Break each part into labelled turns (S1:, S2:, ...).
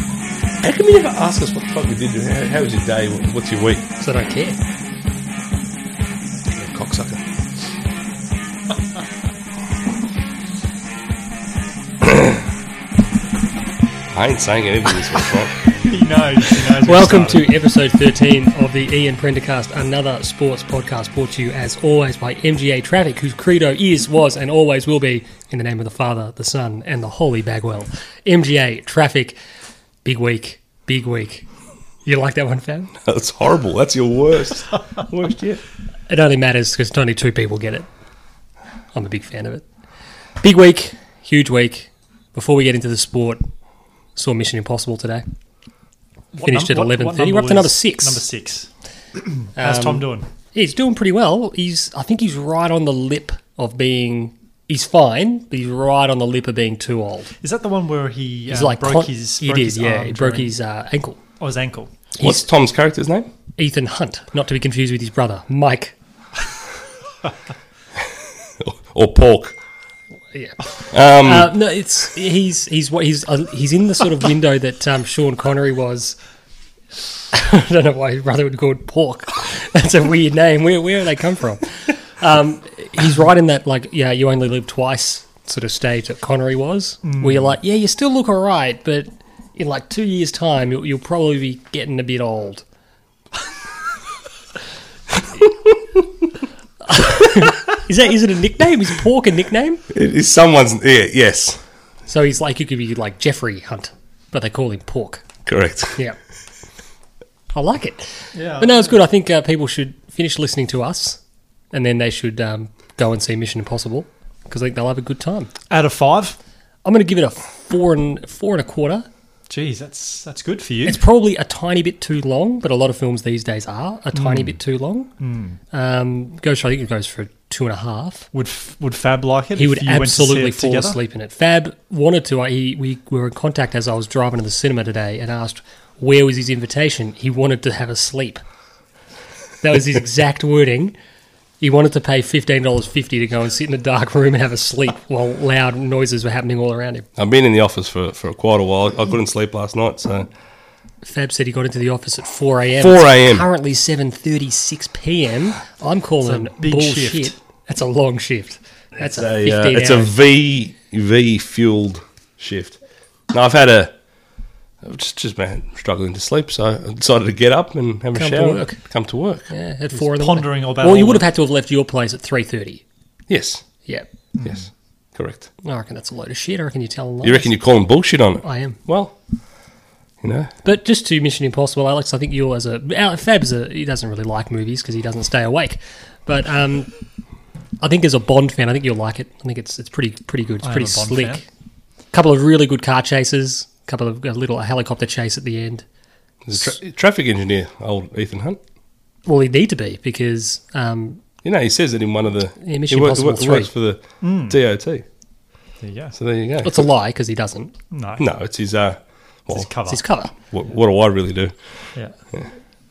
S1: How come you never ask us what the fuck we did? How, how was your day? What- What's your week?
S2: So I don't care.
S1: You cocksucker. I ain't saying anything this week, right?
S3: He knows. He knows we've
S2: Welcome to
S3: started.
S2: episode 13 of the Ian Prendercast, another sports podcast brought to you as always by MGA Traffic, whose credo is, was, and always will be in the name of the Father, the Son, and the Holy Bagwell. MGA Traffic, big week, big week. You like that one, Fab?
S1: That's horrible. That's your worst. worst yet.
S2: It only matters because only two people get it. I'm a big fan of it. Big week, huge week. Before we get into the sport, saw Mission Impossible today.
S3: What
S2: finished at
S3: num- what-
S2: 11:30.
S3: what number
S2: We're up to
S3: was-
S2: number six. Um,
S3: Number six. How's Tom doing?
S2: He's doing pretty well. He's I think he's right on the lip of being he's fine, but he's right on the lip of being too old.
S3: Is that the one where he
S2: He's
S3: um,
S2: like
S3: broke
S2: con-
S3: his?
S2: he
S3: broke
S2: did,
S3: his
S2: yeah,
S3: arm
S2: he broke
S3: during-
S2: his uh, ankle.
S3: or his ankle.
S1: What's Tom's character's name?
S2: Ethan Hunt, not to be confused with his brother Mike.
S1: Or Pork?
S2: Yeah,
S1: Um,
S2: uh, no, it's he's he's what he's uh, he's in the sort of window that um, Sean Connery was. I don't know why his brother would be called Pork. That's a weird name. Where where do they come from? Um, he's right in that like yeah, you only live twice sort of stage that Connery was, where you're like yeah, you still look all right, but in like two years' time, you'll, you'll probably be getting a bit old. is that is it a nickname? Is Pork a nickname?
S1: it is someone's. Yeah, yes.
S2: So he's like, you could be like Jeffrey Hunt, but they call him Pork.
S1: Correct.
S2: Yeah. I like it.
S3: Yeah.
S2: But no, it's good. I think uh, people should finish listening to us and then they should um, go and see Mission Impossible because I think they'll have a good time.
S3: Out of five.
S2: I'm going to give it a four and four and a quarter.
S3: Geez, that's that's good for you.
S2: It's probably a tiny bit too long, but a lot of films these days are a tiny bit too long. Um, goes, I think it goes for two and a half.
S3: would F- would Fab like it?
S2: He
S3: if
S2: would
S3: you went to see
S2: absolutely
S3: it
S2: fall
S3: together?
S2: asleep in it. Fab wanted to. I, he, we were in contact as I was driving to the cinema today and asked where was his invitation. He wanted to have a sleep. That was his exact wording. He wanted to pay fifteen dollars fifty to go and sit in a dark room and have a sleep while loud noises were happening all around him.
S1: I've been in the office for, for quite a while. I couldn't sleep last night, so
S2: Fab said he got into the office at four a.m.
S1: 4
S2: It's
S1: a.m..
S2: Currently seven thirty-six p.m. I'm calling
S3: big
S2: bullshit.
S3: shift.
S2: That's a long shift. That's a
S1: a, uh,
S2: fifteen.
S1: it's a
S2: hour-
S1: V V fueled shift. Now I've had a I've just just been struggling to sleep, so I decided to get up and have
S2: Come
S1: a
S2: to
S1: shower.
S2: work.
S1: Come to work.
S2: yeah, at four in the
S3: pondering
S2: morning.
S3: all about
S2: Well, you
S3: all
S2: would have
S3: that.
S2: had to have left your place at three thirty.
S1: Yes,
S2: Yeah.
S1: yes, correct.
S2: I reckon that's a load of shit. I reckon you're telling lies.
S1: You reckon you're calling bullshit on it?
S2: I am.
S1: Well, you know,
S2: But just to Mission Impossible, Alex, I think you as a Al- Fab is a he doesn't really like movies because he doesn't stay awake. But um, I think as a Bond fan, I think you'll like it. I think it's it's pretty pretty good. It's
S3: I am
S2: pretty
S3: a Bond
S2: slick.
S3: fan.
S2: couple of really good car chases. couple of a little helicopter chase at the end.
S1: there's a tra- traffic engineer, old Ethan Hunt.
S2: Well, he need to be because um,
S1: You know, he says it in one of the
S2: Yeah, Mission
S1: he works,
S2: Impossible
S1: he works for the DOT.
S3: There you go.
S1: So there you go.
S2: it's a lie because he doesn't.
S3: No,
S1: no, it's his. Uh, well,
S3: it's his cover.
S2: It's his cover.
S1: what, what do I really do?
S3: yeah.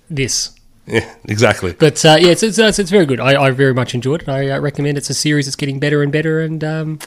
S2: This
S1: Yeah, exactly.
S2: But uh, yeah, it's, it's, it's it's very good. I, I very much enjoyed it. I uh, recommend. It's a series that's getting better and better, and um,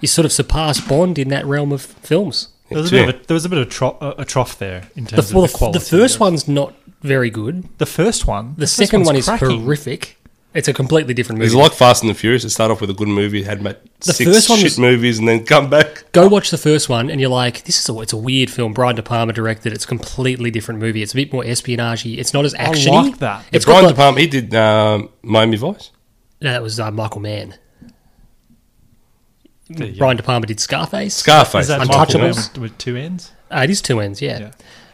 S2: you sort of surpass Bond in that realm of films.
S3: There was a
S1: Yeah.
S3: bit of a, there was a bit of tro- a, a trough there in
S2: The,
S3: terms
S2: well,
S3: of
S2: the,
S3: the
S2: f-
S3: quality.
S2: the first one's not very good.
S3: the first one,
S2: The second one is
S3: cracking.
S2: horrific. It's a completely different
S1: It's
S2: movie.
S1: like Fast and the Furious. They start off with a good movie, had about six
S2: first one
S1: shit
S2: was-
S1: movies, and then come back.
S2: Go watch the first one, and you're like, "This is a it's a weird film." Brian De Palma directed. It's a completely different movie. It's a bit more espionagey. It's not as actiony.
S3: like that.
S2: It's got
S1: Brian
S2: like-
S1: De Palma, he did um, Miami Vice.
S2: No, that was uh, Michael Mann.
S3: There you go.
S2: Brian De Palma did Scarface.
S1: Scarface.
S3: Is that
S1: Michael
S3: Michael
S1: Mann.
S2: Untouchables?
S3: Mann with two ends?
S2: Uh, it is two ends, yeah.
S3: Yeah.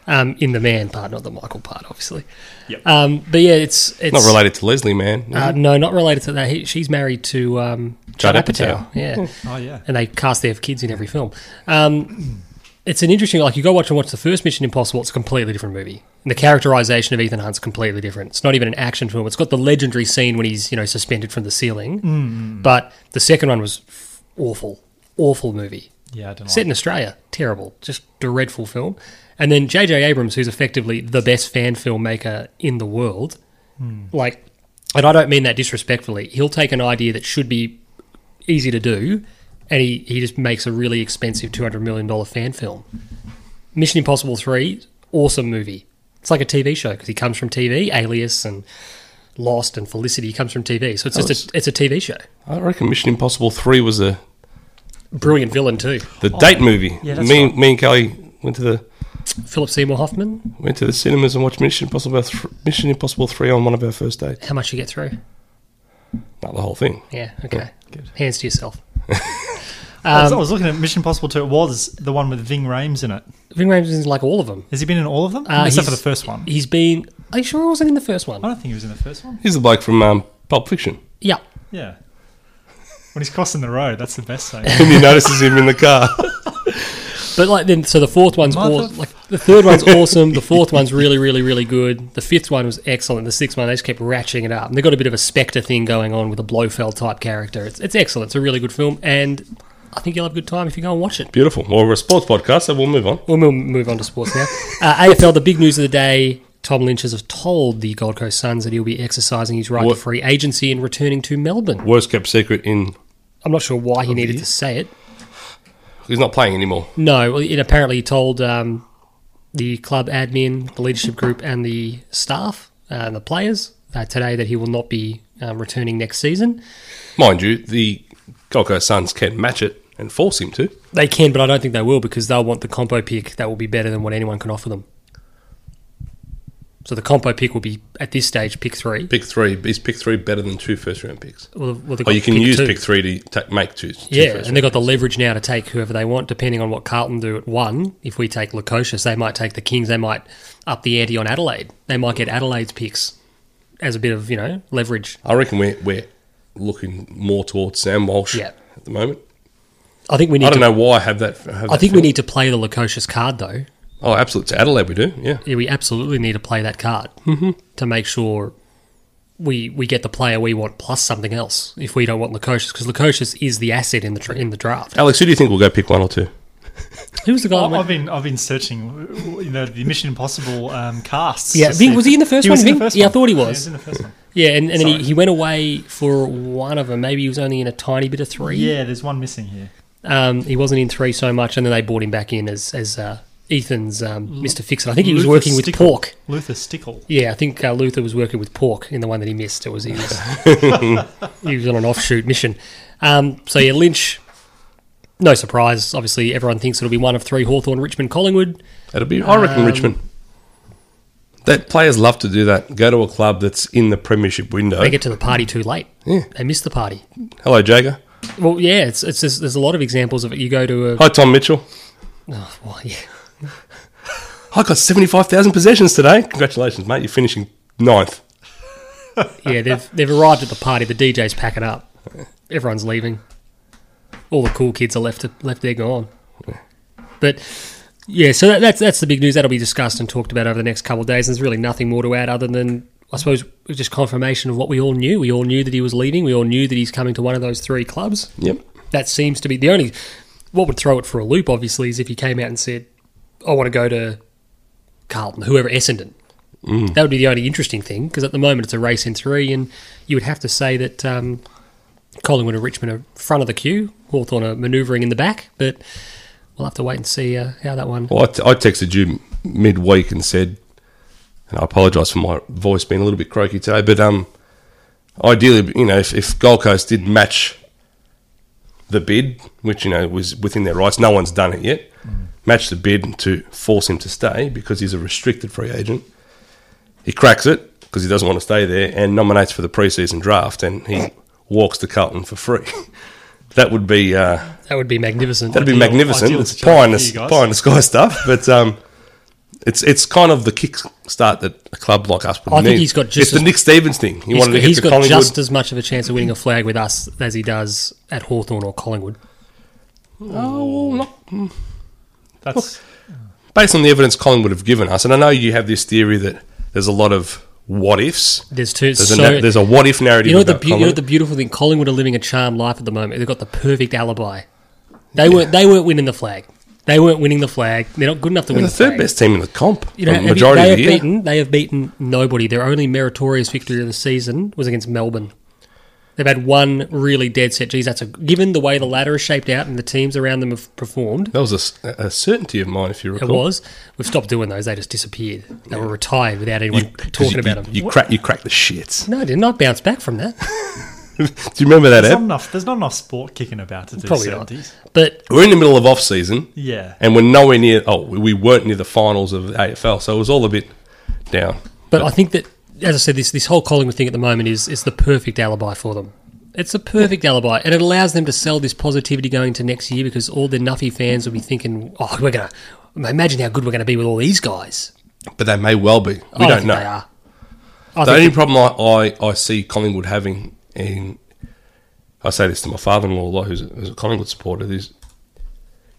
S2: Um, in the man part, not the Michael part, obviously.
S3: Yep.
S2: Um, but yeah, it's it's
S1: Not related to Leslie Mann.
S2: Uh, no, not related to that. He, she's married to um,
S1: Judd
S2: Judd
S1: Apatow.
S2: Apatow. Yeah.
S3: Oh yeah.
S2: and they cast their kids in every film. Um, it's an interesting like you go watch and watch the first Mission Impossible. It's a completely different movie. And the characterization of Ethan Hunt's completely different. It's not even an action film. It's got the legendary scene when he's you know suspended from the ceiling.
S3: Mm,
S2: But the second one was f- awful, awful movie.
S3: Yeah, I don't
S2: Set
S3: know.
S2: in Australia, terrible, just dreadful film. And then J.J. Abrams, who's effectively the best fan filmmaker in the world,
S3: Hmm.
S2: like, and I don't mean that disrespectfully. He'll take an idea that should be easy to do, and he, he just makes a really expensive two hundred million dollar fan film. Mission Impossible Three, awesome movie. It's like a TV show because he comes from TV, Alias and Lost and Felicity comes from TV. So it's
S1: Oh,
S2: just a, it's a TV show.
S1: I reckon Mission Impossible Three was the
S2: Brilliant villain too.
S1: the date movie.
S3: Oh. Yeah, that's
S1: me,
S3: right.
S1: me and Kelly went to the
S2: Philip Seymour Hoffman.
S1: went to the cinemas and watched Mission Impossible th- Mission Impossible Three on one of our first dates.
S2: How much you get through?
S1: Not the whole thing.
S2: Yeah. Okay.
S3: Good.
S2: Hands to yourself.
S3: I, was, I
S2: Um,
S3: was looking at Mission Possible 2. It was the one with Ving Rhames in it.
S2: Ving Rhames is like all of them.
S3: Has he been in all of them?
S2: Uh,
S3: Except for the
S2: he's-
S3: first one.
S2: He's been. Are you sure he wasn't in the first
S3: I
S2: one?
S3: don't think he was in the first one.
S1: He's the bloke from um, Pulp Fiction.
S2: Yeah.
S3: Yeah. When he's crossing the road, that's the best thing.
S1: And he notices him in the car.
S2: But like then, so the fourth one's
S3: Mother-
S2: aw- like the third one's awesome. The fourth one's really, really, really good. The fifth one was excellent. The sixth one they just kept ratcheting it up. And they got a bit of a Spectre thing going on with a Blofeld type character. It's it's excellent. It's a really good film, and I think you'll have a good time if you go and watch it.
S1: Beautiful. Well, we're a sports podcast, so we'll move on.
S2: We'll mo- move on to sports now. Uh, AFL, the big news of the day. Tom Lynch has told the Gold Coast Suns that he'll be exercising his right
S1: What-
S2: to free agency and returning to Melbourne.
S1: Worst kept secret in
S2: I'm not sure why he needed to say it.
S1: he's not playing anymore.
S2: No, well, it apparently told um, the club admin, the leadership group, and the staff and the players uh, today that he will not be um, returning next season.
S1: Mind you, the Gold Coast Suns can match it and force him to.
S2: They can, but I don't think they will because they'll want the compo pick that will be better than what anyone can offer them. So the compo pick will be at this stage pick three.
S1: Pick three is pick three better than two first round picks.
S2: Well, well, they've
S1: Or
S2: got
S1: you can
S2: pick
S1: use
S2: two.
S1: pick three to ta- make two. two
S2: Yeah,
S1: first
S2: and they've got the leverage now to take whoever they want, depending on what Carlton do at one. If we take Lukosius, they might take the Kings. They might up the ante on Adelaide. They might get Adelaide's picks as a bit of you know leverage.
S1: round. I reckon we're we're looking more towards Sam Walsh
S2: Yeah.
S1: at the moment.
S2: I think we need.
S1: I don't
S2: to,
S1: know why I have that. Have
S2: I think we need to play the Lukosius card though.
S1: Oh, absolutely. To Adelaide, we do. Yeah.
S2: Yeah, we absolutely need to play that card mm-hmm, to make sure we we get the player we want plus something else if we don't want Lukosius because Lukosius is the asset in the dra- in the draft.
S1: Alex, who do you think will go pick one or two?
S2: Who was the guy? that
S1: Oh,
S3: I've,
S2: went-
S3: I've been I've been searching, you know, the Mission Impossible um, casts.
S2: Yeah,
S3: to
S2: Ving-
S3: see
S2: was
S3: if-
S2: he in the first
S3: he
S2: one,
S3: was in the
S2: Ving?
S3: first
S2: Yeah, I
S3: one.
S2: thought he
S3: he
S2: was.
S3: was in the first one.
S1: oh,
S2: Yeah, and, and then he,
S3: Sorry.
S2: he went away for one of them. Maybe he was only in a tiny bit of three.
S3: Yeah, there's one missing here.
S2: Um, he wasn't in three so much, and then they brought him back in as as uh, Ethan's um, Mr. Fixit. I think he was
S3: Luther
S2: working with
S3: Stickle.
S2: Pork.
S3: Luther Stickle.
S2: Yeah, I think uh, Luther was working with Pork in the one that he missed. It was he was, he was on an offshoot mission. Um, so yeah, Lynch. No surprise, obviously everyone thinks it'll be one of three: Hawthorn, Richmond, Collingwood.
S1: That'll be, I reckon,
S2: Um,
S1: Richmond. That players love to do that. Go to a club that's in the premiership window.
S2: They get to the party too late.
S1: Yeah.
S2: They miss the party.
S1: Hello, Jagger.
S2: Well, yeah, it's, it's just, there's a lot of examples of it. You go to a
S1: Hi, Tom Mitchell.
S2: oh, well, yeah.
S1: I got 75,000 possessions today. Congratulations, mate. You're finishing ninth.
S2: yeah, they've they've arrived at the party. The DJ's packing up. Everyone's leaving. All the cool kids are left left. They're gone. But yeah, so that, that's that's the big news. That'll be discussed and talked about over the next couple of days. There's really nothing more to add other than I suppose just confirmation of what we all knew. We all knew that he was leaving. We all knew that he's coming to one of those three clubs.
S1: Yep.
S2: That seems to be the only. What would throw it for a loop, obviously, is if he came out and said, "I want to go to Carlton, whoever Essendon."
S1: Mm.
S2: That would be the only interesting thing because at the moment it's a race in three, and you would have to say that um, Collingwood and Richmond are front of the queue, Hawthorn are manoeuvring in the back, but we'll have to wait and see uh, how that one.
S1: Well, I, t- I texted you midweek and said, and I apologise for my voice being a little bit croaky today, but um, ideally, you know, if, if Gold Coast did match the bid, which, you know, was within their rights, no one's done it yet, match the bid to force him to stay because he's a restricted free agent. He cracks it because he doesn't want to stay there and nominates for the preseason draft and he walks to Carlton for free. that would be. Uh,
S2: That would be magnificent.
S1: That'd be
S3: Ideal-
S1: magnificent.
S3: ideal
S1: It's
S3: situation
S1: pie in,
S3: for you
S1: the,
S3: guys.
S1: pie in the sky stuff, but um, it's it's kind of the kick start that a club like us would
S2: I
S1: need.
S2: think he's got just
S1: it's the
S2: as-
S1: Nick Stevens thing. He
S2: He's
S1: wanted
S2: got,
S1: to hit
S2: he's
S1: the
S2: got
S1: Collingwood.
S2: just as much of a chance of winning a flag with us as he does at Hawthorn or Collingwood.
S1: oh, well, not-
S3: That's
S1: based on the evidence Collingwood have given us, and I know you have this theory that there's a lot of what ifs.
S2: There's two.
S1: There's,
S2: so,
S1: a, na- there's a what if narrative.
S2: You know, the
S1: about
S2: beau- you know
S1: Collingwood.
S2: the beautiful thing. Collingwood are living a charmed life at the moment. They've got the perfect alibi. They weren't. They weren't winning the flag. They weren't winning the flag. They're not good enough to
S1: They're
S2: win
S1: the
S2: the,
S1: third
S2: flag.
S1: best team in the comp.
S2: You know,
S1: the
S2: have you-
S1: majority
S2: they
S1: of the
S2: have
S1: year.
S2: beaten. They have beaten nobody. Their only meritorious victory of the season was against Melbourne. They've had one really dead set. Geez, that's a given the way the ladder is shaped out and the teams around them have performed.
S1: That was a s- a, certainty of mine, if you
S2: It
S1: recall.
S2: was. We've stopped doing those. They just disappeared. They were retired without anyone talking
S1: you,
S2: about
S1: you,
S2: them.
S1: You crack, you crack the shits.
S2: no, I did not bounce back from that.
S1: Do you remember that,
S3: There's not
S1: Ab?
S3: enough. There's not enough sport kicking about to do
S2: Probably not.
S3: certainties.
S2: But
S1: We're in the middle of off season,
S3: Yeah.
S1: and we're nowhere near. Oh, we weren't near the finals of AFL, so it was all a bit down.
S2: But I think that, as I said, this this whole Collingwood thing at the moment is is the perfect alibi for them. It's a perfect alibi, and it allows them to sell this positivity going to next year because all their Nuffy fans will be thinking, "Oh, we're gonna imagine how good we're gonna be with all these guys."
S1: But they may well be. We
S2: I
S1: don't
S2: think Oh, They
S1: know.
S2: are. I
S1: The
S2: think
S1: only problem I, I, I see Collingwood having, and I say this to my father-in-law a lot, who's a, who's a Collingwood supporter, is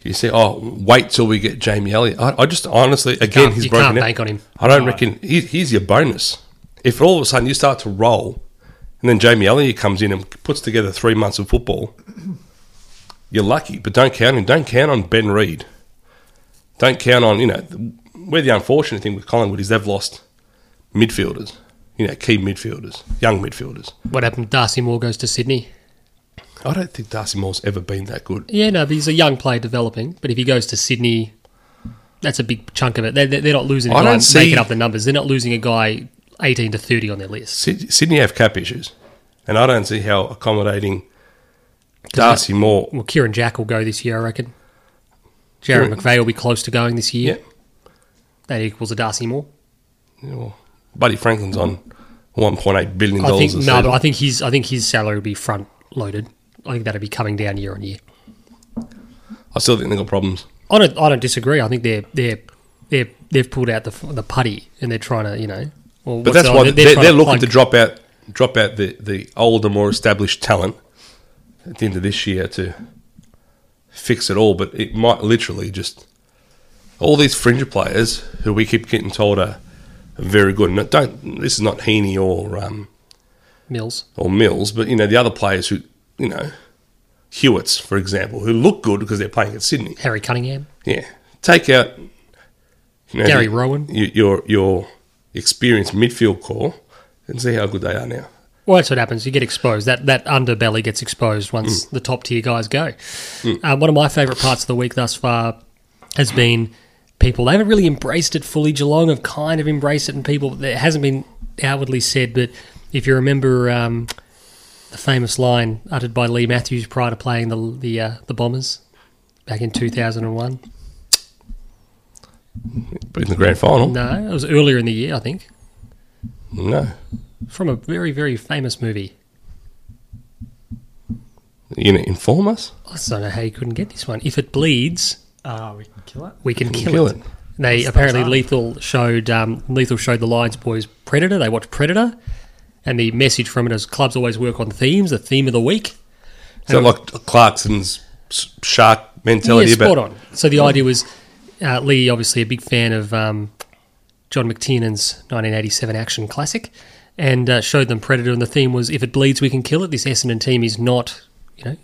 S1: you say, "Oh, wait till we get Jamie Elliott." I, I just honestly, again,
S2: can't-
S1: he's
S2: you
S1: broken
S2: can't
S1: out.
S2: bank on him.
S1: I don't reckon he, he's your bonus. If all of a sudden you start to roll, and then Jamie Elliott comes in and puts together three months of football, you're lucky. But don't count him. Don't count on Ben Reed. Don't count on you know. th- Where the unfortunate thing with Collingwood is they've lost midfielders. You know, key midfielders, young midfielders.
S2: what happened? Darcy Moore goes to Sydney.
S1: I don't think Darcy Moore's ever been that good.
S2: Yeah, no, but he's a young player developing, but if he goes to Sydney, that's a big chunk of it. They're, they're not losing a
S1: I
S2: guy
S1: don't see-
S2: making up the numbers. They're not losing a guy eighteen to thirty on their list.
S1: Syd- Sydney have cap issues, and I don't see how accommodating Darcy Moore.
S2: Well, Kieran Jack will go this year, I reckon. Jared
S1: Kieran-
S2: McVeigh will be close to going this year.
S1: Yeah.
S2: That equals a Darcy Moore.
S1: You know, Buddy Franklin's on one point eight billion
S2: I think
S1: dollars.
S2: no,
S1: a
S2: but
S1: season.
S2: I think his I think his salary will be front loaded. I think that'll be coming down year on year.
S1: I still think they got problems.
S2: I don't I don't disagree. I think they're they're they're they've pulled out the f- the putty and they're trying to you know. Well,
S1: But that's why they're, they're, looking to drop out, drop out the, the older, more established talent at the end of this year to fix it all. But it might literally just all these fringe players who we keep getting told are very good. And don't this is not Heaney or um,
S2: Mills.
S1: or Mills, but you know the other players who you know Hewitts, for example, who look good because they're playing at Sydney.
S2: Harry Cunningham.
S1: Yeah, take out you know,
S2: Gary
S1: the-
S2: Rowan.
S1: y- your your experienced midfield core, and see how good they are now.
S2: Well, that's what happens. You get exposed. That that underbelly gets exposed once the top tier guys go. Uh, one of my favourite parts of the week thus far has been people. They haven't really embraced it fully. Geelong have kind of embraced it, and people it hasn't been outwardly said. But if you remember um, the famous line uttered by Lee Matthews prior to playing the the uh, the Bombers back in two thousand and one.
S1: But in the grand final, no.
S2: No, it was earlier in the year, I think, from a very very famous movie.
S1: You're going to inform us?
S2: I just don't know how you couldn't get this one. If it bleeds,
S3: Ah, we can kill it.
S2: we can
S1: You
S2: kill,
S1: kill
S2: it.
S1: it.
S2: They
S3: That's
S2: apparently
S3: bizarre.
S2: Lethal showed um, Lethal showed the Lions boys Predator. They watched Predator, and the message from it is clubs always work on themes. The theme of the week.
S1: Is that like Clarkson's s- shark mentality
S2: yeah,
S1: about
S2: spot on. So the idea was uh, Lee, obviously a big fan of um, John McTiernan's 1987 action classic, and uh, showed them Predator, and the theme was if it bleeds, we can kill it. This Essendon team is not, you know,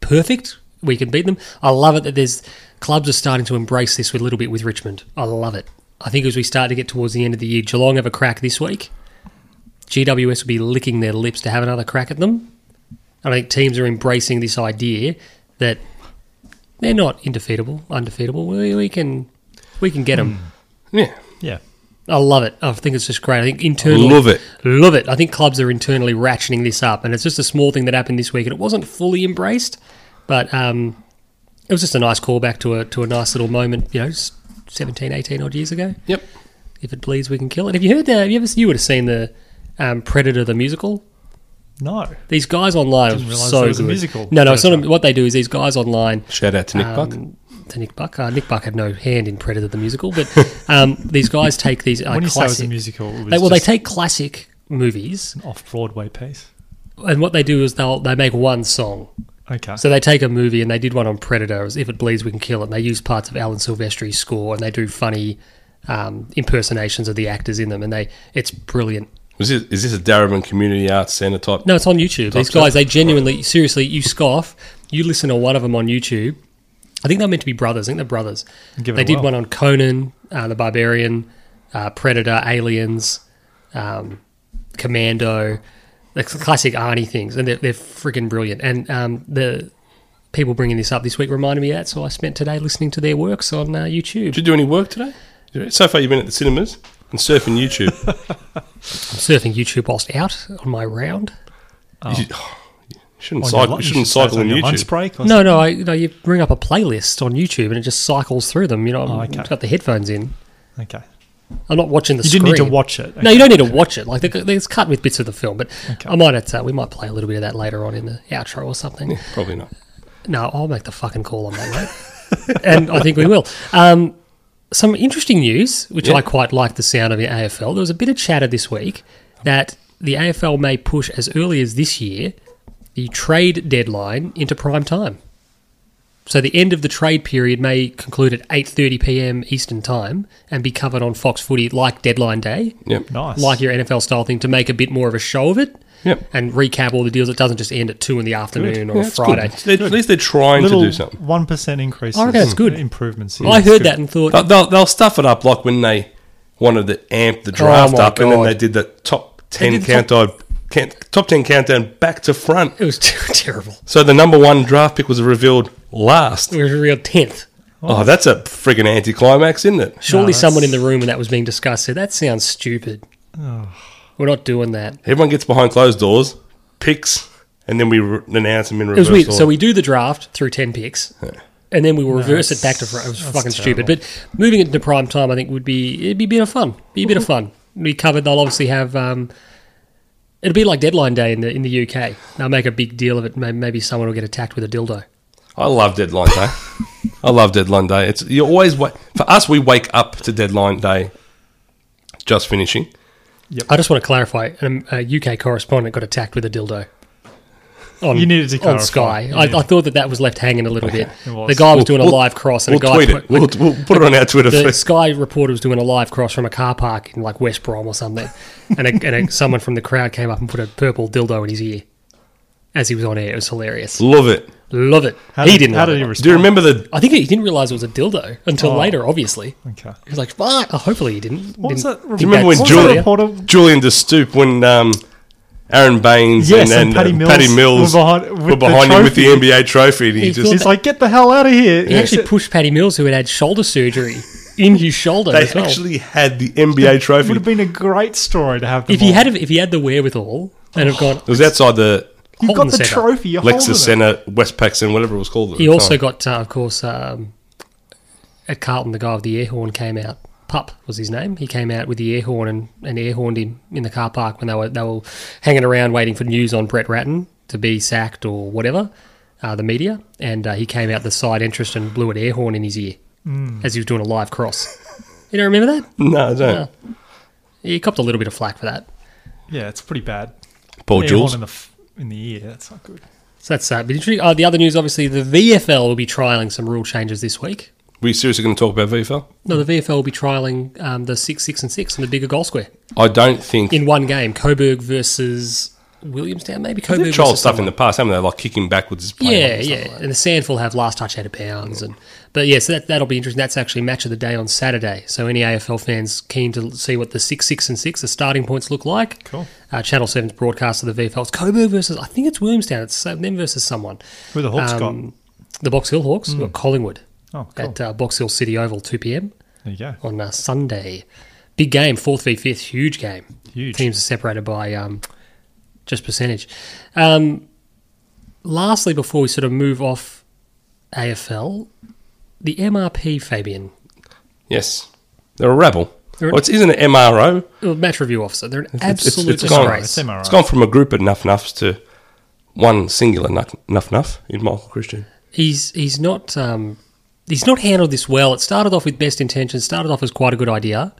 S2: perfect. We can beat them. I love it that there's clubs are starting to embrace this with a little bit with Richmond. I love it. I think as we start to get towards the end of the year, Geelong have a crack this week. GWS will be licking their lips to have another crack at them. And I think teams are embracing this idea that they're not indefeatable, undefeatable. We, we can we can get
S1: Hmm.
S2: them.
S1: Yeah,
S3: Yeah.
S2: I love it. I think it's just great. I think internally
S1: love it.
S2: Love it. I think clubs are internally ratcheting this up, and it's just a small thing that happened this week, and it wasn't fully embraced, but um, it was just a nice callback to a to a nice little moment, you know, s- 17, 18 odd years ago.
S1: Yep.
S2: If it bleeds, we can kill it. Have you heard that? Have you ever? You would have seen the um, Predator the musical.
S3: No.
S2: These guys online
S3: Didn't
S2: are
S3: realise
S2: so
S3: there was a
S2: good.
S3: musical.
S2: No, no, it's not.
S3: That's
S2: A, what they do is these guys online
S1: Shout out to Nick Buck.
S2: um, To Nick Buck. Uh, Nick Buck had no hand in Predator the musical, but um, these guys take these uh,
S3: when you say it was a
S2: classic.
S3: musical, it was
S2: they, well, they
S3: just
S2: take classic movies,
S3: an off-Broadway piece.
S2: and what they do is they'll they make one song.
S3: Okay.
S2: So they take a movie and they did one on Predator. It was If it bleeds, we can kill it. And they use parts of Alan Silvestri's score, and they do funny um, impersonations of the actors in them. And they it's brilliant.
S1: Was this, is this a Darwin Community Arts Centre type?
S2: No, it's on YouTube. These guys, they genuinely, seriously, you scoff, you listen to one of them on YouTube. I think they're meant to be brothers. I think they're brothers.
S3: Give it
S2: they
S3: a
S2: did
S3: whirl.
S2: one on Conan, uh, the Barbarian, uh, Predator, Aliens, um, Commando. the classic Arnie things, and they're, they're freaking brilliant. And um, the people bringing this up this week reminded me of that, so I spent today listening to their works on uh, YouTube.
S1: Did you do any work today? So far, you've been at the cinemas and surfing YouTube.
S2: I'm surfing YouTube whilst out on my round.
S1: You, you shouldn't
S3: On your
S1: cycle.
S3: lu-
S1: You shouldn't
S3: should say
S1: cycle
S3: it's
S1: on
S3: your
S1: YouTube.
S3: Lunch break or
S2: No, no, I, no, you bring up a playlist on YouTube and it just cycles through them. You know,
S3: Oh,
S2: I've
S3: okay.
S2: got the headphones in.
S3: something? Okay.
S2: I'm not watching the
S3: You
S2: screen.
S3: didn't need to watch it.
S2: No, you don't need to watch it. Like, they- it's cut with bits of the film, but
S3: Okay.
S2: I might have to, we might play a little bit of that later on in the outro or something.
S1: Probably not.
S2: No, I'll make the fucking call on that, mate. and I think we will. Um, some interesting news, which
S1: Yeah.
S2: I quite like the sound of the AFL. There was a bit of chatter this week that the AFL may push as early as this year the trade deadline into prime time. So the end of the trade period may conclude at 8:30 p.m. Eastern Time and be covered on Fox Footy like deadline day,
S1: Yep.
S3: Nice.
S2: like your NFL style thing to make a bit more of a show of it
S1: Yep.
S2: and recap all the deals. It doesn't just end at 2 in the afternoon or
S1: Yeah,
S2: a
S1: it's
S2: Friday.
S1: good. They- At least they're trying
S3: little
S1: to do something.
S3: one percent increase.
S2: I reckon Oh, that's good.
S3: Improvements.
S2: Oh, I
S3: It's
S2: heard
S3: good.
S2: that and thought,
S1: They'll, they'll, they'll stuff it up like when they wanted to amp the draft
S2: my
S1: up, and then
S2: God.
S1: they did the top ten
S2: did the top-
S1: countdown, count, top ten countdown back to front.
S2: It was ter- terrible.
S1: So the number one draft pick was revealed last.
S2: It was a real tenth.
S1: Oh, that's a friggin' anticlimax, isn't it?
S2: Surely
S3: that's-
S2: someone in the room when that was being discussed said, that sounds stupid. We're not doing that.
S1: Everyone gets behind closed doors, picks, and then we re- announce them in
S2: It
S1: reverse.
S2: was weird.
S1: order.
S2: So we do the draft through 10 picks. And then we will reverse it back to front. It was
S3: that's
S2: fucking stupid.
S3: terrible.
S2: But moving it into prime time, I think would be it'd be a bit of fun. Be a bit of fun. We covered. They'll obviously have. Um, it'll be like deadline day in the in the UK. They'll make a big deal of it. May- Maybe someone will get attacked with a dildo.
S1: I love deadline day. I love deadline day. It's you always wait for us. We wake up to deadline day, just finishing.
S2: I just want to clarify. um, A UK correspondent got attacked with a dildo. On,
S3: You needed to
S2: on
S3: clarify.
S2: Sky.
S3: You
S2: I,
S3: needed-
S2: I thought that that was left hanging a little
S3: it
S2: bit.
S3: was.
S2: The guy was doing a
S1: We'll-
S2: live cross, and
S1: We'll
S2: a guy
S1: tweet it. We'll, we'll put it on our Twitter.
S2: the
S1: feed.
S2: Sky reporter was doing a live cross from a car park in like West Brom or something, and a, and a, someone from the crowd came up and put a purple dildo in his ear as he was on air. It was hilarious.
S1: Love it.
S2: Love it.
S3: How
S2: he
S3: did-
S2: didn't.
S3: How
S2: love it.
S3: did he
S1: Do you
S3: respond?
S1: remember the?
S2: I think he didn't realize it was a dildo until later. Obviously,
S3: Okay.
S2: he was like, "Fuck!" Oh, hopefully, he didn't.
S3: What was
S2: didn't
S3: that?
S1: Do you remember
S2: that's
S1: when
S2: what was that
S1: Julian,
S3: reporter-
S1: Julian de Stoop when um, Aaron Baines
S3: Yes,
S1: and,
S3: and
S1: and, uh,
S3: Paddy
S1: Paddy, Mills
S3: Mills were behind- with
S1: were
S3: the
S1: behind him with the
S3: trophy.
S1: NBA trophy, and he,
S2: He
S1: just
S3: He's like, get the hell out of here.
S2: He actually pushed Paddy Mills, who had had shoulder surgery, in his shoulder
S1: they
S2: as well.
S1: actually had the NBA
S3: It would
S1: trophy.
S3: have been a great story to have. Them
S2: if he
S3: on.
S2: had, if he had the wherewithal, and have gone.
S1: It was outside the
S3: you
S2: Holden
S3: got the
S2: Centre.
S3: trophy. You're holding
S1: Lexus
S3: it.
S1: Center, Westpac Center, whatever it was called. at
S2: He
S1: the
S2: also
S1: time.
S2: got, uh, of course, um, at Carlton, the guy with the air horn came out. Pup was his name. He came out with the air horn and, and air horned him in the car park when they were they were hanging around waiting for news on Brett Ratton to be sacked or whatever, uh, the media. And uh, he came out the side entrance and blew an air horn in his ear
S3: Hmm.
S2: as he was doing a live cross. you don't remember that?
S1: no, I don't.
S2: He copped a little bit of flack for that.
S3: Yeah, it's pretty bad.
S1: Poor
S3: Air
S1: Jules.
S3: horn in the f- in the ear. That's not good.
S2: So that's that. But interesting- uh, the other news, obviously, the VFL will be trialling some rule changes this week.
S1: We seriously going to talk about VFL?
S2: No, the VFL will be trialling um, the 6 6 and 6 and the bigger goal square
S1: I don't think
S2: in one game. Coburg versus Williamstown, maybe? Coburg.
S1: they've trialled
S2: versus
S1: stuff in
S2: someone.
S1: the past, haven't they? Like kicking backwards is playing
S2: Yeah,
S1: and stuff
S2: yeah.
S1: like
S2: and the Sandful have last touch out of bounds. and But yeah, so that, that'll be interesting. That's actually match of the day on Saturday. So any AFL fans keen to see what the 6 6 and 6, the starting points look like.
S3: Cool.
S2: Uh, Channel 7's broadcast of the VFL. It's Coburg versus, I think it's Williamstown. It's uh, them versus someone.
S3: Who the Hawks
S2: Um, the Box Hill Hawks. We've got Collingwood
S3: got? Oh, cool.
S2: at uh, Box Hill City Oval, 2 p.m
S3: there you go.
S2: on uh, Sunday. Big game, fourth v fifth, huge game.
S3: Huge.
S2: Teams are separated by um, just percentage. Um, lastly, before we sort of move off AFL, the MRP, Fabian,
S1: Yes, they're a rabble.
S2: They're-
S1: Well, it's isn't an MRO.
S2: uh, match review officer, they're an
S1: It's- it's-
S2: absolute
S1: it's gone.
S2: disgrace.
S3: It's MRO.
S1: It's gone from a group of nuff nuffs to one singular nuff nuff, nuff in Michael Christian.
S2: he's he's not um, he's not handled this well. It started off with best intentions, started off as quite a good idea,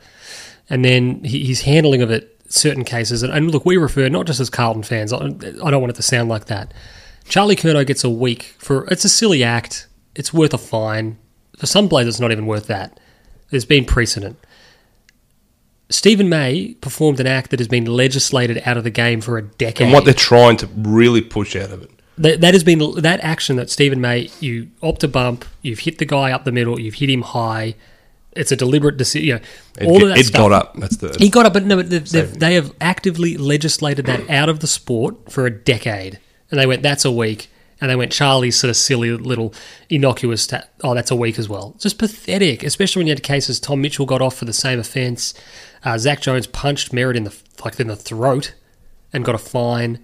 S2: and then he, his handling of it certain cases. And, and look, we refer not just as Carlton fans. I, I don't want it to sound like that. Charlie Curnow gets a week for it's a silly act. It's worth a fine for some players. It's not even worth that. There's been precedent. Stephen May performed an act that has been legislated out of the game for a decade.
S1: And what they're trying to really push out of it.
S2: That, that has been that action that Stephen May. You opt a bump. You've hit the guy up the middle. You've hit him high. It's a deliberate decision. You know,
S1: Ed,
S2: all of that
S1: Ed
S2: stuff.
S1: got up. That's the
S2: He got up, but no, but they've, they've, they have actively legislated that out of the sport for a decade. And they went, that's a week. And they went, Charlie's sort of silly little innocuous, ta- oh, that's a week as well. Just pathetic, especially when you had cases Tom Mitchell got off for the same offence. Uh, Zach Jones punched Merritt in the, like, in the throat and got a fine.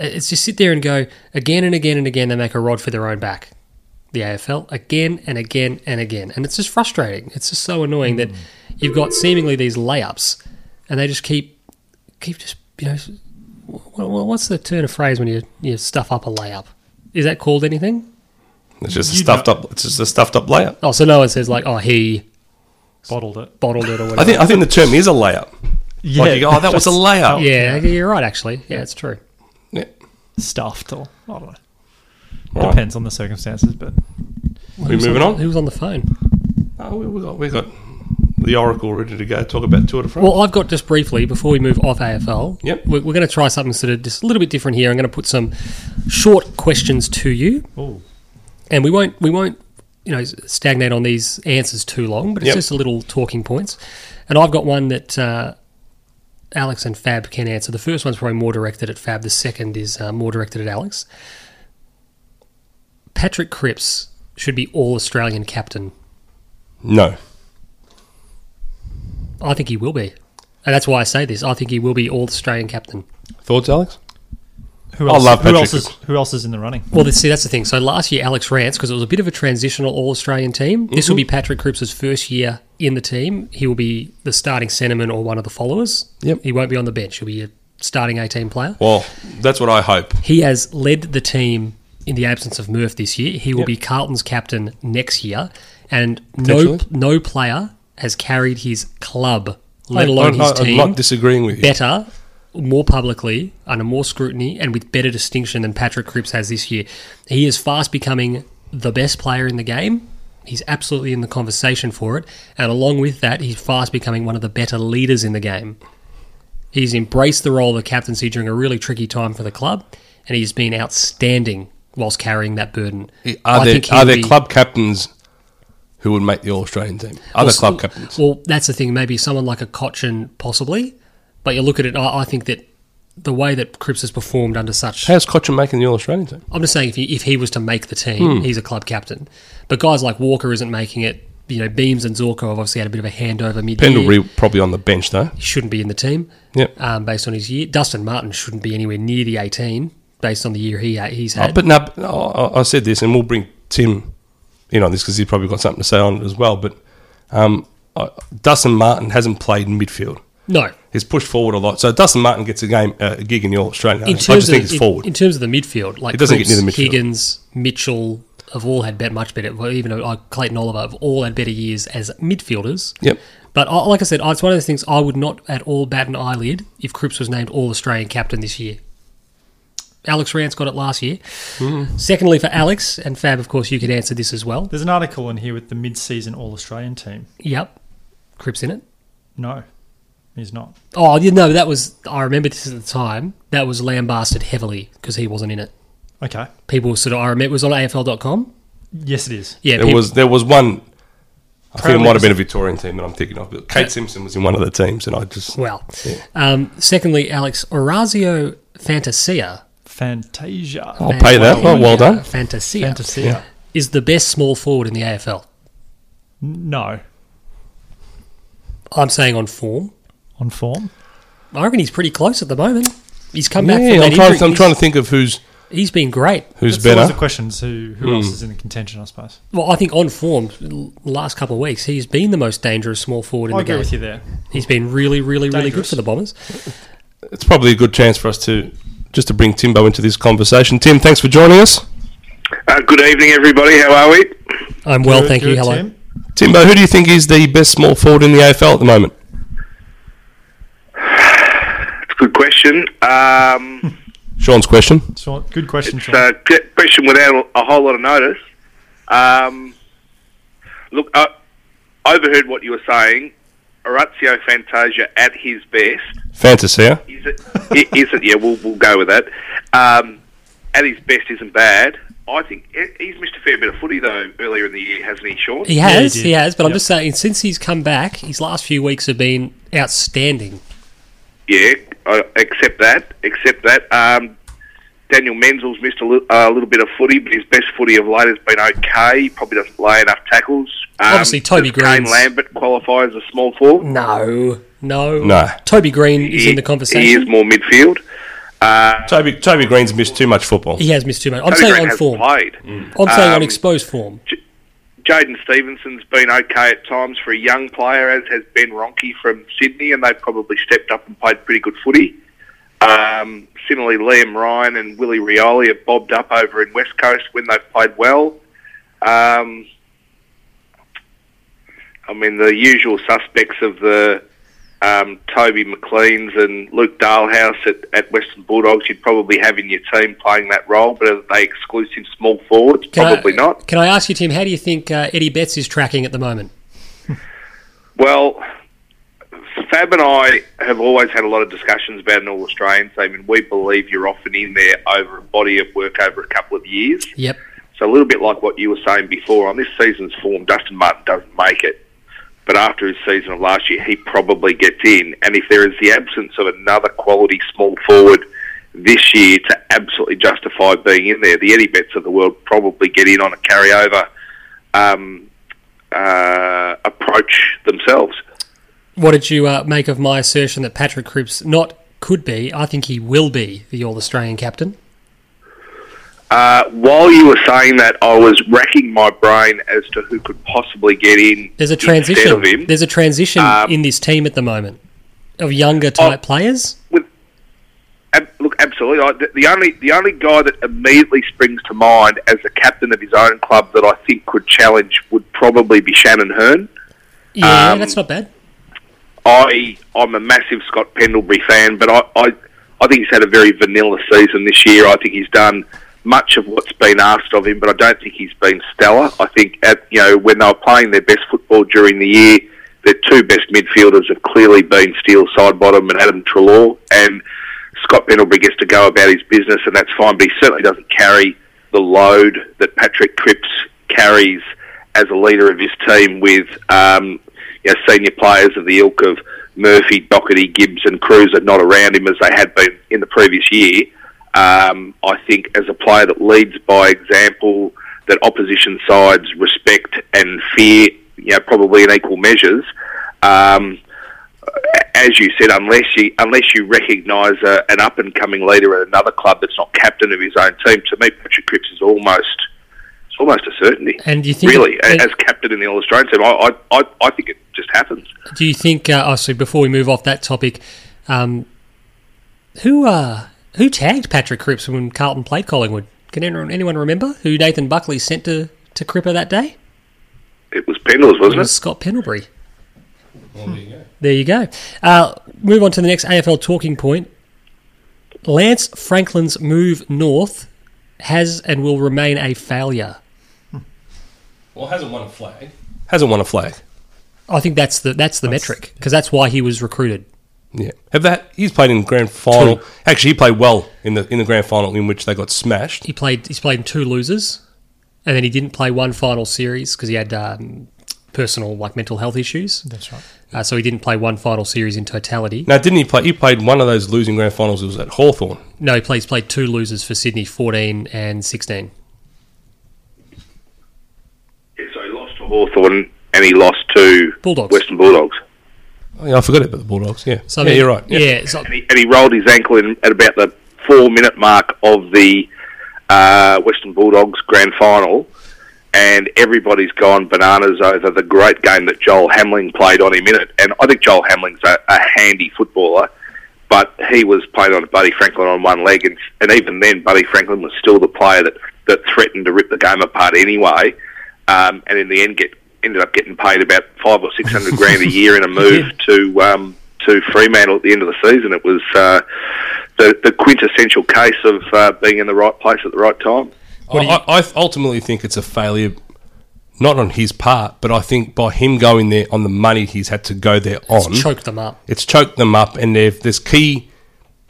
S2: Uh, It's just sit there and go, again and again and again, they make a rod for their own back the AFL again and again and again. And it's just frustrating. It's just so annoying that you've got seemingly these layups and they just keep keep just you know wh- wh- what's the turn of phrase when you you stuff up a layup? Is that called anything?
S1: It's just a
S3: You
S1: stuffed up. It's just a stuffed up layup.
S2: Oh, so no one says like, oh, he
S3: bottled it.
S2: bottled it or whatever.
S1: I think I think the term is a layup.
S3: Yeah,
S1: Like you go, oh, that was a layup.
S2: yeah, you're right. Actually, yeah, it's true.
S1: Yeah.
S3: stuffed or I don't know.
S1: Right.
S3: Depends on the circumstances, but
S1: We moving on.
S2: Who was on the phone?
S1: Oh, we, we got we got the Oracle ready to go. Talk about Tour de France.
S2: Well, I've got just briefly before we move off AFL.
S1: Yep.
S2: we're, we're going to try something sort of just a little bit different here. I'm going to put some short questions to you.
S3: oh,
S2: and we won't we won't you know stagnate on these answers too long, but it's
S1: Yep.
S2: just a little talking points. And I've got one that uh, Alex and Fab can answer. The first one's probably more directed at Fab. The second is uh, more directed at Alex. Patrick Cripps should be all Australian captain.
S1: no,
S2: I think he will be. And that's why I say this. I think he will be all Australian captain.
S1: thoughts, Alex?
S3: who
S1: I
S3: else?
S1: love
S3: who else
S1: Patrick
S3: is who else is in the running?
S2: Well, see, that's the thing. So last year, Alex Rance, because it was a bit of a transitional All Australian team, this will
S1: Mm-hmm.
S2: be Patrick Cripps' first year in the team. He will be the starting centreman or one of the followers.
S1: Yep.
S2: He won't be on the bench. He'll be a starting 18 player.
S1: Well, that's what I hope.
S2: He has led the team in the absence of Murph this year. He will be Carlton's captain next year. And no,
S1: Potentially.
S2: no player has carried his club, let alone
S1: I'm
S2: his
S1: not, I'm
S2: team,
S1: not disagreeing with you.
S2: better, more publicly, under more scrutiny, and with better distinction than Patrick Cripps has this year. He is fast becoming the best player in the game. He's absolutely in the conversation for it. And along with that, he's fast becoming one of the better leaders in the game. He's embraced the role of the captaincy during a really tricky time for the club, and he's been outstanding whilst carrying that burden.
S1: Are
S2: I
S1: there
S2: think he'll
S1: are there
S2: be-
S1: club captains who would make the All Australian team? Other
S2: Well, s-
S1: club captains.
S2: Well, that's the thing. Maybe someone like a Cochin, possibly. But you look at it, I, I think that the way that Cripps has performed under such.
S1: How's Cochin making the All Australian team?
S2: I'm just saying, if he, if he was to make the
S1: Hmm.
S2: team, he's a club captain. But guys like Walker isn't making it. You know, Beams and Zorko have obviously had a bit of a handover mid
S1: Pendle probably on the bench though.
S2: He shouldn't be in the team
S1: Yep.
S2: um, based on his year. Dustin Martin shouldn't be anywhere near the 18 based on the year he uh, he's
S1: Oh,
S2: had.
S1: but no, but- no, I, I said this, and we'll bring Tim in on this because he's probably got something to say on it as well. But um, I, Dustin Martin hasn't played in midfield.
S2: no,
S1: He's pushed forward a lot. So Dustin Martin gets a game, uh, a gig in the All Australian. I
S2: in
S1: just
S2: terms
S1: think
S2: of
S1: it's
S2: in-
S1: forward.
S2: In terms of the midfield, like
S1: It doesn't get
S2: Cripps,
S1: near the midfield.
S2: Higgins, Mitchell have all had bet much better. Well, even uh, Clayton Oliver have all had better years as midfielders.
S1: Yep.
S2: But I, like I said, it's one of those things I would not at all bat an eyelid if Cripps was named All Australian captain this year. Alex Rance got it last year.
S1: Mm-hmm.
S2: Secondly, for Alex and Fab, of course, you could answer this as well.
S3: There's an article in here with the mid-season All-Australian team.
S2: Yep, Cripps in it.
S3: No, he's not.
S2: Oh, you know that was. I remember this at the time. That was lambasted heavily because he wasn't in it.
S3: Okay.
S2: People sort of. I remember it was on AFL.com.
S3: Yes, it is.
S2: Yeah,
S1: There
S2: people,
S1: was there was one. I think it
S3: Proudly
S1: might have been a Victorian team that I'm thinking of, but Kate Simpson was in one of the teams, and I just
S2: Well, um, secondly, Alex Orazio Fantasia.
S3: Fantasia.
S1: I'll pay that. Oh, well done.
S2: Fantasia,
S3: Fantasia.
S2: is the best small forward in the AFL.
S3: No.
S2: I'm saying on form.
S3: On form.
S2: I reckon he's pretty close at the moment. He's come back.
S1: Yeah,
S2: from
S1: I'm
S2: that
S1: trying.
S2: injury.
S1: I'm trying to think of who's
S2: He's- he's been great.
S1: who's
S3: That's always
S1: better.
S3: the questions. Who
S4: Hmm.
S3: who else is in the contention? I suppose.
S2: Well, I think on form, l- last couple of weeks, he's been the most dangerous small forward in
S3: I
S2: the
S3: agree
S2: game.
S3: with you there.
S2: He's been really, really, really good
S3: Dangerous.
S2: for the Bombers.
S1: It's probably a good chance for us to just to bring Timbo into this conversation. Tim, thanks for joining us.
S4: Uh, good evening, everybody. How are we?
S2: I'm well,
S3: Good-
S2: thank you.
S3: good,
S2: Hello.
S3: Tim.
S1: Timbo, who do you think is the best small forward in the AFL at the moment?
S4: It's a good question. Um,
S1: Sean's question.
S3: Sean, good question,
S4: it's
S3: Sean.
S4: a que- question without a whole lot of notice. Um, look, I overheard what you were saying. Orazio Fantasia at his best
S1: Fantasia.
S4: is it, i- isn't yeah. We'll, we'll go with that. Um, at his best isn't bad. I think he- he's missed a fair bit of footy though earlier in the year, hasn't he, Sean?
S2: He
S3: he
S2: has,
S3: did.
S2: he has, but I'm
S3: Yep.
S2: just saying, since he's come back, his last few weeks have been outstanding.
S4: Yeah, I accept that. Accept that. Um, Daniel Menzel's missed a li- uh, a little bit of footy, but his best footy of late has been okay. He probably doesn't lay enough tackles. Um,
S2: Obviously, Toby
S4: does Kane
S2: Green's-
S4: Lambert qualify as a small forward.
S2: No, no,
S1: No.
S2: Toby Green is
S4: He-
S2: in the
S4: He
S2: conversation.
S4: is more midfield. Uh,
S1: Toby Toby Green's missed too much football.
S2: He has missed too much. I'm
S4: Toby Green
S2: saying on
S4: hasn't
S2: form.
S4: played.
S2: I'm saying on
S4: Um,
S2: exposed form.
S4: Jaden Stevenson's been okay at times for a young player, as has Ben Ronke from Sydney, and they've probably stepped up and played pretty good footy. Um, similarly, Liam Ryan and Willie Rioli have bobbed up over in West Coast when they've played well. Um, I mean, the usual suspects of the um, Toby McLean's and Luke Dalhouse at, at Western Bulldogs, you'd probably have in your team playing that role, but are they exclusive small forwards? Probably
S2: I,
S4: not.
S2: Can I ask you, Tim? How do you think uh, Eddie Betts is tracking at the moment?
S4: Well, Fab and I have always had a lot of discussions about an All Australian team, and we believe you're often in there over a body of work over a couple of years.
S2: Yep.
S4: So a little bit like what you were saying before, on this season's form, Dustin Martin doesn't make it. But after his season of last year, he probably gets in. And if there is the absence of another quality small forward this year to absolutely justify being in there, the Eddie Betts of the world probably get in on a carryover um, uh, approach themselves.
S2: What did you uh, make of my assertion that Patrick Cripps not could be? I think he will be the All Australian captain.
S4: Uh, while you were saying that, I was racking my brain as to who could possibly get in.
S2: There's a
S4: instead of
S2: transition.
S4: him.
S2: There's a transition
S4: Um,
S2: in this team at the moment of younger
S4: oh,
S2: type players.
S4: Ab- look, absolutely. I, the, the only the only guy that immediately springs to mind as the captain of his own club that I think could challenge would probably be Shannon Hearn.
S2: Yeah,
S4: um,
S2: that's not bad.
S4: I I'm a massive Scott Pendlebury fan, but I, I I think he's had a very vanilla season this year. I think he's done much of what's been asked of him, but I don't think he's been stellar. I think at you know when they were playing their best football during the year, their two best midfielders have clearly been Steele Sidebottom and Adam Trelaw, and Scott Pendlebury gets to go about his business, and that's fine. But he certainly doesn't carry the load that Patrick Cripps carries as a leader of his team with um, you know, senior players of the ilk of Murphy, Doherty, Gibbs, and Cruz are not around him as they had been in the previous year. Um, I think as a player that leads by example, that opposition sides respect and fear, you know, probably in equal measures. Um, as you said, unless you unless you recognise a, an up and coming leader at another club that's not captain of his own team, to me Patrick Cripps is almost it's almost a certainty.
S2: And you think-
S4: really
S2: and-
S4: as captain in the All Australian team, I, I I I think it just happens.
S2: Do you think? Uh, oh, so before we move off that topic, um, who uh, who tagged Patrick Cripps when Carlton played Collingwood? Can anyone, anyone remember who Nathan Buckley sent to to Cripper that day?
S4: It was Pendles,
S2: It
S4: wasn't
S2: was
S4: it?
S2: Scott Pendlebury. there you go. Uh, move on to the next AFL talking point. Lance Franklin's move north has and will remain a failure.
S1: Well, hasn't won a flag. Hasn't won a flag.
S2: I think that's the that's the metric because that's why he was recruited.
S1: Yeah. Have that he's played in grand final.
S2: Two.
S1: Actually, he played well in the in the grand final in which they got smashed.
S2: he played he's played in two losers, and then he didn't play one final series because he had um, personal like mental health issues.
S3: That's right.
S2: Uh, so he didn't play one final series in totality.
S1: Now, didn't he play he played one of those losing grand finals it was at Hawthorn.
S2: No, he plays played two losers for Sydney, fourteen and sixteen.
S4: Yeah, so he lost to Hawthorn and he lost to
S2: Bulldogs.
S4: Western Bulldogs,
S1: Oh, yeah, I forgot about the Bulldogs. Yeah.
S2: So I
S1: yeah,
S2: mean,
S1: you're right. Yeah.
S2: Yeah, so-
S4: and he, and he rolled his ankle in at about the four minute mark of the uh, Western Bulldogs grand final. And everybody's gone bananas over the great game that Joel Hamling played on him in it. And I think Joel Hamling's a, a handy footballer, but he was playing on Buddy Franklin on one leg, and, and even then, Buddy Franklin was still the player that, that threatened to rip the game apart anyway. Um, and in the end, get ended up getting paid about five or six hundred grand a year in a move to um, to Fremantle at the end of the season. It was uh, the the quintessential case of uh, being in the right place at the right time.
S1: I, I, I ultimately think it's a failure, not on his part, but I think by him going there on the money he's had to go there on,
S2: choked them up.
S1: it's choked them up, and they've- there's key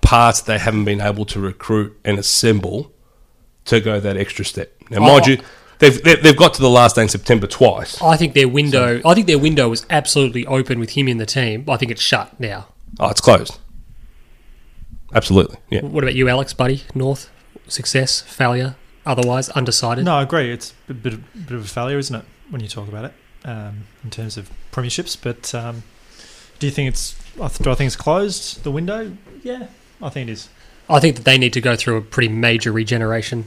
S1: parts they haven't been able to recruit and assemble to go that extra step. Now, mind
S2: Oh.
S1: you, they've they- they've got to the last day in September twice.
S2: I think their window. I think their window was absolutely open with him in the team. I think it's shut now.
S1: Oh, it's closed. Absolutely, yeah.
S2: What about you, Alex, buddy? North success, failure, otherwise undecided.
S3: No, I agree. It's a bit, of- bit of a failure, isn't it, when you talk about it um, in terms of premierships? But um, do you think it's? I th- Do I think it's closed the window? Yeah, I think it is.
S2: I think that they need to go through a pretty major regeneration,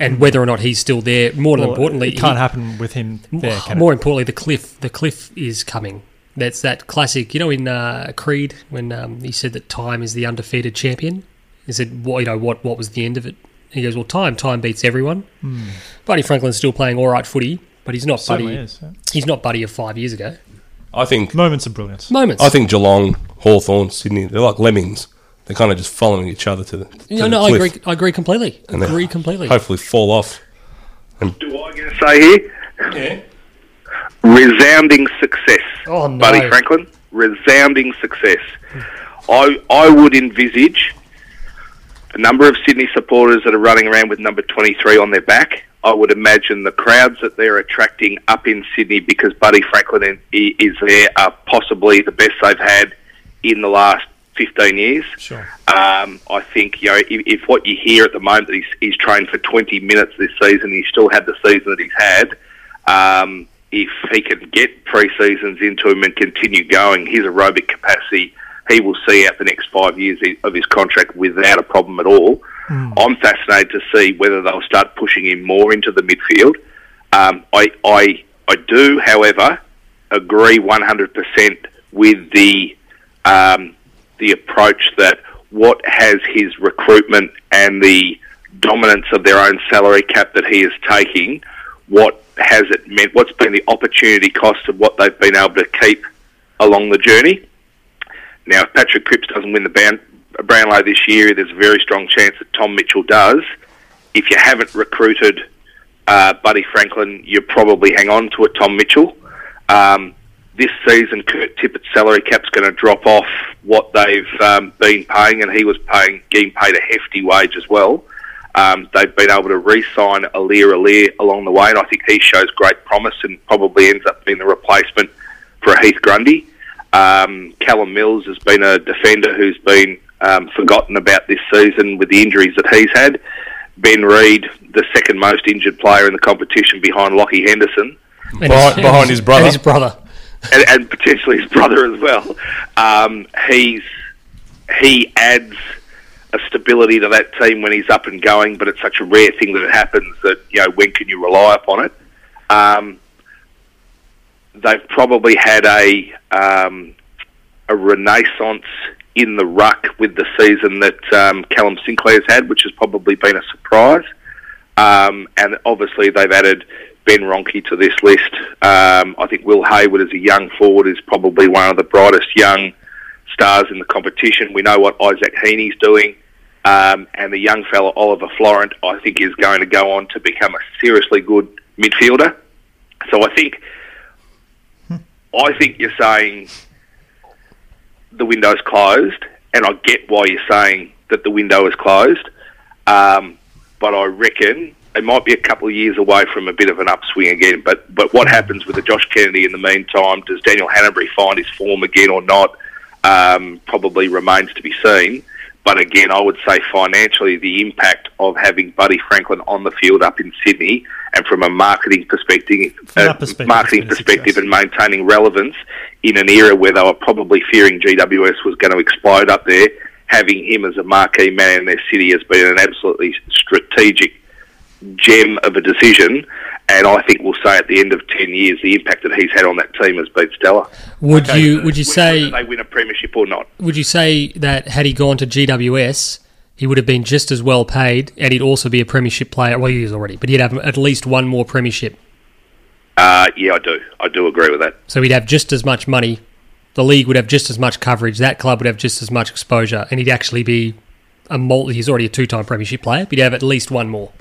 S2: and whether or not he's still there. More than
S3: Well,
S2: importantly,
S3: it can't
S2: he-
S3: happen with him there. Can
S2: more
S3: it?
S2: importantly, the cliff. The cliff is coming. That's that classic. You know, in uh, Creed, when um, he said that time is the undefeated champion. He said, "What you know? What what was the end of it?" He goes, "Well, time. Time beats everyone." Buddy Franklin's still playing all right footy, but he's not
S3: Hmm. Certainly
S2: buddy.
S3: is, yeah.
S2: He's not buddy of five years ago.
S1: I think
S3: Moments of brilliance.
S2: Moments.
S1: I think Geelong, Hawthorn, Sydney, they're like lemmings. They're kind of just following each other to the. To
S2: No,
S1: the
S2: no, I
S1: cliff
S2: agree. I agree completely.
S1: and they
S2: Agree completely.
S1: Hopefully, fall off.
S4: Do I get to say here?
S1: Yeah.
S4: resounding success.
S2: Oh, no.
S4: Buddy Franklin, resounding success. I I would envisage a number of Sydney supporters that are running around with number 23 on their back. I would imagine the crowds that they're attracting up in Sydney because Buddy Franklin in- i- is there are possibly the best they've had in the last 15 years.
S3: Sure.
S4: Um, I think you know if, if what you hear at the moment that he's, he's trained for 20 minutes this season, he still had the season that he's had. Um, if he can get pre seasons into him and continue going, his aerobic capacity, he will see out the next five years i- of his contract without a problem at all. I'm fascinated to see whether they'll start pushing him more into the midfield. Um, I, I, I do, however, agree 100% with the um, the approach that what has his recruitment and the dominance of their own salary cap that he is taking, what has it meant? What's been the opportunity cost of what they've been able to keep along the journey? Now, if Patrick Cripps doesn't win the Ban- Brownlow this year, there's a very strong chance that Tom Mitchell does. If you haven't recruited uh, Buddy Franklin, you probably hang on to it, Tom Mitchell. Um, this season, Kurt Tippett's salary cap's going to drop off what they've um, been paying, and he was paying getting paid a hefty wage as well. Um, they've been able to re-sign Alir Alir along the way, and I think he shows great promise and probably ends up being the replacement for Heath Grundy. Um, Callum Mills has been a defender who's been um, forgotten about this season with the injuries that he's had. Ben Reed, the second most injured player in the competition behind Lockie Henderson
S2: And
S1: Behind- behind his brother.
S2: And his brother.
S4: and, and potentially his brother as well. Um, he's he adds a stability to that team when he's up and going, but it's such a rare thing that it happens that you know when can you rely upon it? Um, they've probably had a um, a renaissance in the ruck with the season that um, Callum Sinclair's had, which has probably been a surprise. Um, and obviously, they've added Ben Ronke to this list. Um, I think Will Hayward, as a young forward, is probably one of the brightest young stars in the competition. We know what Isaac Heaney's doing. Um, and the young fella, Oliver Florent, I think is going to go on to become a seriously good midfielder. So I think I think you're saying the window's closed, and I get why you're saying that the window is closed. Um, but I reckon it might be a couple of years away from a bit of an upswing again. But but what happens with the Josh Kennedy in the meantime? Does Daniel Hannanbury find his form again or not? Um, probably remains to be seen. But again, I would say financially, the impact of having Buddy Franklin on the field up in Sydney, and from a marketing perspective,
S3: From that
S4: uh,
S3: perspective,
S4: marketing
S3: it's been a
S4: perspective,
S3: success.
S4: and maintaining relevance in an era where they were probably fearing GWS was going to explode up there. Having him as a marquee man in their city has been an absolutely strategic gem of a decision. And I think we'll say at the end of 10 years, the impact that he's had on that team has been stellar.
S2: Would you would you say
S4: Whether they win a premiership or not.
S2: would you say that had he gone to GWS, he would have been just as well paid, and he'd also be a premiership player? Well, he is already, but he'd have at least one more premiership,
S4: Uh, yeah, I do. I do agree with that.
S2: so he'd have just as much money. The league would have just as much coverage. That club would have just as much exposure, and he'd actually be a multi. He's already a two-time premiership player, but he'd have at least one more.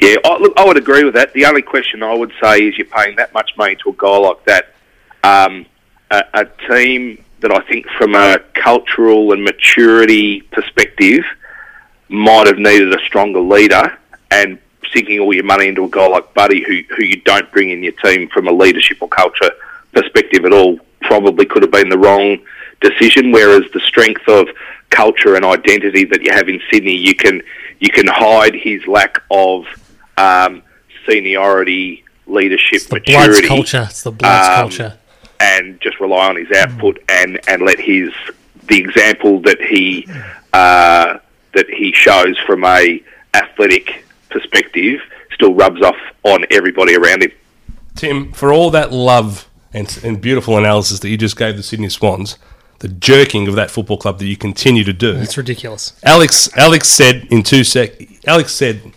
S4: Yeah, I, look, I would agree with that. The only question I would say is you're paying that much money to a guy like that. Um, a, a team that I think, from a cultural and maturity perspective, might have needed a stronger leader and sinking all your money into a guy like Buddy, who who you don't bring in your team from a leadership or culture perspective at all, probably could have been the wrong decision. Whereas the strength of culture and identity that you have in Sydney, you can you can hide his lack of um, seniority, leadership,
S2: The Bloods
S4: maturity,
S2: culture. It's the Bloods
S4: Um,
S2: culture.
S4: and just rely on his output and, and let his the example that he uh, that he shows from a athletic perspective still rubs off on everybody around him.
S1: Tim, for all that love and, and beautiful analysis that you just gave the Sydney Swans, the jerking of that football club that you continue to do.
S2: It's ridiculous.
S1: Alex Alex said in two sec. Alex said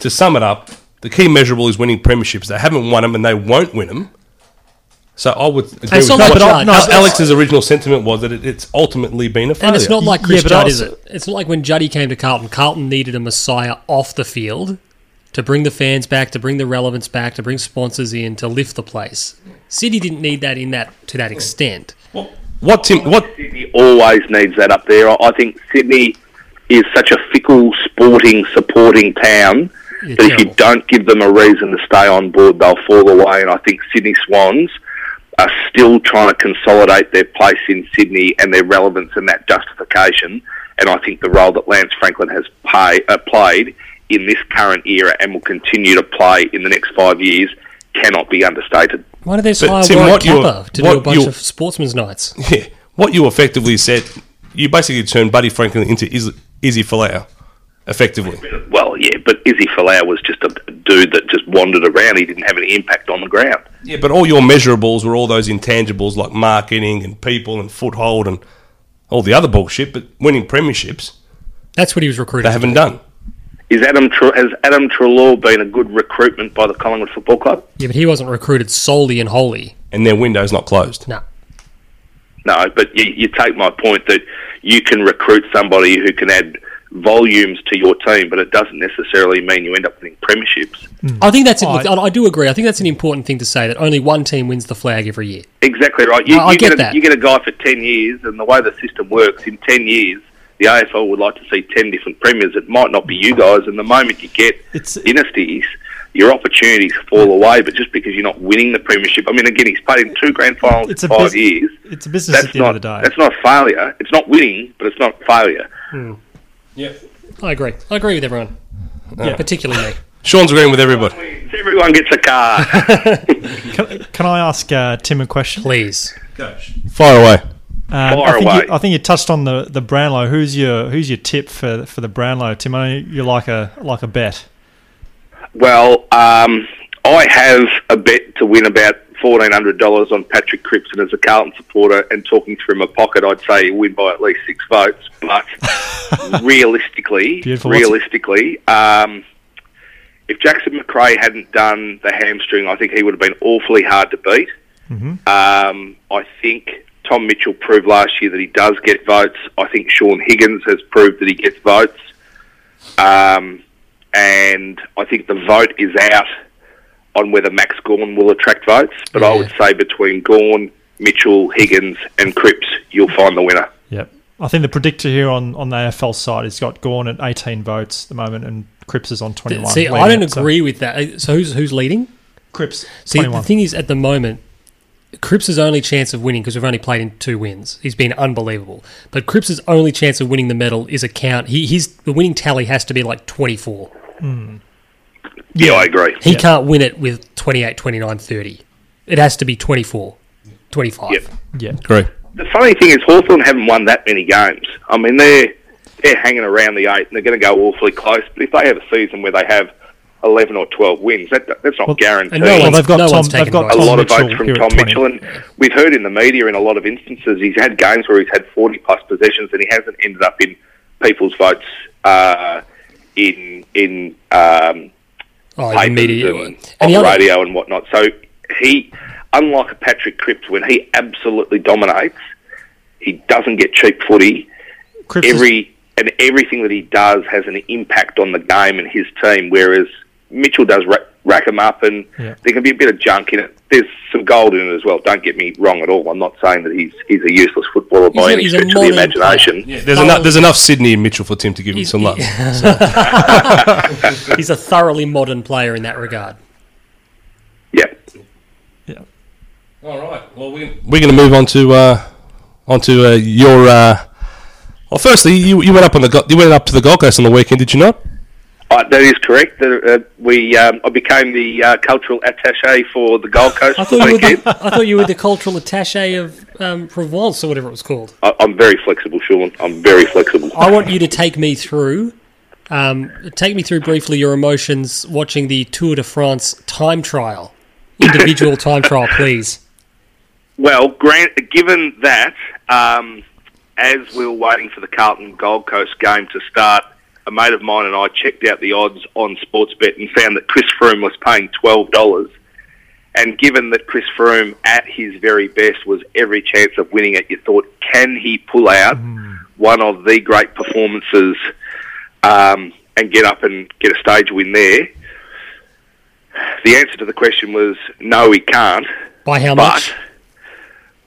S1: to sum it up, the key measurable is winning premierships. They haven't won them and they won't win them. So I would agree with
S2: it's not like
S1: what-
S2: But I- no,
S1: Al-
S2: it's-
S1: Alex's original sentiment was that it, it's ultimately been a failure.
S2: And it's not like
S3: Yeah,
S2: Chris
S3: but
S2: Judd,
S3: also-
S2: is it? It's not like when Juddy came to Carlton. Carlton needed a messiah off the field to bring the fans back, to bring the relevance back, to bring sponsors in, to lift the place. City didn't need that in that to that extent.
S1: what Tim. What
S4: Sydney always needs that up there. I I think Sydney is such a fickle, sporting, supporting town
S2: Yeah,
S4: that if
S2: terrible.
S4: you don't give them a reason to stay on board, they'll fall away. And I think Sydney Swans are still trying to consolidate their place in Sydney and their relevance and that justification. And I think the role that Lance Franklin has pay, uh, played in this current era and will continue to play in the next five years cannot be understated.
S2: Why did they hire
S1: Tim,
S2: Warren
S1: what you-
S2: Capper to do
S1: what
S2: a bunch
S1: you-
S2: of sportsman's nights?
S1: yeah, what you effectively said, you basically turned Buddy Franklin into Iz- Izzy Folau, effectively.
S4: Well, yeah, but Izzy Folau was just a dude that just wandered around. He didn't have any impact on the ground.
S1: Yeah, but all your measurables were all those intangibles like marketing and people and foothold and all the other bullshit. But winning premierships,
S2: That's what he was recruited.
S1: they haven't done.
S4: Is Adam Tre- has Adam Trelaw been a good recruitment by the Collingwood Football Club?
S2: yeah, but he wasn't recruited solely and wholly.
S1: and their window's not closed.
S2: No.
S4: No, but you, you take my point that you can recruit somebody who can add volumes to your team, but it doesn't necessarily mean you end up winning premierships.
S2: I think that's.
S3: Oh,
S2: look, I, I do agree. I think that's an important thing to say that only one team wins the flag every year.
S4: Exactly right. You,
S2: No, I
S4: you
S2: get
S4: a,
S2: that.
S4: You get a guy for ten years, and the way the system works, in ten years, the AFL would like to see ten different premiers. It might not be you guys, and the moment you get
S3: It's-
S4: dynasties, your opportunities fall away. But just because you're not winning the premiership, I mean, again, he's played in two grand finals
S3: It's
S4: in
S3: a
S4: five
S3: bus-
S4: years.
S3: It's a business
S4: That's
S3: at the end
S4: not
S3: of the day.
S4: that's not failure. It's not winning, but it's not failure.
S2: I agree. I agree with everyone. Yeah, particularly me.
S1: Sean's agreeing with everybody.
S4: Everyone gets a car.
S3: Can, can I ask uh, Tim a question?
S2: Please.
S1: Fire away.
S3: Um,
S4: Fire
S3: I think
S4: away.
S3: You, I think you touched on the, the Brownlow. Who's your who's your tip for for the Brownlow, Tim? I know you like a like a bet.
S4: Well, um, I have a bet to win about fourteen hundred dollars on Patrick Cripps, and as a Carlton supporter and talking through my pocket, I'd say he'll win by at least six votes. But realistically,
S3: Beautiful. What's-
S4: realistically, um, if Jackson McRae hadn't done the hamstring, I think he would have been awfully hard to beat.
S3: Mm-hmm.
S4: Um, I think Tom Mitchell proved last year that he does get votes. I think Sean Higgins has proved that he gets votes. Um, and I think the vote is out on whether Max Gorn will attract votes. But I
S2: Yeah.
S4: would say between Gorn, Mitchell, Higgins, and Cripps, you'll find the winner.
S3: Yep. I think the predictor here on, on the AFL side has got Gorn at 18 votes at the moment and Cripps is on 21.
S2: See, I
S3: leading
S2: don't
S3: it, so
S2: agree with that. Uh, So who's who's leading?
S3: Cripps,
S2: See,
S3: 21.
S2: the thing is, at the moment, Cripps' only chance of winning because we've only played in two wins. He's been unbelievable, but Cripps' only chance of winning the medal is a count. He his the winning tally has to be like twenty four.
S4: Yeah, I agree.
S2: He can't win it with 28, 29, 30. It has to be 24, 25.
S4: Yep.
S3: yeah.
S1: Agree.
S4: The funny thing is Hawthorn haven't won that many games. I mean, they're they're hanging around the eight, and they're going to go awfully close. But if they have a season where they have eleven or twelve wins, that that's not guaranteed.
S2: and no
S3: Well,
S2: one's-
S3: they've got
S2: no
S3: Tom,
S2: one's
S3: they've
S2: taken
S3: got
S4: a
S2: votes.
S3: Tom
S4: lot
S3: Mitchell
S4: of votes from
S3: here at
S4: Tom
S3: 20.
S4: Mitchell, and we've heard in the media in a lot of instances he's had games where he's had forty plus possessions, and he hasn't ended up in people's votes uh, in in um,
S2: Oh,
S4: papers
S2: immediately.
S4: and on
S2: And the
S4: the
S2: other,
S4: radio and whatnot. So he, unlike a Patrick Cripps, when he absolutely dominates, he doesn't get cheap footy.
S3: Cripps is-
S4: Every and everything that he does has an impact on the game and his team. Whereas Mitchell does ra- rack them up, and
S3: Yeah.
S4: there can be a bit of junk in it. There's some gold in it as well. Don't get me wrong at all. I'm not saying that he's he's a useless footballer by
S2: a-
S4: any
S2: he's a
S4: stretch of the
S2: modern
S4: imagination.
S2: player.
S1: There's,
S2: Oh.
S1: enough, there's enough Sydney and Mitchell for Tim to give him
S2: He's-
S1: some love.
S2: He's a thoroughly modern player in that regard.
S4: Yeah.
S3: Yeah.
S1: All right. Well, we're going to move on to uh, onto uh, your. Uh, well, firstly, you, you went up on the Go- you went up to the Gold Coast on the weekend, did you not?
S4: Uh, that is correct. The, uh, we um, I became the uh, cultural attaché for the Gold Coast.
S2: I thought you were
S4: Thank
S2: the, I thought you were the cultural attaché of um, Provence or whatever it was called.
S4: I, I'm very flexible, Sean. I'm very flexible.
S2: I want you to take me through, um, take me through briefly your emotions watching the Tour de France time trial, individual time trial, please.
S4: Well, grant, given that, um, as we were waiting for the Carlton Gold Coast game to start, a mate of mine and I checked out the odds on Sportsbet and found that Chris Froome was paying twelve dollars. And given that Chris Froome, at his very best, was every chance of winning it, you thought, can he pull out one of the great performances um, and get up and get a stage win there? The answer to the question was no, he can't.
S2: By how much?
S4: But,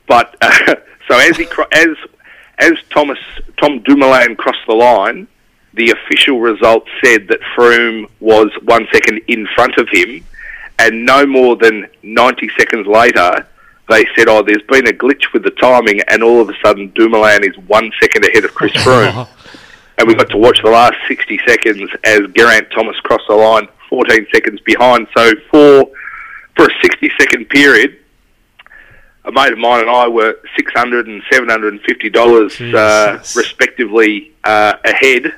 S4: but uh, so as he cro- as as Thomas Tom Dumoulin crossed the line, the official result said that Froome was one second in front of him, and no more than ninety seconds later, they said, "Oh, there's been a glitch with the timing," and all of a sudden, Dumoulin is one second ahead of Chris Froome. And we got to watch the last 60 seconds as Geraint Thomas crossed the line, 14 seconds behind. So for for a 60 second period, a mate of mine and I were six hundred and seven hundred and fifty dollars uh,
S3: Jesus.
S4: respectively uh, ahead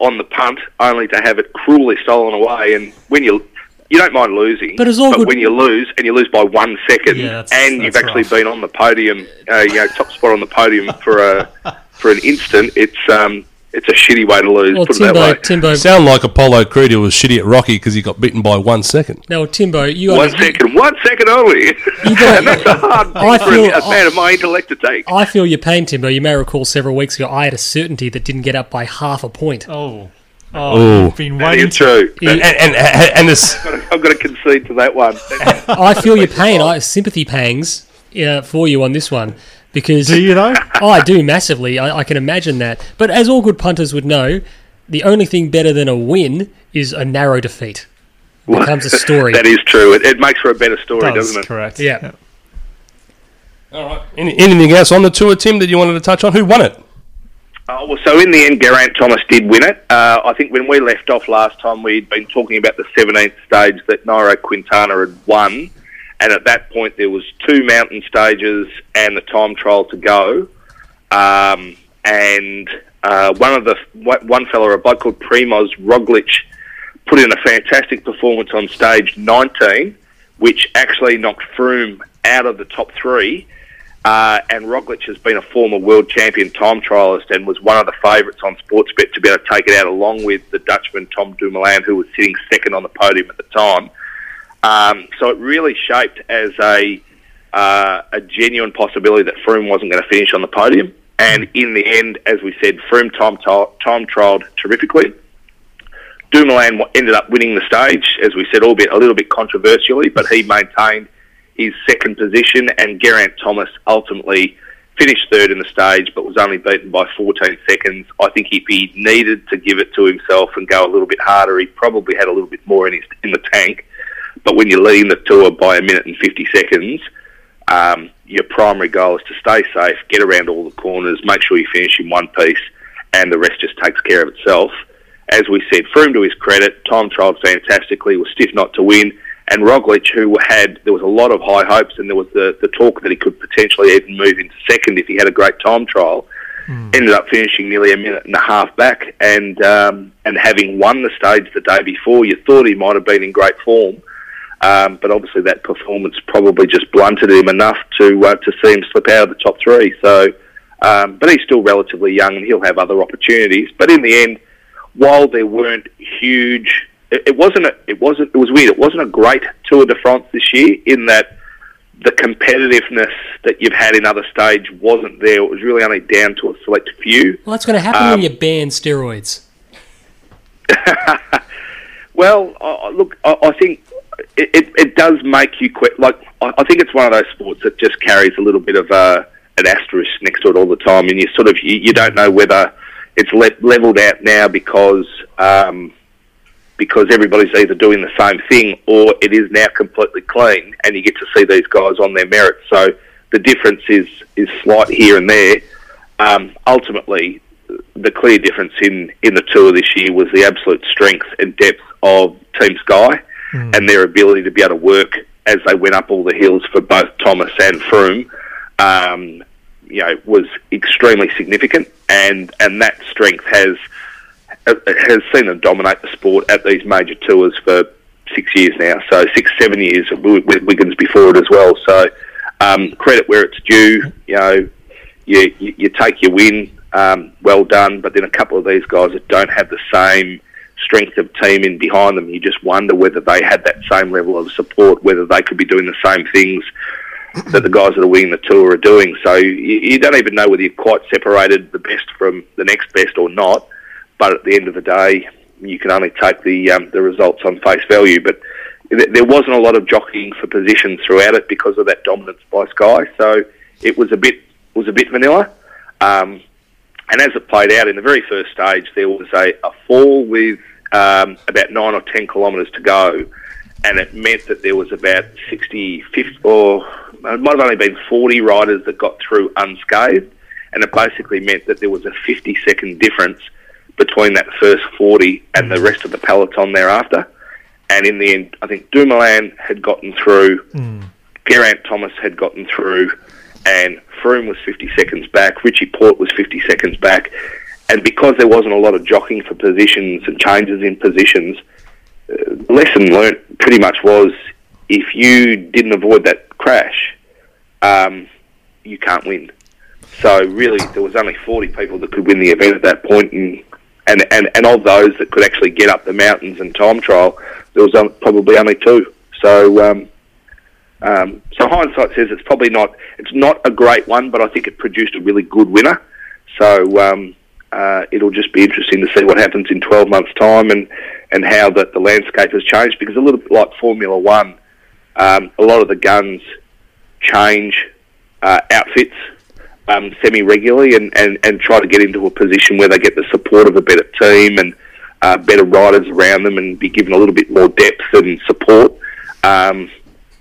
S4: on the punt, only to have it cruelly stolen away. And when you you don't mind losing,
S2: But it's all good-
S4: when you lose and you lose by one second,
S3: Yeah, that's-
S4: and you've
S3: that's
S4: actually
S3: rough.
S4: been on the podium, uh, you know, top spot on the podium for a for an instant, it's um, it's a shitty way to lose.
S2: Well,
S4: put it that
S2: Timbo,
S4: way.
S2: Timbo,
S1: You sound like Apollo Creed who was shitty at Rocky because he got beaten by one second.
S2: no, Timbo, you
S4: One
S2: are,
S4: second, one second only.
S2: got-
S4: and that's a hard
S2: I
S4: thing for a-
S2: feel-
S4: a man of my intellect to take.
S2: I feel your pain, Timbo. You may recall several weeks ago, I had a certainty that didn't get up by half a point.
S3: Oh. Oh,
S1: Ooh.
S3: we've been
S4: That
S3: waiting
S4: is
S3: to
S4: true.
S1: And and, and, and this,
S4: I've got to concede to that one.
S2: I feel your pain. I have sympathy pangs uh, for you on this one because
S3: do you though?
S2: Oh, I do massively. I, I can imagine that. But as all good punters would know, the only thing better than a win is a narrow defeat. It becomes a story.
S4: that is true. It, it makes for a better story,
S3: Does,
S4: doesn't it?
S3: correct.
S2: Yeah.
S1: any, anything else on the tour, Tim, that you wanted to touch on? Who won it?
S4: Uh, well, so in the end, Geraint Thomas did win it. Uh, I think when we left off last time, we'd been talking about the 17th stage that Nairo Quintana had won, and at that point there was two mountain stages and the time trial to go. Um, and uh, one of the one fella, a bloke called Primoz Roglic, put in a fantastic performance on stage 19, which actually knocked Froome out of the top three. Uh, and Roglic has been a former world champion time trialist and was one of the favourites on Sportsbet to be able to take it out, along with the Dutchman Tom Dumoulin, who was sitting second on the podium at the time. Um, so it really shaped as a uh, a genuine possibility that Froome wasn't going to finish on the podium. And in the end, as we said, Froome time, tri- time trialled terrifically. Dumoulin wa- ended up winning the stage, as we said, albeit a little bit controversially, but he maintained his second position, and Geraint Thomas ultimately finished third in the stage, but was only beaten by 14 seconds. I think if he needed to give it to himself and go a little bit harder, he probably had a little bit more in his in the tank. But when you're leading the tour by a minute and 50 seconds, um, your primary goal is to stay safe, get around all the corners, make sure you finish in one piece, and the rest just takes care of itself. As we said, Froome to his credit, time trialled fantastically, was stiff not to win, and Roglic, who had there was a lot of high hopes, and there was the, the talk that he could potentially even move into second if he had a great time trial, ended up finishing nearly a minute and a half back, and um, and having won the stage the day before, you thought he might have been in great form. Um, but obviously, that performance probably just blunted him enough to uh, to see him slip out of the top three. So, um, but he's still relatively young, and he'll have other opportunities. But in the end, while there weren't huge, it, it wasn't a, it wasn't it was weird. It wasn't a great Tour de France this year in that the competitiveness that you've had in other stage wasn't there. It was really only down to a select few.
S2: well, that's going to happen when you ban steroids.
S4: Well, I I- look, I, I think it, it, it does make you quit. Like I, I think it's one of those sports that just carries a little bit of a, an asterisk next to it all the time, and you sort of you, you don't know whether it's le- leveled out now because um, because everybody's either doing the same thing or it is now completely clean, and you get to see these guys on their merits. So the difference is is slight here and there. Um, ultimately, the clear difference in, in the tour this year was the absolute strength and depth of Team Sky and their ability to be able to work as they went up all the hills for both Thomas and Froome, um, you know, was extremely significant, and and that strength has uh, has seen them dominate the sport at these major tours for six years now, so six seven years with with Wiggins before it as well. So um, credit where it's due, you know, you you, you take your win. Um, well done, but then a couple of these guys that don't have the same strength of team in behind them. You just wonder whether they had that same level of support, whether they could be doing the same things that the guys that are winning the tour are doing. So you, you don't even know whether you've quite separated the best from the next best or not. But at the end of the day, you can only take the um, the results on face value. But th- there wasn't a lot of jockeying for position throughout it because of that dominance by Sky. So it was a bit was a bit vanilla. Um, and as it played out in the very first stage, there was a, a fall with um, about nine or ten kilometres to go, and it meant that there was about 60, 50, or it might have only been 40 riders that got through unscathed, and it basically meant that there was a 50 second difference between that first 40 and the rest of the peloton thereafter. And in the end, I think Dumoulin had gotten through, Geraint Thomas had gotten through, and Froome was 50 seconds back, Richie Port was 50 seconds back, and because there wasn't a lot of jockeying for positions and changes in positions, uh, lesson learnt pretty much was if you didn't avoid that crash, um, you can't win. So really, there was only 40 people that could win the event at that point, and and, and, and of those that could actually get up the mountains and time trial, there was on, probably only two. So um, um, so hindsight says it's probably not it's not a great one, but I think it produced a really good winner. So um, uh, it'll just be interesting to see what happens in 12 months' time and and how that the landscape has changed because a little bit like Formula One, um, a lot of the guns change uh, outfits um, semi regularly and, and, and try to get into a position where they get the support of a better team and uh, better riders around them and be given a little bit more depth and support. Um,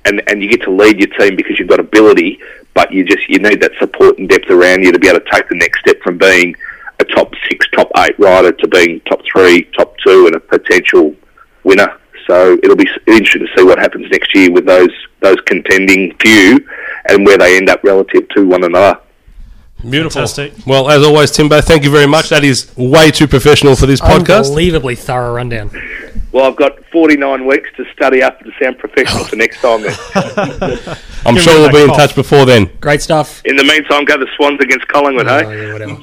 S4: and, and you get to lead your team because you've got ability, but you just you need that support and depth around you to be able to take the next step from being a top six, top eight rider to being top three, top two, and a potential winner. So it'll be s- interesting to see what happens next year with those those contending few and where they end up relative to one another.
S1: Beautiful.
S3: Fantastic.
S1: Well, as always, Timbo, thank you very much. That is way too professional for this podcast.
S2: Unbelievably thorough rundown.
S4: Well, I've got 49 weeks to study up and sound professional for next time. Then.
S1: I'm
S3: Give
S1: sure
S3: me
S1: we'll
S3: that
S1: be in
S3: cough.
S1: touch before then.
S2: Great stuff.
S4: In the meantime, go the Swans against Collingwood,
S2: Oh,
S4: eh?
S2: yeah, whatever.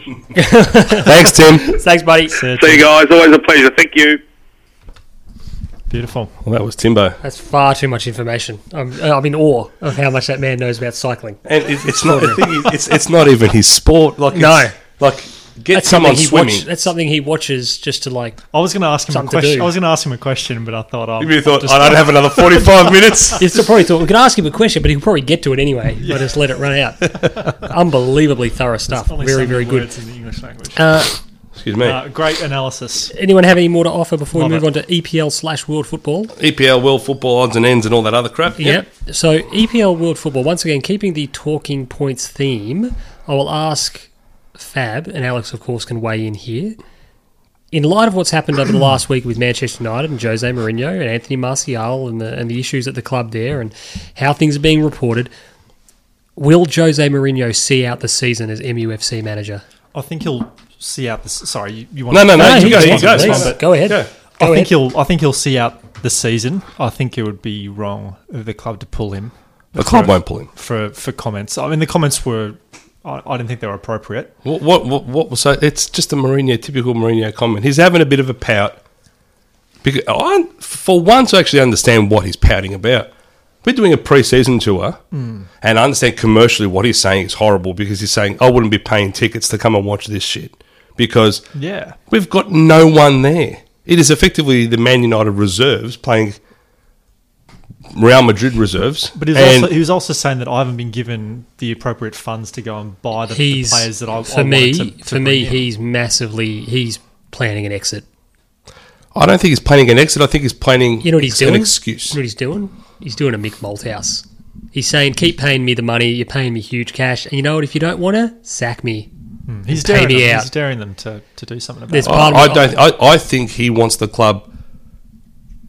S1: Thanks, Tim.
S2: Thanks, buddy.
S4: See you guys. Always a pleasure. Thank you.
S3: Beautiful.
S1: Well, that was Timbo.
S2: That's far too much information. I'm, I'm in awe of how much that man knows about cycling.
S1: And it, it's not. The thing is, it's it's not even his sport. Like
S2: No.
S1: it's- like get
S2: That's
S1: someone
S2: something he
S1: swimming.
S2: Watch, that's something he watches just to like.
S3: I was going to ask him
S2: Something to
S3: a question.
S2: do.
S3: I was going to ask him a question, but I thought oh, I'll.
S1: you thought
S3: just-
S1: I don't have another forty five minutes.
S2: It's probably thought we could ask him a question, but he'll probably get to it anyway. I just let it run out. Unbelievably thorough stuff.
S3: only so
S2: Very,
S3: many
S2: very good.
S3: words in the English language.
S2: Uh,
S1: Excuse me.
S3: Uh, great analysis.
S2: anyone have any more to offer before
S3: Love
S2: we move
S3: it.
S2: on to EPL slash World Football?
S1: EPL E World Football odds and ends and all that other crap.
S2: Yep. So EPL World Football, once again, keeping the talking points theme, I will ask Fab, and Alex, of course, can weigh in here. In light of what's happened over the last week with Manchester United and Jose Mourinho and Anthony Martial and the, and the issues at the club there and how things are being reported, will Jose Mourinho see out the season as MUFC manager?
S3: I think he'll see out this. Sorry, you, you want
S1: No, no, no.
S2: No,
S1: you
S2: he
S1: go.
S2: can
S1: You
S2: answer,
S1: go.
S2: please.
S1: It's fine, but-
S2: Go ahead.
S1: Yeah.
S2: Go
S3: I
S2: ahead.
S3: think he'll. I think he'll see out the season. I think it would be wrong of the club to pull him.
S1: The club won't pull him.
S3: for for comments. I mean, the comments were. I, I didn't think they were appropriate.
S1: What, what, what, what was so? It's just a Mourinho, typical Mourinho comment. He's having a bit of a pout. Because I, for once, I actually understand what he's pouting about. We're doing a pre-season tour,
S3: Hmm.
S1: and I understand commercially what he's saying is horrible because he's saying I wouldn't be paying tickets to come and watch this shit because
S3: Yeah.
S1: we've got no one there. It is effectively the Man United reserves playing Real Madrid reserves.
S3: But he was,
S1: and
S3: also, he was also saying that I haven't been given the appropriate funds to go and buy the, the
S2: he's
S3: players that I,
S2: for
S3: I
S2: me
S3: wanted to, to
S2: for
S3: bring
S2: me
S3: in.
S2: he's massively he's planning an exit.
S1: I don't think he's planning an exit. I think he's planning
S2: You know what he's
S1: an
S2: doing?
S1: excuse.
S2: You know what he's doing? He's doing a Mick Malthouse. He's saying, "Keep paying me the money. You're paying me huge cash, and you know what? If you don't want to, sack me."
S3: he's
S2: pay
S3: daring
S2: me
S3: them,
S2: out.
S3: he's daring them to, to do something about
S2: There's
S3: it.
S1: I,
S2: part
S1: I
S2: of it.
S1: don't. I, I think he wants the club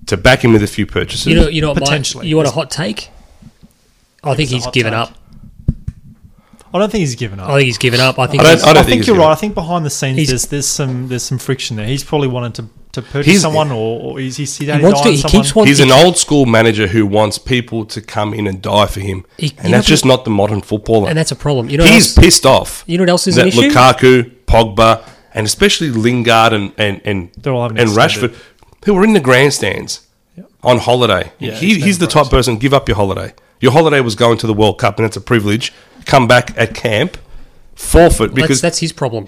S1: to back him with a few purchases.
S2: You know, you know, what, Mike,
S3: Potentially.
S2: you want a hot take? I think
S3: it's a
S2: he's
S3: hot
S2: given
S3: take.
S2: up.
S3: I don't think he's given up.
S2: I think he's given up. I think
S1: I don't-
S2: he's-
S1: I
S3: I,
S1: don't
S3: think,
S1: he's
S3: you're
S1: given
S3: right. I
S1: up.
S3: think behind the scenes,
S2: He's-
S3: there's there's some there's some friction there. He's probably wanted to to purchase
S1: He's-
S3: someone, or, or he's he's he
S2: he wants to. He
S3: someone.
S2: keeps wanting.
S1: He's an old school manager who wants people to come in and die for him,
S2: He- you
S1: and that's
S2: know-
S1: just not the modern footballer.
S2: and that's a problem. You know, what
S1: he's
S2: else-
S1: pissed off.
S2: You know what else is
S1: that
S2: an issue?
S1: Lukaku, Pogba, and especially Lingard and and and,
S3: They're all having
S1: and
S3: extended-
S1: Rashford, who were in the grandstands on holiday.
S3: Yeah,
S1: he, he's
S3: extended
S1: the type of person. Give up your holiday. Your holiday was going to the World Cup, and it's a privilege. Come back at camp, forfeit
S2: that's,
S1: because
S2: that's his problem.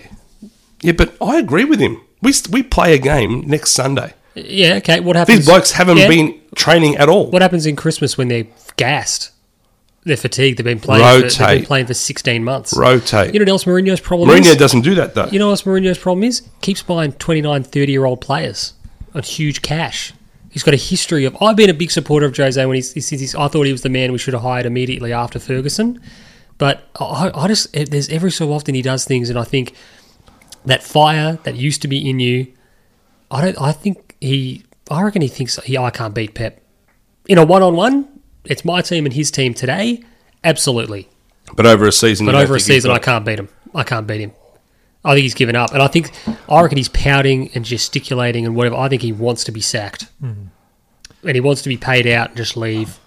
S1: yeah. But I agree with him. We st- we play a game next Sunday.
S2: Yeah. Okay. What happens?
S1: These blokes haven't
S2: Yeah.
S1: been training at all.
S2: What happens in Christmas when they're gassed? They're fatigued. They've been playing. For, they've been
S1: Rotate.
S2: playing for 16 months.
S1: Rotate.
S2: You know what else Mourinho's problem is?
S1: Mourinho doesn't do that though.
S2: You know what Mourinho's problem is? Keeps buying 29, 30 year old players on huge cash. He's got a history of. I've been a big supporter of Jose when he's, since he's. I thought he was the man we should have hired immediately after Ferguson, but I, I just there's every so often he does things, and I think that fire that used to be in you. I don't. I think he. I reckon he thinks he. I can't beat Pep in a one on one. It's my team and his team today. Absolutely.
S1: but over a season,
S2: But
S1: you don't
S2: over a
S1: think he's
S2: season,
S1: got-
S2: I can't beat him. I can't beat him. I think he's given up, and I think I reckon he's pouting and gesticulating and whatever. I think he wants to be sacked,
S3: Hmm.
S2: and he wants to be paid out and just leave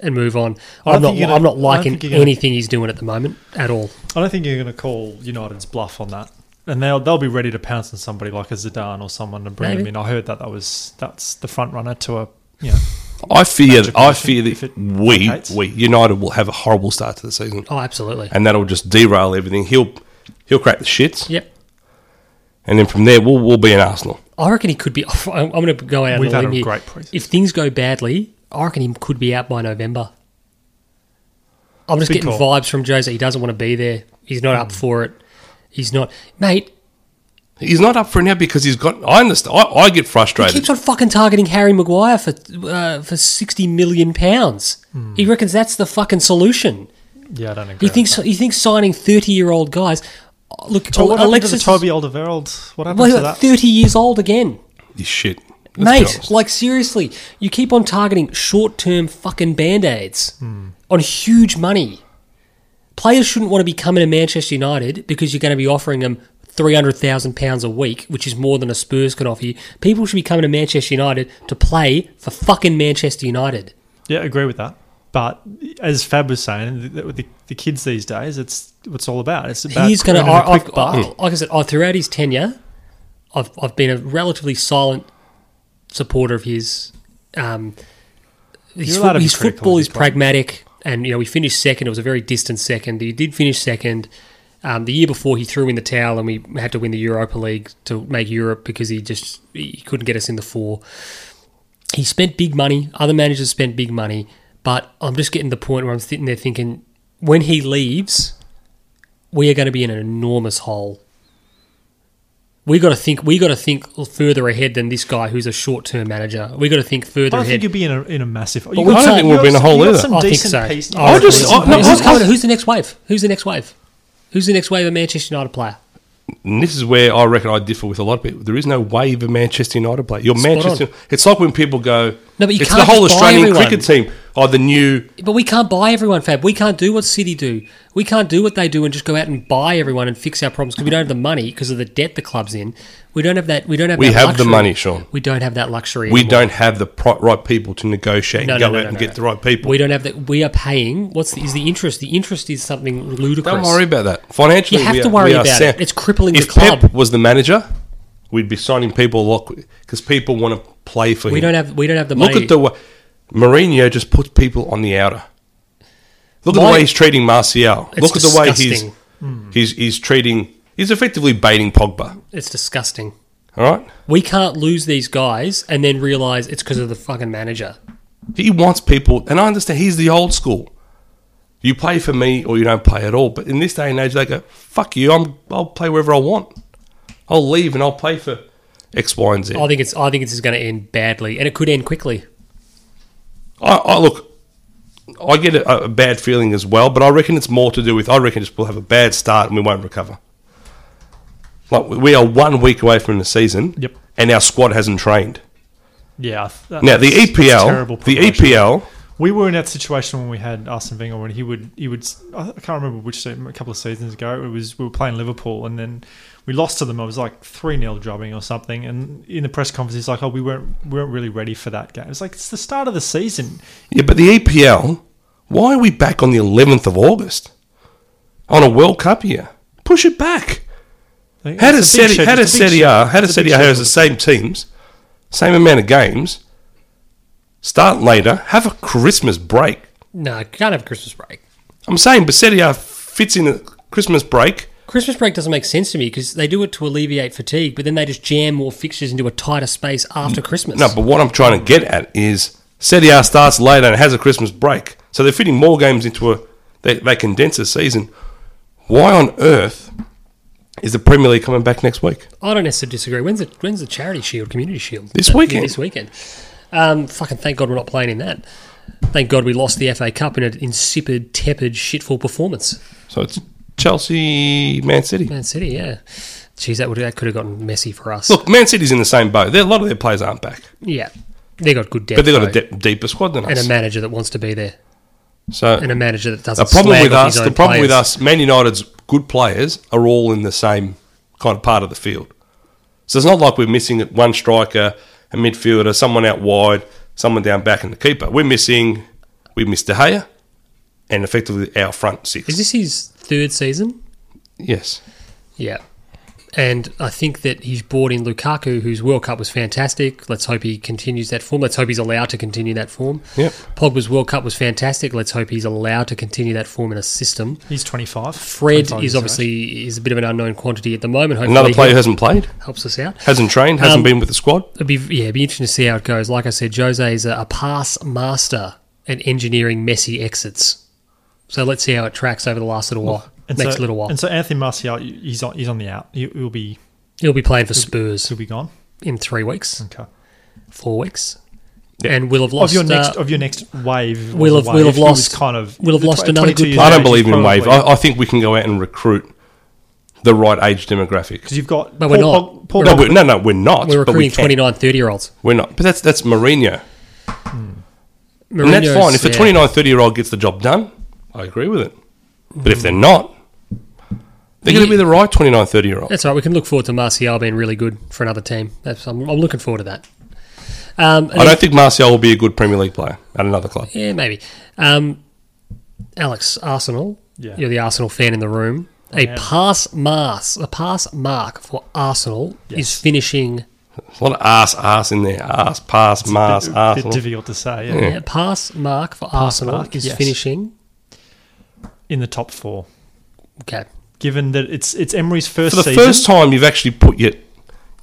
S2: and move on.
S3: I
S2: I'm
S3: don't
S2: not.
S3: think you're
S2: I'm
S3: gonna-
S2: not
S3: I don't
S2: liking
S3: think you're gonna-
S2: anything he's doing at the moment at all.
S3: I don't think you're going to call United's bluff on that, and they'll they'll be ready to pounce on somebody like a Zidane or someone to bring
S2: Maybe.
S3: him in. I heard that that was that's the front runner to a you know,
S1: I fear.
S3: Magic
S1: I
S3: Russian,
S1: fear
S3: if
S1: that
S3: it
S1: we,
S3: rotates.
S1: we United will have a horrible start to the season,
S2: Oh, absolutely.
S1: and that'll just derail everything. He'll he'll crack the shits,
S2: Yep.
S1: and then from there we'll we'll be in Arsenal.
S2: I reckon he could be. I'm going to go out
S3: We've
S2: on a
S3: had
S2: limb
S3: a
S2: here.
S3: great preseason.
S2: If things go badly, I reckon he could be out by November. I'm just
S3: Good
S2: getting
S3: call. Hmm.
S2: vibes from Jose. He doesn't want to be there. He's not up for it. He's not, mate.
S1: He's not up for it now because he's got. I understand. I, I get
S2: He
S1: frustrated.
S2: keeps on fucking targeting Harry Maguire for uh, for sixty million pounds. He reckons that's the fucking solution.
S3: Hmm. yeah I don't agree.
S2: He
S3: with
S2: thinks
S3: that.
S2: he thinks signing thirty year old guys. Oh, Look,
S3: So what happened to the
S2: Alexis,
S3: Toby Alderweireld? What happened
S2: well,
S3: to
S2: he's
S3: that?
S2: thirty years old again.
S1: This shit, Let's be
S2: Mate,
S1: honest.
S2: like seriously, you keep on targeting short term fucking band aids on huge money. Players shouldn't want to be coming to Manchester United because you're going to be offering them £300,000 a week, which is more than a Spurs can offer you. People should be coming to Manchester United to play for fucking Manchester United.
S3: Yeah, I agree with that. But as Fab was saying, the, the, the kids these days, it's what's all about. It's about
S2: He's going to,
S3: creating a
S2: I,
S3: quick
S2: I've-
S3: buck.
S2: I, like I said, I, throughout his tenure, I've, I've been a relatively silent supporter of his. Um, his
S3: You're
S2: fo-
S3: allowed to be
S2: his
S3: critical
S2: football
S3: of
S2: is
S3: his play.
S2: pragmatic, and you know he finished second. It was a very distant second. He did finish second. Um, the year before, he threw in the towel, and we had to win the Europa League to make Europe because he just he couldn't get us in the four he spent big money. Other managers spent big money, but I'm just getting to the point where I'm sitting there thinking, when he leaves, we are going to be in an enormous hole. We got to think. We got to think further ahead than this guy who's a short-term manager. We got to think
S3: I
S2: further
S3: don't think
S2: ahead.
S3: you'll be in a, in a massive. But
S2: I don't think
S1: we'll be in a hole either.
S3: Some
S2: I think
S3: decent
S2: so.
S3: Piece,
S2: I
S1: just-
S2: reckon-
S1: I- no,
S2: who's,
S1: I-
S2: coming- who's the next wave? Who's the next wave? Who's the next wave of Manchester United player?
S1: and this is where I reckon I differ with a lot of people. There is no wave of Manchester United play. You're
S2: Spot
S1: Manchester. It's like when people go,
S2: No, but you
S1: it's
S2: can't
S1: the whole
S2: just buy
S1: Australian
S2: everyone."
S1: cricket team. Oh, the new
S2: But we can't buy everyone, Fab. We can't do what City do. We can't do what they do and just go out and buy everyone and fix our problems because we don't have the money because of the debt the club's in. We don't have that. We don't have.
S1: We
S2: that
S1: have the
S2: luxury.
S1: money, Sean.
S2: We don't have that luxury.
S1: we
S2: anymore.
S1: don't have the pro- right people to negotiate
S2: No,
S1: and
S2: no,
S1: go
S2: no,
S1: out
S2: no,
S1: and
S2: no,
S1: get
S2: no.
S1: the right people.
S2: We don't have that. We are paying. What's the, is the interest? The interest is something ludicrous.
S1: Don't worry about that. Financially,
S2: You have
S1: we
S2: to
S1: are-
S2: worry
S1: we are
S2: about
S1: sound.
S2: it. It's crippling
S1: If
S2: the club.
S1: Pep was the manager, we'd be signing people a lot because people want to play for him.
S2: We don't have. We don't have the
S1: Look
S2: money.
S1: at the way Mourinho just puts people on the outer. Look at
S2: My-
S1: the way he's treating Martial.
S2: It's
S1: Look at the way he's,
S2: disgusting. Hmm.
S1: he's he's treating. He's effectively baiting Pogba.
S2: it's disgusting.
S1: All right.
S2: We can't lose these guys and then realize it's because of the fucking manager.
S1: He wants people, and I understand he's the old school. You play for me or you don't play at all. But in this day and age, they go, fuck you, I'm, I'll play wherever I want. I'll leave and I'll play for X, Y, and Z.
S2: I think it's I think this is going to end badly, and it could end quickly.
S1: I, I look. I get a, a bad feeling as well, but I reckon it's more to do with I reckon just we'll have a bad start and we won't recover. Like we- we are one week away from the season,
S3: Yep.
S1: and our squad hasn't trained.
S3: Yeah. I th- that-
S1: Now the
S3: that's
S1: EPL,
S3: terrible
S1: the E
S3: progression.
S1: EPL,
S3: We were in that situation when we had Arsene Wenger when he would he would I can't remember which se- a couple of seasons ago it was we were playing Liverpool and then we lost to them. It was like three 0 drubbing or something. And in the press conference, he's like, "Oh, we weren't we weren't really ready for that game." It's like it's the start of the season.
S1: yeah, but the EPL. Why are we back on the eleventh of August on a World Cup year? Push it back.
S3: Like,
S1: How does
S3: it's a big
S1: Serie
S3: schedule-
S1: how does
S3: it's a big
S1: Serie
S3: schedule.
S1: A how does
S3: It's a big
S1: Serie A has the same
S3: schedule.
S1: teams, same amount of games? Start later. Have a Christmas break.
S2: No, I can't have Christmas break.
S1: I'm saying, but Serie A fits in a Christmas break.
S2: Christmas break doesn't make sense to me because they do it to alleviate fatigue, but then they just jam more fixtures into a tighter space after Christmas.
S1: No, but what I'm trying to get at is Serie A starts later and has a Christmas break, so they're fitting more games into a. They, they condense the season. Why on earth is the Premier League coming back next week?
S2: I don't necessarily disagree. When's the when's the charity shield, community shield?
S1: This
S2: Uh, yeah,
S1: weekend.
S2: this weekend. Um, fucking thank God we're not playing in that. Thank God we lost the FA Cup in an insipid, tepid, shitful performance.
S1: So it's Chelsea, Man City.
S2: Man City, yeah. Geez, that would that could have gotten messy for us.
S1: Look, Man City's in the same boat. They're, a lot of their players aren't back,
S2: yeah, they got good depth,
S1: but they've got a
S2: though,
S1: de- deeper squad than
S2: and a
S1: us.
S2: manager that wants to be there,
S1: So
S2: and a manager that doesn't.
S1: the problem
S2: slag
S1: with
S2: off
S1: us,
S2: his
S1: the
S2: own
S1: problem with
S2: players.
S1: us, Man United's good players are all in the same kind of part of the field. So it's not like we're missing one striker, a midfielder, someone out wide, someone down back, and the keeper. We're missing, we missed De Gea, and effectively our front six.
S2: Is this his third season?
S1: yes,
S2: Yeah. And I think that he's brought in Lukaku, whose World Cup was fantastic. Let's hope he continues that form. Let's hope he's allowed to continue that form.
S1: Yep.
S2: Pogba's World Cup was fantastic. Let's hope he's allowed to continue that form in a system.
S3: He's twenty five.
S2: Fred is obviously is a bit of an unknown quantity at the moment. Hopefully
S1: another
S2: he
S1: player who hasn't played,
S2: helps us out.
S1: hasn't trained, hasn't
S2: Um,
S1: been with the squad.
S2: It'd be yeah, it'd be interesting to see how it goes. Like I said, Jose is a, a pass master at engineering messy exits. So let's see how it tracks over the last little while. next
S3: so,
S2: little while,
S3: And so Anthony Martial, he's on he's on the out. He, he'll be
S2: he'll be playing for Spurs
S3: he'll be gone.
S2: in three weeks.
S3: Okay.
S2: four weeks,
S1: Yeah.
S2: and we'll have
S3: Of
S2: lost.
S3: your next
S2: uh,
S3: of your next wave.
S2: we'll
S3: was
S2: have-
S3: a
S2: we'll
S3: wave.
S2: have
S3: He was
S2: lost-
S3: kind of
S2: we'll have
S3: the
S2: lost
S3: tw-
S2: another
S3: 22
S2: good
S3: years
S2: player.
S1: I
S3: of
S1: don't
S3: age,
S1: believe in
S3: probably-
S1: wave. I, I think we can go out and recruit the right age demographic.
S3: Because you've got
S2: But we're
S3: Paul
S2: not.
S3: Pog- Paul
S1: No,
S3: Pogba-
S1: we're, no, no, we're not.
S2: we're
S1: but we
S2: recruiting
S1: can.
S2: 29, 30 year olds.
S1: We're not. But that's that's Mourinho. And that's fine. If a 29, 30 year old gets the job done, I agree with it. But if they're not, they're going
S2: Yeah.
S1: to be the right 29, 30 year old.
S2: That's all right. We can look forward to Martial being really good for another team. That's, I'm, I'm looking forward to that. Um, and
S1: I
S2: then-
S1: don't think Martial will be a good Premier League player at another club.
S2: yeah, maybe. Um, Alex, Arsenal.
S3: Yeah.
S2: You're the Arsenal fan in the room. A
S3: am.
S2: pass mass, a pass mark for Arsenal is
S3: Yes.
S2: finishing.
S1: There's a lot of ass, ass in there. Ass, pass, mass,
S3: bit,
S1: ass.
S3: bit difficult to say. Yeah.
S2: Yeah, pass mark for Arsenal
S3: mark,
S2: is
S3: yes.
S2: finishing.
S3: In the top four,
S2: Okay.
S3: given that it's it's Emery's first
S1: For the
S3: season.
S1: first time, you've actually put your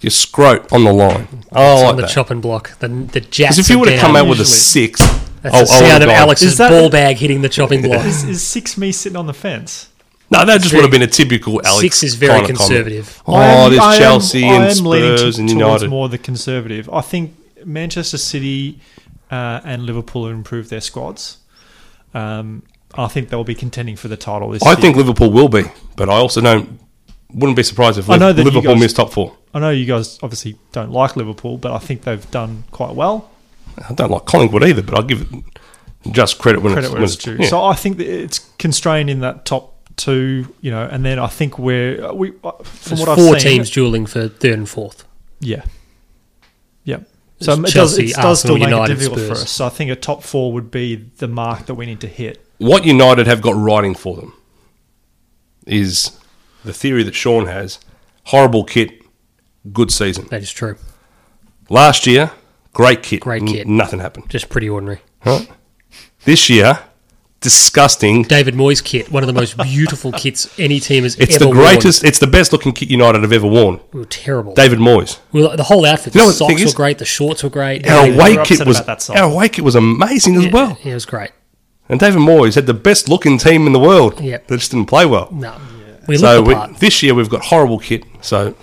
S1: your scrot on the line. Oh,
S2: on
S1: like
S2: the
S1: that.
S2: chopping block. The, the jacks.
S1: Because if you
S2: are
S1: would have
S2: down.
S1: come out with a
S3: usually.
S1: six,
S2: That's
S1: oh,
S2: the
S1: oh my
S2: sound of
S1: God.
S2: Alex's
S3: Is that-
S2: ball bag hitting the chopping block.
S3: is, is six me sitting on the fence.
S1: No, that just
S2: Very-
S1: would have been a typical Alex.
S2: Six is very
S1: kind of comment.
S2: conservative.
S1: Oh,
S3: I am- I
S1: there's
S3: am-
S1: Chelsea
S3: I
S1: and
S3: am leaning
S1: Spurs
S3: to-
S1: and
S3: towards
S1: United.
S3: more the conservative. I think Manchester City uh, and Liverpool have improved their squads. Um, I think they'll be contending for the title this
S1: I
S3: year.
S1: think Liverpool will be, but I also don't. Wouldn't be surprised if
S3: I know that you
S1: Liverpool
S3: guys-
S1: missed top four.
S3: I know you guys obviously don't like Liverpool, but I think they've done quite well.
S1: I don't like Collingwood either, but I'll give it just credit when
S3: Credit
S1: it's,
S3: where it's due.
S1: when it's- yeah.
S3: So I think that it's constrained in that top two, you know, and then I think we're we uh, from
S2: There's
S3: what I've
S2: four
S3: seen,
S2: teams dueling for third and fourth.
S3: Yeah. Yeah. So it
S2: It's
S3: does,
S2: Chelsea,
S3: it
S2: Arsenal,
S3: does still make
S2: United,
S3: it difficult
S2: Spurs.
S3: for us. So I think a top four would be the mark that we need to hit.
S1: what United have got writing for them is the theory that Sean has: horrible kit, good season.
S2: That is true.
S1: Last year, great kit,
S2: Great kit.
S1: nothing happened.
S2: Just pretty ordinary.
S1: Right? This year, disgusting.
S2: David Moyes kit, one of the most beautiful kits any team has
S1: It's
S2: ever
S1: the greatest. It's the best looking kit United have ever worn.
S2: Worn. We were terrible.
S1: David Moyes.
S2: we were, the whole outfit,
S1: You know
S2: the
S1: what the
S2: socks
S1: thing
S2: were
S1: is?
S2: great, the shorts were great.
S1: Our
S2: Everything.
S1: away
S3: were
S1: kit
S3: upset
S1: was
S3: about that song.
S1: our away kit was amazing as
S2: Yeah,
S1: well.
S2: yeah, it was great.
S1: And David Moyes had the best looking team in the world.
S2: Yep.
S1: That just didn't play well.
S2: No, we
S1: So
S2: looked
S1: we,
S2: the part.
S1: this year we've got horrible kit. So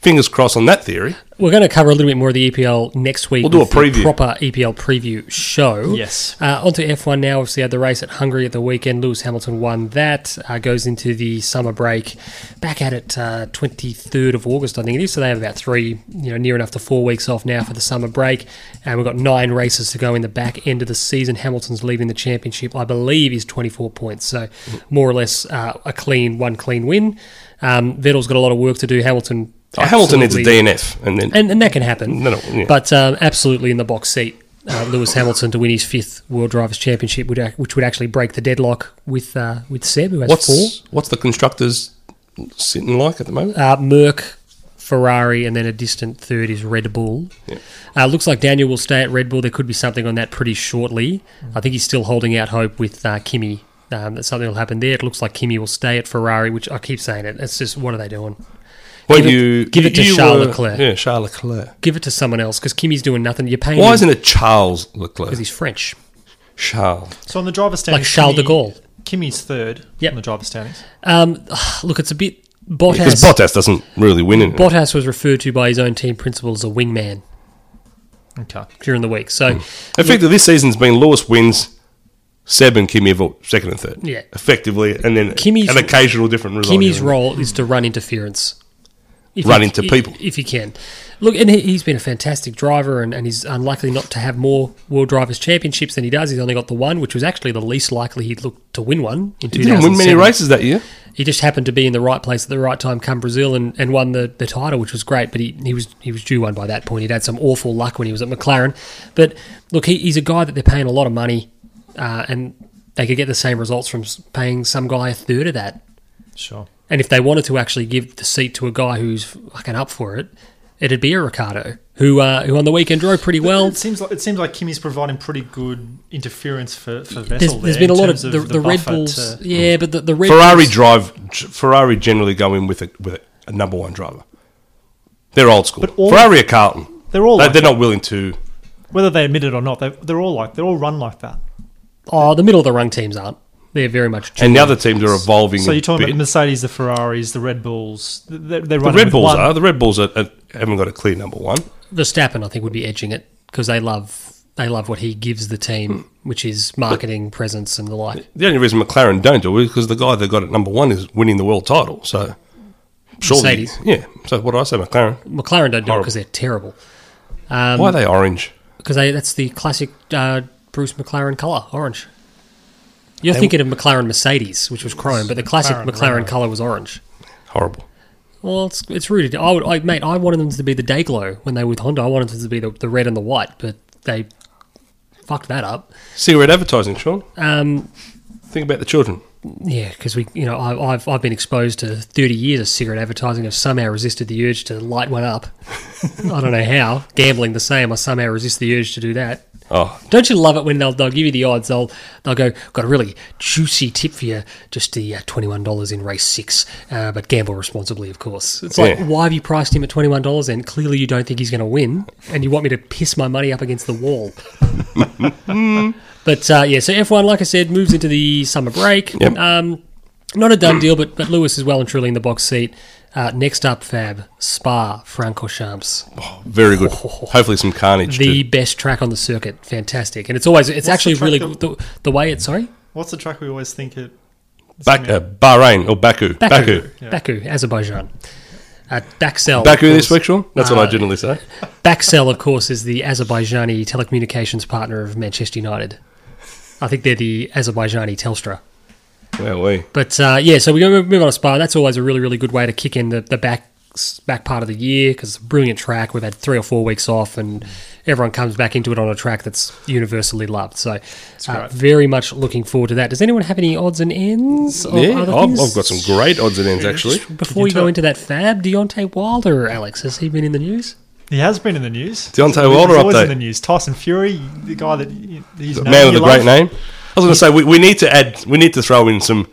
S1: fingers crossed on that theory.
S2: We're going to cover a little bit more of the EPL next week.
S1: We'll do a
S2: with the
S1: preview.
S2: proper EPL preview show.
S3: Yes.
S2: Uh, onto F1 now. Obviously, had the race at Hungary at the weekend. Lewis Hamilton won that. Uh, goes into the summer break. Back at it uh, 23rd of August, I think it is. So they have about three, you know, near enough to four weeks off now for the summer break. And we've got nine races to go in the back end of the season. Hamilton's leading the championship, I believe, is 24 points. So more or less uh, a clean, one clean win. Um, Vettel's got a lot of work to do. Hamilton.
S1: Oh, Hamilton needs a
S2: absolutely-
S1: DNF, and then
S2: and, and that can happen.
S1: No, no, yeah.
S2: But um, absolutely in the box seat, uh, Lewis Hamilton to win his fifth World Drivers' Championship, would, ac- which would actually break the deadlock with uh, with Seb, who has
S1: what's
S2: four.
S1: what's the constructors sitting like at the moment?
S2: Uh, Merck, Ferrari, and then a distant third is Red Bull. Uh, looks like Daniel will stay at Red Bull. There could be something on that pretty shortly.
S1: Mm.
S2: I think he's still holding out hope with uh, Kimi. Um, that something will happen there. It looks like Kimi will stay at Ferrari, which I keep saying it. It's just what are they doing?
S1: When
S2: give it-
S1: you
S2: give it to
S1: you
S2: Charles
S1: were-
S2: Leclerc.
S1: Yeah, Charles Leclerc.
S2: Give it to someone else because Kimi's doing nothing. You're paying.
S1: Why isn't it Charles Leclerc?
S2: because he's French?
S1: Charles.
S3: So on the driver's standings,
S2: Charles de Gaulle.
S3: Kimmy's third
S2: Yep.
S3: on the driver's standings.
S2: Um, look, it's a bit
S1: Because
S2: Bottas.
S1: Bottas doesn't really win in it.
S2: Bottas was referred to by his own team principal as a wingman
S3: Okay.
S2: during the week.
S1: Hmm.
S2: So,
S1: Effectively, this season's been Lewis wins, Seb and Kimi have second and third.
S2: Yeah.
S1: Effectively, and then
S2: Kimi's-
S1: an occasional different result.
S2: Kimi's
S1: here and
S2: role is to run interference. If
S1: Run
S2: he-
S1: into
S2: i-
S1: people.
S2: If he can. Look, and he, he's been a fantastic driver, and, and he's unlikely not to have more World Drivers' Championships than he does. He's only got the one, which was actually the least likely he'd look to win one in
S1: there. He didn't win many races that year.
S2: He just happened to be in the right place at the right time, come Brazil, and, and won the, the title, which was great. But he, he was he was due one by that point. He'd had some awful luck when he was at McLaren. But look, he, he's a guy that they're paying a lot of money, uh, and they could get the same results from s- paying some guy a third of that.
S3: Sure.
S2: And if they wanted to actually give the seat to a guy who's fucking up for it, it'd be a Ricardo who uh, who on the weekend drove pretty well.
S3: It seems like it seems like Kimmy's providing pretty good interference for for Vettel.
S2: There's,
S3: there
S2: there's been a
S3: in
S2: lot of
S3: terms
S2: the, the, Red
S3: buffer
S2: Bulls,
S3: to-
S2: yeah, but the, the Red
S1: Ferrari
S2: Bulls,
S1: drive. Ferrari generally go in with a, with a, a number one driver. They're old school.
S3: But all-
S1: Ferrari are Carlton.
S3: They're all
S1: They-
S3: like
S1: they're not willing to.
S3: whether they admit it or not, they, they're all like they're all run like that.
S2: oh, the middle of the rung teams aren't. They're very much
S1: And the other teams are evolving.
S3: So
S1: a
S3: you're talking
S1: bit.
S3: about the Mercedes, the Ferraris, the Red Bulls. They're, they're running
S1: the Red
S3: with
S1: Bulls
S3: one-
S1: are. The Red Bulls are, are, haven't got a clear number one.
S2: Verstappen, I think, would be edging it because they love they love what he gives the team, which is marketing, presence, and the like.
S1: The only reason McLaren don't do it is because the guy that got it number one is winning the world title. So, surely,
S2: Mercedes.
S1: yeah. So what do I say, McLaren?
S2: McLaren don't do it
S1: Horrible.
S2: because they're terrible.
S1: Why are they orange?
S2: Because they that's the classic uh, Bruce McLaren color, orange. You're thinking of McLaren Mercedes, which was chrome, but the classic
S3: McLaren
S2: McLaren
S3: Renault.
S2: color was orange.
S1: Horrible.
S2: Well, it's it's rooted. I would, I, mate, I wanted them to be the day glow when they were with Honda. I wanted them to be the, the red and the white, but they fucked that up.
S1: Cigarette advertising, Sean.
S2: Um,
S1: Think about the children.
S2: Yeah, because we, you know, I, I've I've been exposed to thirty years of cigarette advertising. I've somehow resisted the urge to light one up. I don't know how. Gambling the same. I somehow resist the urge to do that.
S1: Oh,
S2: Don't you love it when they'll they'll give you the odds? They'll they'll go, got a really juicy tip for you, just the uh, twenty one dollars in race six, uh, but gamble responsibly, of course. It's like,
S1: Yeah.
S2: why have you priced him at twenty one dollars? Then clearly you don't think he's going to win, and you want me to piss my money up against the wall. but uh, yeah, so F one, like I said, moves into the summer break.
S1: Yep.
S2: Um, not a done deal, but but Lewis is well and truly in the box seat. Uh, next up, Fab Spa Francorchamps
S1: very good. Hopefully, some carnage.
S2: the
S1: too.
S2: best track on the circuit. Fantastic, and it's always it's actually
S3: the
S2: really
S3: track
S2: the, the way it's sorry
S3: What's the track we always think it?
S1: Back, uh, Bahrain or Baku. Baku.
S2: Baku
S1: Baku,
S3: yeah.
S2: Baku Azerbaijan. Uh, Baxel
S1: this week, Sean. That's what I generally say.
S2: Baxel, of course, is the Azerbaijani telecommunications partner of Manchester United. I think they're the Azerbaijani Telstra.
S1: Well, we.
S2: But uh, yeah, so we're going to move on to Spa. That's always a really, really good way to kick in the, the back back part of the year because it's a brilliant track. We've had three or four weeks off, and everyone comes back into it on a track that's universally loved. So uh,
S3: right.
S2: very much looking forward to that. Does anyone have any odds and ends? Or
S1: Yeah,
S2: Oh, other
S1: I've,
S2: things?
S1: I've got some great odds and ends, actually.
S2: Before you go into that fab, Deontay Wilder, Alex, has he been in the news?
S3: He has been in the news.
S1: Deontay
S3: He's
S1: Wilder
S3: always
S1: update.
S3: in the news. Tyson Fury, the guy that he's
S1: The man with a great name. I was going to say we, we need to add we need to throw in some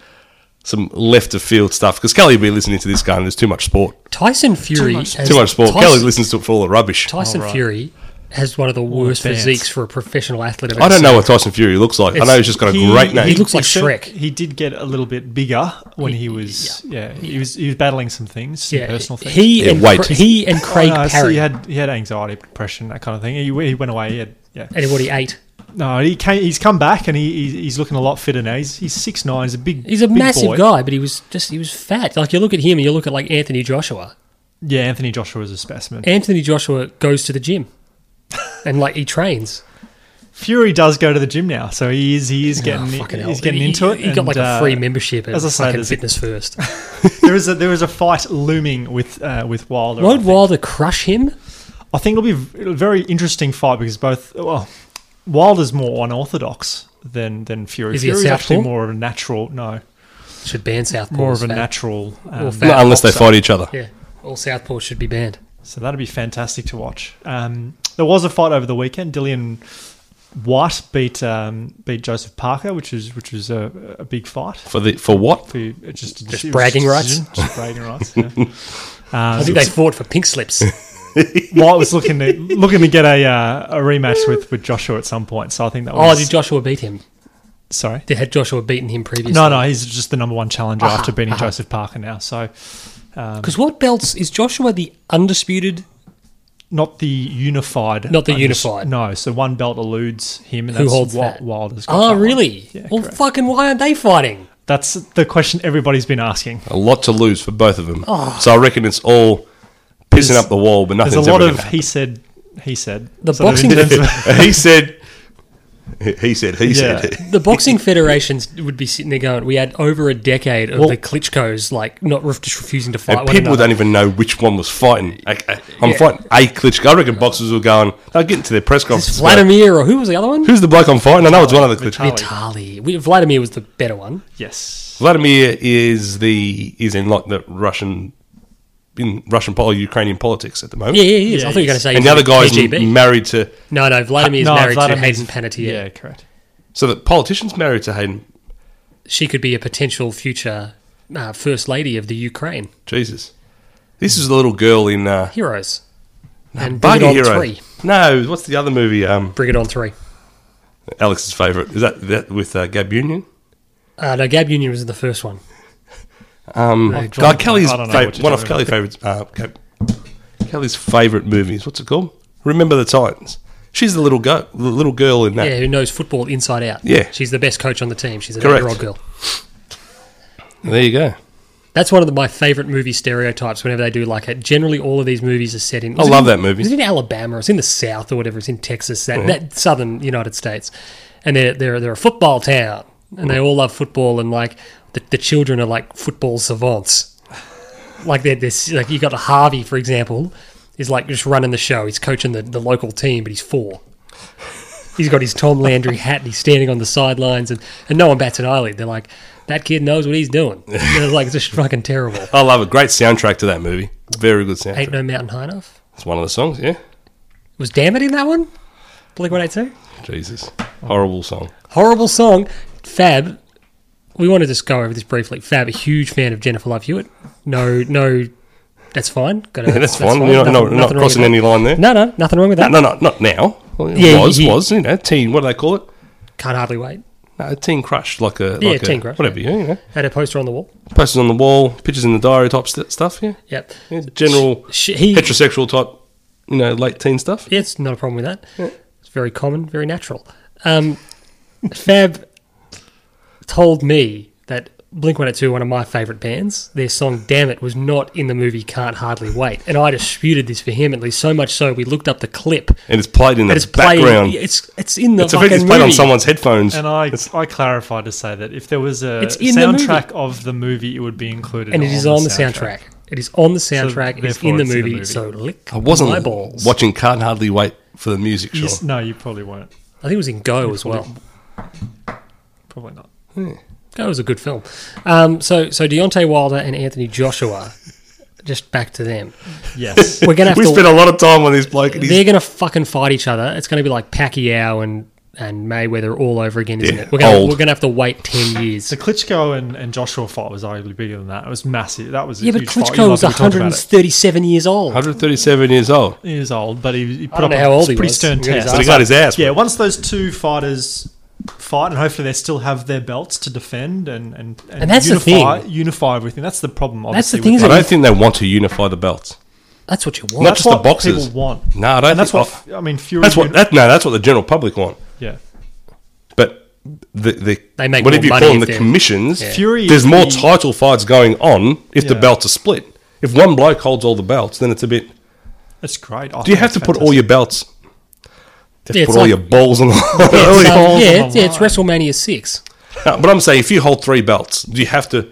S1: some left of field stuff because Kelly will be listening to this guy and there's too much sport.
S2: Tyson Fury.
S3: much-
S2: has-
S1: Too much sport.
S2: Tyson,
S1: Kelly listens to it for all the rubbish.
S2: Tyson
S3: Oh, right.
S2: Fury has one of the worst
S3: dance.
S2: physiques for a professional athlete. I've
S1: I
S2: ever
S1: don't
S2: seen.
S1: know what Tyson Fury looks like. I know he's just got a great name.
S2: he looks like
S3: should-
S2: Shrek.
S3: He did get a little bit bigger when he, was yeah, he was he was battling some things, some
S2: Yeah,
S3: personal things.
S2: he
S1: Yeah,
S2: and
S1: wait.
S2: Cra- he and
S3: Oh,
S2: Craig
S3: no, so
S2: Parry.
S3: he had he had anxiety, depression, that kind of thing. He, he went away. He had, yeah,
S2: Anybody eight?
S3: no, he came, he's come back and he, he's, he's looking a lot fitter now. He's he's six nine. He's a big.
S2: He's a
S3: big
S2: massive
S3: boy.
S2: guy, but he was just he was fat. Like you look at him and you look at like Anthony Joshua.
S3: Yeah, Anthony Joshua is a specimen.
S2: Anthony Joshua goes to the gym, and like he trains.
S3: Fury does go to the gym now, so he is he is getting
S2: Oh, fucking hell.
S3: he's getting
S2: He-
S3: into it.
S2: He, got like
S3: and,
S2: a
S3: uh,
S2: free membership at
S3: as I say,
S2: fucking
S3: there's a-
S2: Fitness First.
S3: there is a there is a fight looming with uh, with Wilder.
S2: Won't Wilder crush him?
S3: I think it'll be v- a very interesting fight because both well, Wilder's more unorthodox than than Fury.
S2: Is he a
S3: Fury's actually
S2: southpaw?
S3: more of a natural. No,
S2: Should ban Southpaws.
S3: more of a
S2: fat.
S3: natural.
S2: Or
S3: Um,
S2: fat.
S1: No, unless they fight each other.
S2: Yeah, all Southpaws should be banned.
S3: so that'd be fantastic to watch. Um, there was a fight over the weekend. Dillian White beat um, beat Joseph Parker, which is which was a, a big fight.
S1: For the for what?
S3: For you- it's just, a decision-
S2: bragging
S3: just a
S2: rights?
S3: decision, Just bragging rights. Yeah. Uh,
S2: I think they fought for pink slips.
S3: White was looking to looking to get a uh, a rematch with, with Joshua at some point. So I think that
S2: oh,
S3: was
S2: did Joshua beat him?
S3: sorry.
S2: Did had Joshua beaten him previously?
S3: No, no, he's just the number one challenger
S2: Uh-huh,
S3: after beating
S2: uh-huh.
S3: Joseph Parker now. So
S2: Because what belts is Joshua the undisputed?
S3: not the unified,
S2: Not the
S3: I'm just-
S2: unified.
S3: No, so one belt eludes him, and
S2: Who
S3: that's
S2: holds
S3: Wa-
S2: that?
S3: Wilder's got.
S2: Oh,
S3: that one.
S2: really?
S3: Yeah,
S2: well,
S3: correct.
S2: fucking why aren't they fighting?
S3: That's the question everybody's been asking.
S1: A lot to lose for both of them.
S2: Oh.
S1: So I reckon it's all pissing
S3: There's-
S1: up the wall, but
S3: There's
S1: nothing's
S3: a lot
S1: ever
S3: of
S1: gonna
S3: he said, he said.
S2: The
S3: sort of
S2: boxing-
S3: in terms of-
S1: happen. he said. He said. He said.
S2: The boxing federations would be sitting there going, "We had over a decade of the Klitschko's like not ref- just refusing to fight
S1: And
S2: one
S1: people
S2: another."
S1: don't even know which one was fighting. I, am
S2: Yeah.
S1: fighting a Klitschko. I reckon boxers were going. They'll get into their press
S2: It's
S1: conference. and go,
S2: Vladimir or who was the other one?
S1: Who's the bloke I'm fighting? I know it's one of the Klitschko.
S3: Vitali.
S2: Vitali. We, Vladimir was the better one.
S3: yes,
S1: Vladimir is the is in like the Russian in Russian pol Ukrainian politics at the moment.
S2: Yeah, yeah, he is.
S3: Yeah,
S2: I thought you were going to
S3: yes.
S2: say
S1: And the other guy's
S2: KGB.
S1: m- married to
S2: no, no. Vladimir is
S3: No,
S2: married
S3: Vladimir's-
S2: to Hayden Panettiere.
S3: Yeah, correct.
S1: so the politician's married to Hayden.
S2: She could be a potential future uh, first lady of the Ukraine.
S1: Jesus, this is the little girl in uh,
S2: Heroes. And
S1: Buggy
S2: Bring It On
S1: Hero.
S2: Three.
S1: No, what's the other movie? Um,
S2: Bring It On Three.
S1: Alex's favorite is that that with uh, Gab Union.
S2: Uh, no, Gab Union was in the first one.
S1: Um,
S3: Oh, John-
S1: God, Kelly's
S3: I don't know
S1: fav-
S3: what you're
S1: one of
S3: talking
S1: Kelly's favorites. Uh, Ke- Kelly's favorite movies. What's it called? Remember the Titans. She's the little go- the little girl in that.
S2: Yeah, who knows football inside out.
S1: Yeah.
S2: She's the best coach on the team. She's an
S1: Correct.
S2: eight-year-old girl.
S1: There you go.
S2: That's one of the, my favorite movie stereotypes. Whenever they do like it, generally all of these movies are set in.
S1: I
S2: is it
S1: love
S2: in-
S1: that movie. Mm-hmm.
S2: Is it in Alabama? Or it's in the South or whatever. It's in Texas, that, that southern United States, and they're they're they're a football town, and
S1: Mm.
S2: they all love football, and like the, the children are like football savants. Like they're, they're s- like you got Harvey, for example, is like just running the show. He's coaching the, the local team, but he's four. He's got his Tom Landry hat and he's standing on the sidelines, and, and no one bats an eyelid. They're like, that kid knows what he's doing. They're like, it's just fucking terrible.
S1: I love it. Great soundtrack to that movie. Very good soundtrack.
S2: Ain't No Mountain High Enough.
S1: It's one of the songs, yeah.
S2: Was Damn It in that one? Blink 182?
S1: Jesus. Horrible song.
S2: Horrible song. Fab, we want to just go over this briefly. Fab, a huge fan of Jennifer Love Hewitt. No, no, that's fine. Got
S1: Yeah, that's, fine. You're not, no, not crossing any line there.
S2: No, no, nothing wrong with that.
S1: No, no, not now. Well, it
S2: Yeah,
S1: was,
S2: you-
S1: was, you know, teen, what do they call it?
S2: Can't hardly wait.
S1: No, teen crush, like a,
S2: Yeah,
S1: like a-
S2: teen crush,
S1: whatever, yeah. you know.
S2: Had a poster on the wall.
S1: Posters on the wall, pictures in the diary type st- stuff, yeah.
S2: Yep.
S1: yeah general
S2: Sh- he,
S1: heterosexual type, you know, late teen stuff.
S2: Yeah, it's not a problem with that. It's very common, very natural. Um, Fab told me that Blink 182, one of my favourite bands, their song Damn It was not in the movie Can't Hardly Wait. And I disputed this vehemently, so much so we looked up the clip
S1: And it's played in the
S2: that it's playing.
S1: background.
S2: It's, it's in the
S1: it's
S2: fucking
S1: effectively
S2: movie.
S1: played on someone's headphones.
S3: And I I clarified to say that if there was a
S2: It's in the
S3: soundtrack of the movie, it would be included.
S2: And it is on the soundtrack. It is on the soundtrack. it is
S3: therefore
S2: in the
S3: it's in the
S2: movie.
S3: movie.
S2: So lick
S1: I wasn't
S2: my balls.
S1: watching Can't Hardly Wait for the music, sure.
S3: You s- no, you probably weren't.
S2: I think it was in Go as well.
S3: Probably not.
S2: That was a good film. Um, so, so Deontay Wilder and Anthony Joshua. Just back to them.
S3: Yes.
S2: We're gonna have
S1: We
S2: to.
S1: spent a lot of time on this bloke and he's
S2: they're gonna fucking fight each other. It's gonna be like Pacquiao and and Mayweather all over again, isn't
S1: Yeah,
S2: it? We're gonna,
S1: old.
S2: we're gonna have to wait ten years.
S3: The Klitschko and, and Joshua fight was arguably bigger than that. It was massive. That was a
S2: Yeah, but
S3: huge fight. You
S2: Klitschko was
S3: loved that we talked about
S2: 137 years old.
S1: 137 years old.
S3: it. He was old, but he, he put
S2: don't
S3: up
S2: know
S3: a
S2: how old he
S3: pretty
S2: was.
S3: stern
S2: He got his
S3: test.
S2: ass
S1: But he got his ass.
S3: Yeah,
S1: Yeah,
S3: once those two fighters fight, and hopefully they still have their belts to defend and and,
S2: And that's the
S3: unify,
S2: thing.
S3: unify everything. That's the problem.
S2: That's the
S3: Obviously, with
S2: thing is
S1: I
S2: that
S1: don't think they want to unify the belts.
S2: that's what you
S3: that.
S2: want.
S1: just the
S3: what
S1: boxers.
S3: People want.
S1: No, I don't
S3: And that's
S1: think-
S2: oh.
S3: what I mean. Fury.
S1: That's what
S3: uni-
S1: that no, that's what the general public want.
S3: yeah.
S1: But the the
S2: They make
S1: whatever
S2: more
S1: you
S2: money
S1: call them,
S2: if
S1: the
S2: they're-
S1: commissions.
S2: Yeah.
S3: Fury
S1: There's
S3: is
S1: more
S3: the-
S1: title fights going on if the
S3: Yeah.
S1: belts are split. If one bloke holds all the belts, then it's a bit.
S3: That's great. Oh,
S1: Do you have to put all your belts? You have
S2: Yeah,
S1: to
S2: it's
S1: put all
S2: like-
S1: your balls on the
S2: Yeah, it's, um,
S3: balls
S2: yeah,
S3: on
S2: it's,
S3: the
S2: yeah, it's
S3: line.
S2: WrestleMania six.
S1: No, but I'm saying if you hold three belts, do you have to?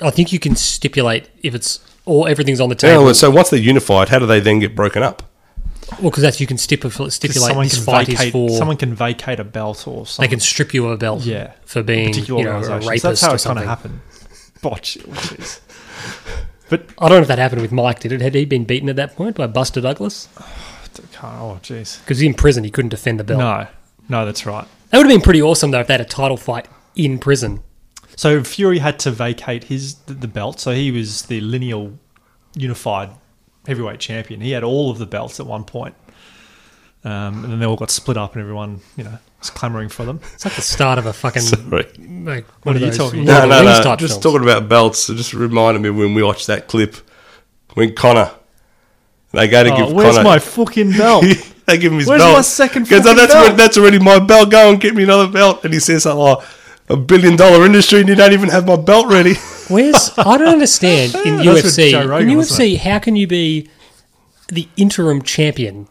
S2: I think you can stipulate if it's all everything's on the
S1: In other
S2: table.
S1: words, so once they're unified, how do they then get broken up?
S2: Well, because that's you can stipulate, stipulate
S3: someone
S2: this
S3: can
S2: fight
S3: vacate.
S2: is for
S3: Someone can vacate a belt or something.
S2: they can strip you of a belt
S3: Yeah.
S2: for being
S3: particular
S2: you know, a
S3: organisations.
S2: rapist
S3: That's how
S2: or
S3: it kind
S2: something.
S3: of happened. Botch. oh, which is-
S2: I don't know if that happened with Mike. Did it? Had he been beaten at that point by Buster Douglas?
S3: can't- Oh, jeez.
S2: Because in prison he couldn't defend the belt.
S3: No, no, that's right.
S2: That would have been pretty awesome though if they had a title fight in prison.
S3: So Fury had to vacate his the, the belt. So he was the lineal unified heavyweight champion. He had all of the belts at one point. Um, and then they all got split up, and everyone, you know, was clamoring for them.
S2: It's like the start of a fucking
S1: Sorry.
S2: like one
S3: What are
S2: of
S3: you
S2: those
S3: talking
S2: Lord
S1: No,
S2: of the
S1: no,
S2: Rings
S1: no.
S2: type
S1: Just
S2: films.
S1: talking about belts. It just reminded me when we watched that clip when Connor they go to
S3: Oh,
S1: give
S3: where's
S1: Connor.
S3: my fucking belt?
S1: they give him his
S3: Where's
S1: belt.
S3: my second
S1: Goes, "Oh,
S3: fucking
S1: that's,
S3: belt?"
S1: already- that's already my belt. Go and get me another belt. And he says something like, "A billion dollar industry, and you don't even have my belt ready."
S2: Where's I don't understand in
S3: That's with
S2: UFC.
S3: Joe Rogan,
S2: in
S3: wasn't
S2: UFC, how can you be the interim champion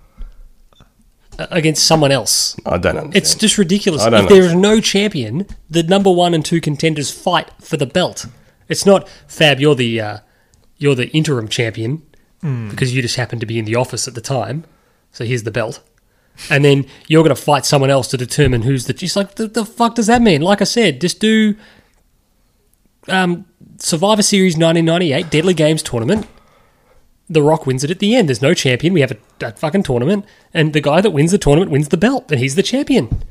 S2: a- against someone else?
S1: I don't understand.
S2: It's just ridiculous.
S1: I don't
S2: If there is no champion, the number one and two contenders fight for the belt. It's not Fab. You're the uh, you're the interim champion because you just happened to be in the office at the time. So here's the belt, and then you're going to fight someone else to determine who's the. It's like the, the fuck does that mean? Like I said, just do um, Survivor Series 1998 Deadly Games tournament. The Rock wins it at the end. There's no champion. We have a, a fucking tournament, and the guy that wins the tournament wins the belt, and he's the champion.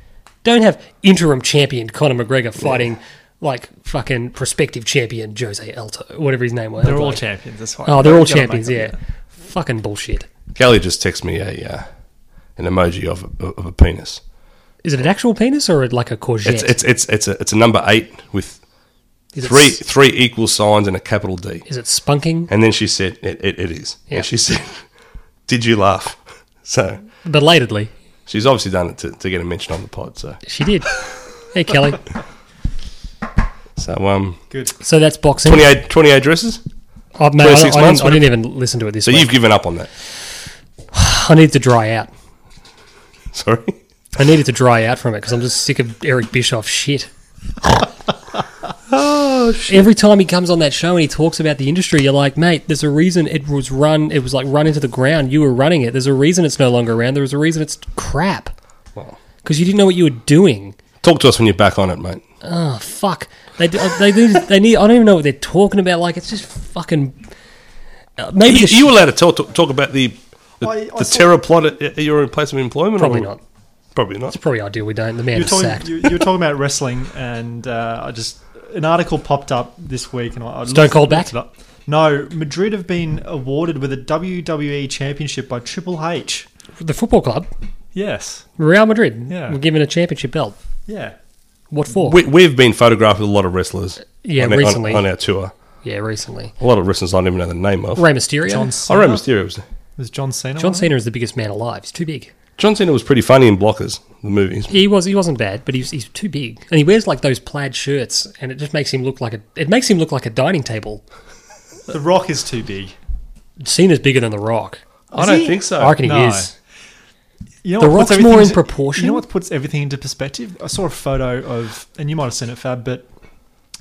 S2: Don't have interim champion Conor McGregor fighting like fucking prospective champion Jose Aldo, whatever his name was.
S3: They're all
S2: Like,
S3: champions. That's why.
S2: Oh, they're all
S3: You gotta
S2: champions.
S3: make them,
S2: Yeah, fucking bullshit.
S1: Kelly just texted me a uh, an emoji of of a penis.
S2: Is it an actual penis or like a courgette?
S1: It's it's it's it's a, it's a number eight with
S2: is it
S1: three
S2: s-
S1: three equal signs and a capital D.
S2: Is it spunking?
S1: And then she said, "It it, it is."
S2: Yeah.
S1: And she said, "Did you laugh?" So
S2: Belatedly,
S1: she's obviously done it to, to get a mention on the pod. So
S2: she did. hey Kelly.
S1: so um
S3: Good.
S2: So that's boxing.
S1: 28, 28 dresses.
S2: Oh, mate, I,
S1: 26
S2: I
S1: months,
S2: didn't, I didn't even listen to it this
S1: So
S2: week.
S1: you've given up on that.
S2: I need to dry out.
S1: Sorry.
S2: I needed to dry out from it because I'm just sick of Eric Bischoff shit. oh, shit. Every time he comes on that show and he talks about the industry, you're like, mate, there's a reason it was run. It was like run into the ground. You were running it. There's a reason it's no longer around. There was a reason it's crap.
S1: Well,
S2: Because you didn't know what you were doing.
S1: talk to us when you're back on it, mate.
S2: Oh, fuck. They, do- they, do- they need. I don't even know what they're talking about. Like, it's just fucking. Uh, maybe
S1: You,
S2: the sh-
S1: you allowed to talk, talk talk about the the,
S3: I- I
S1: the
S3: saw-
S1: terror plot at, at your place of employment?
S2: Probably
S1: or-
S2: not.
S1: Probably not.
S2: It's probably ideal we don't. The man
S3: you were
S2: was
S3: talking,
S2: sacked.
S3: you, you were talking about wrestling, and uh, I just an article popped up this week, and I, I
S2: Stone
S3: looked-
S2: Cold back?
S3: looked it up. No, Madrid have been awarded with a WWE championship by Triple H.
S2: the football club,
S3: Yes,
S2: Real Madrid,
S3: Yeah.
S2: were given a championship belt.
S3: yeah.
S2: What for?
S1: We, we've been photographed with a lot of wrestlers.
S2: Yeah,
S1: on our- on-
S2: recently.
S1: on, our tour.
S2: yeah, recently.
S1: A lot of wrestlers I don't even know the name of.
S2: Rey Mysterio.
S3: John
S1: I
S3: Cena.
S1: remember Mysterio was.
S3: was John Cena.
S2: John
S3: one?
S2: Cena is the biggest man alive. He's too big.
S1: John Cena was pretty funny in Blockers, the movies.
S2: He was. He wasn't bad, but he's he's too big, and he wears like those plaid shirts, and it just makes him look like a. It makes him look like a dining table.
S3: The Rock is too big.
S2: Cena's bigger than The Rock.
S1: I don't think so.
S2: I reckon he
S3: no.
S2: is.
S3: You know
S2: The
S3: what
S2: Rock's
S3: puts everything
S2: more in
S3: into-
S2: proportion?
S3: You know what puts everything into perspective? I saw a photo of, and you might have seen it, Fab, but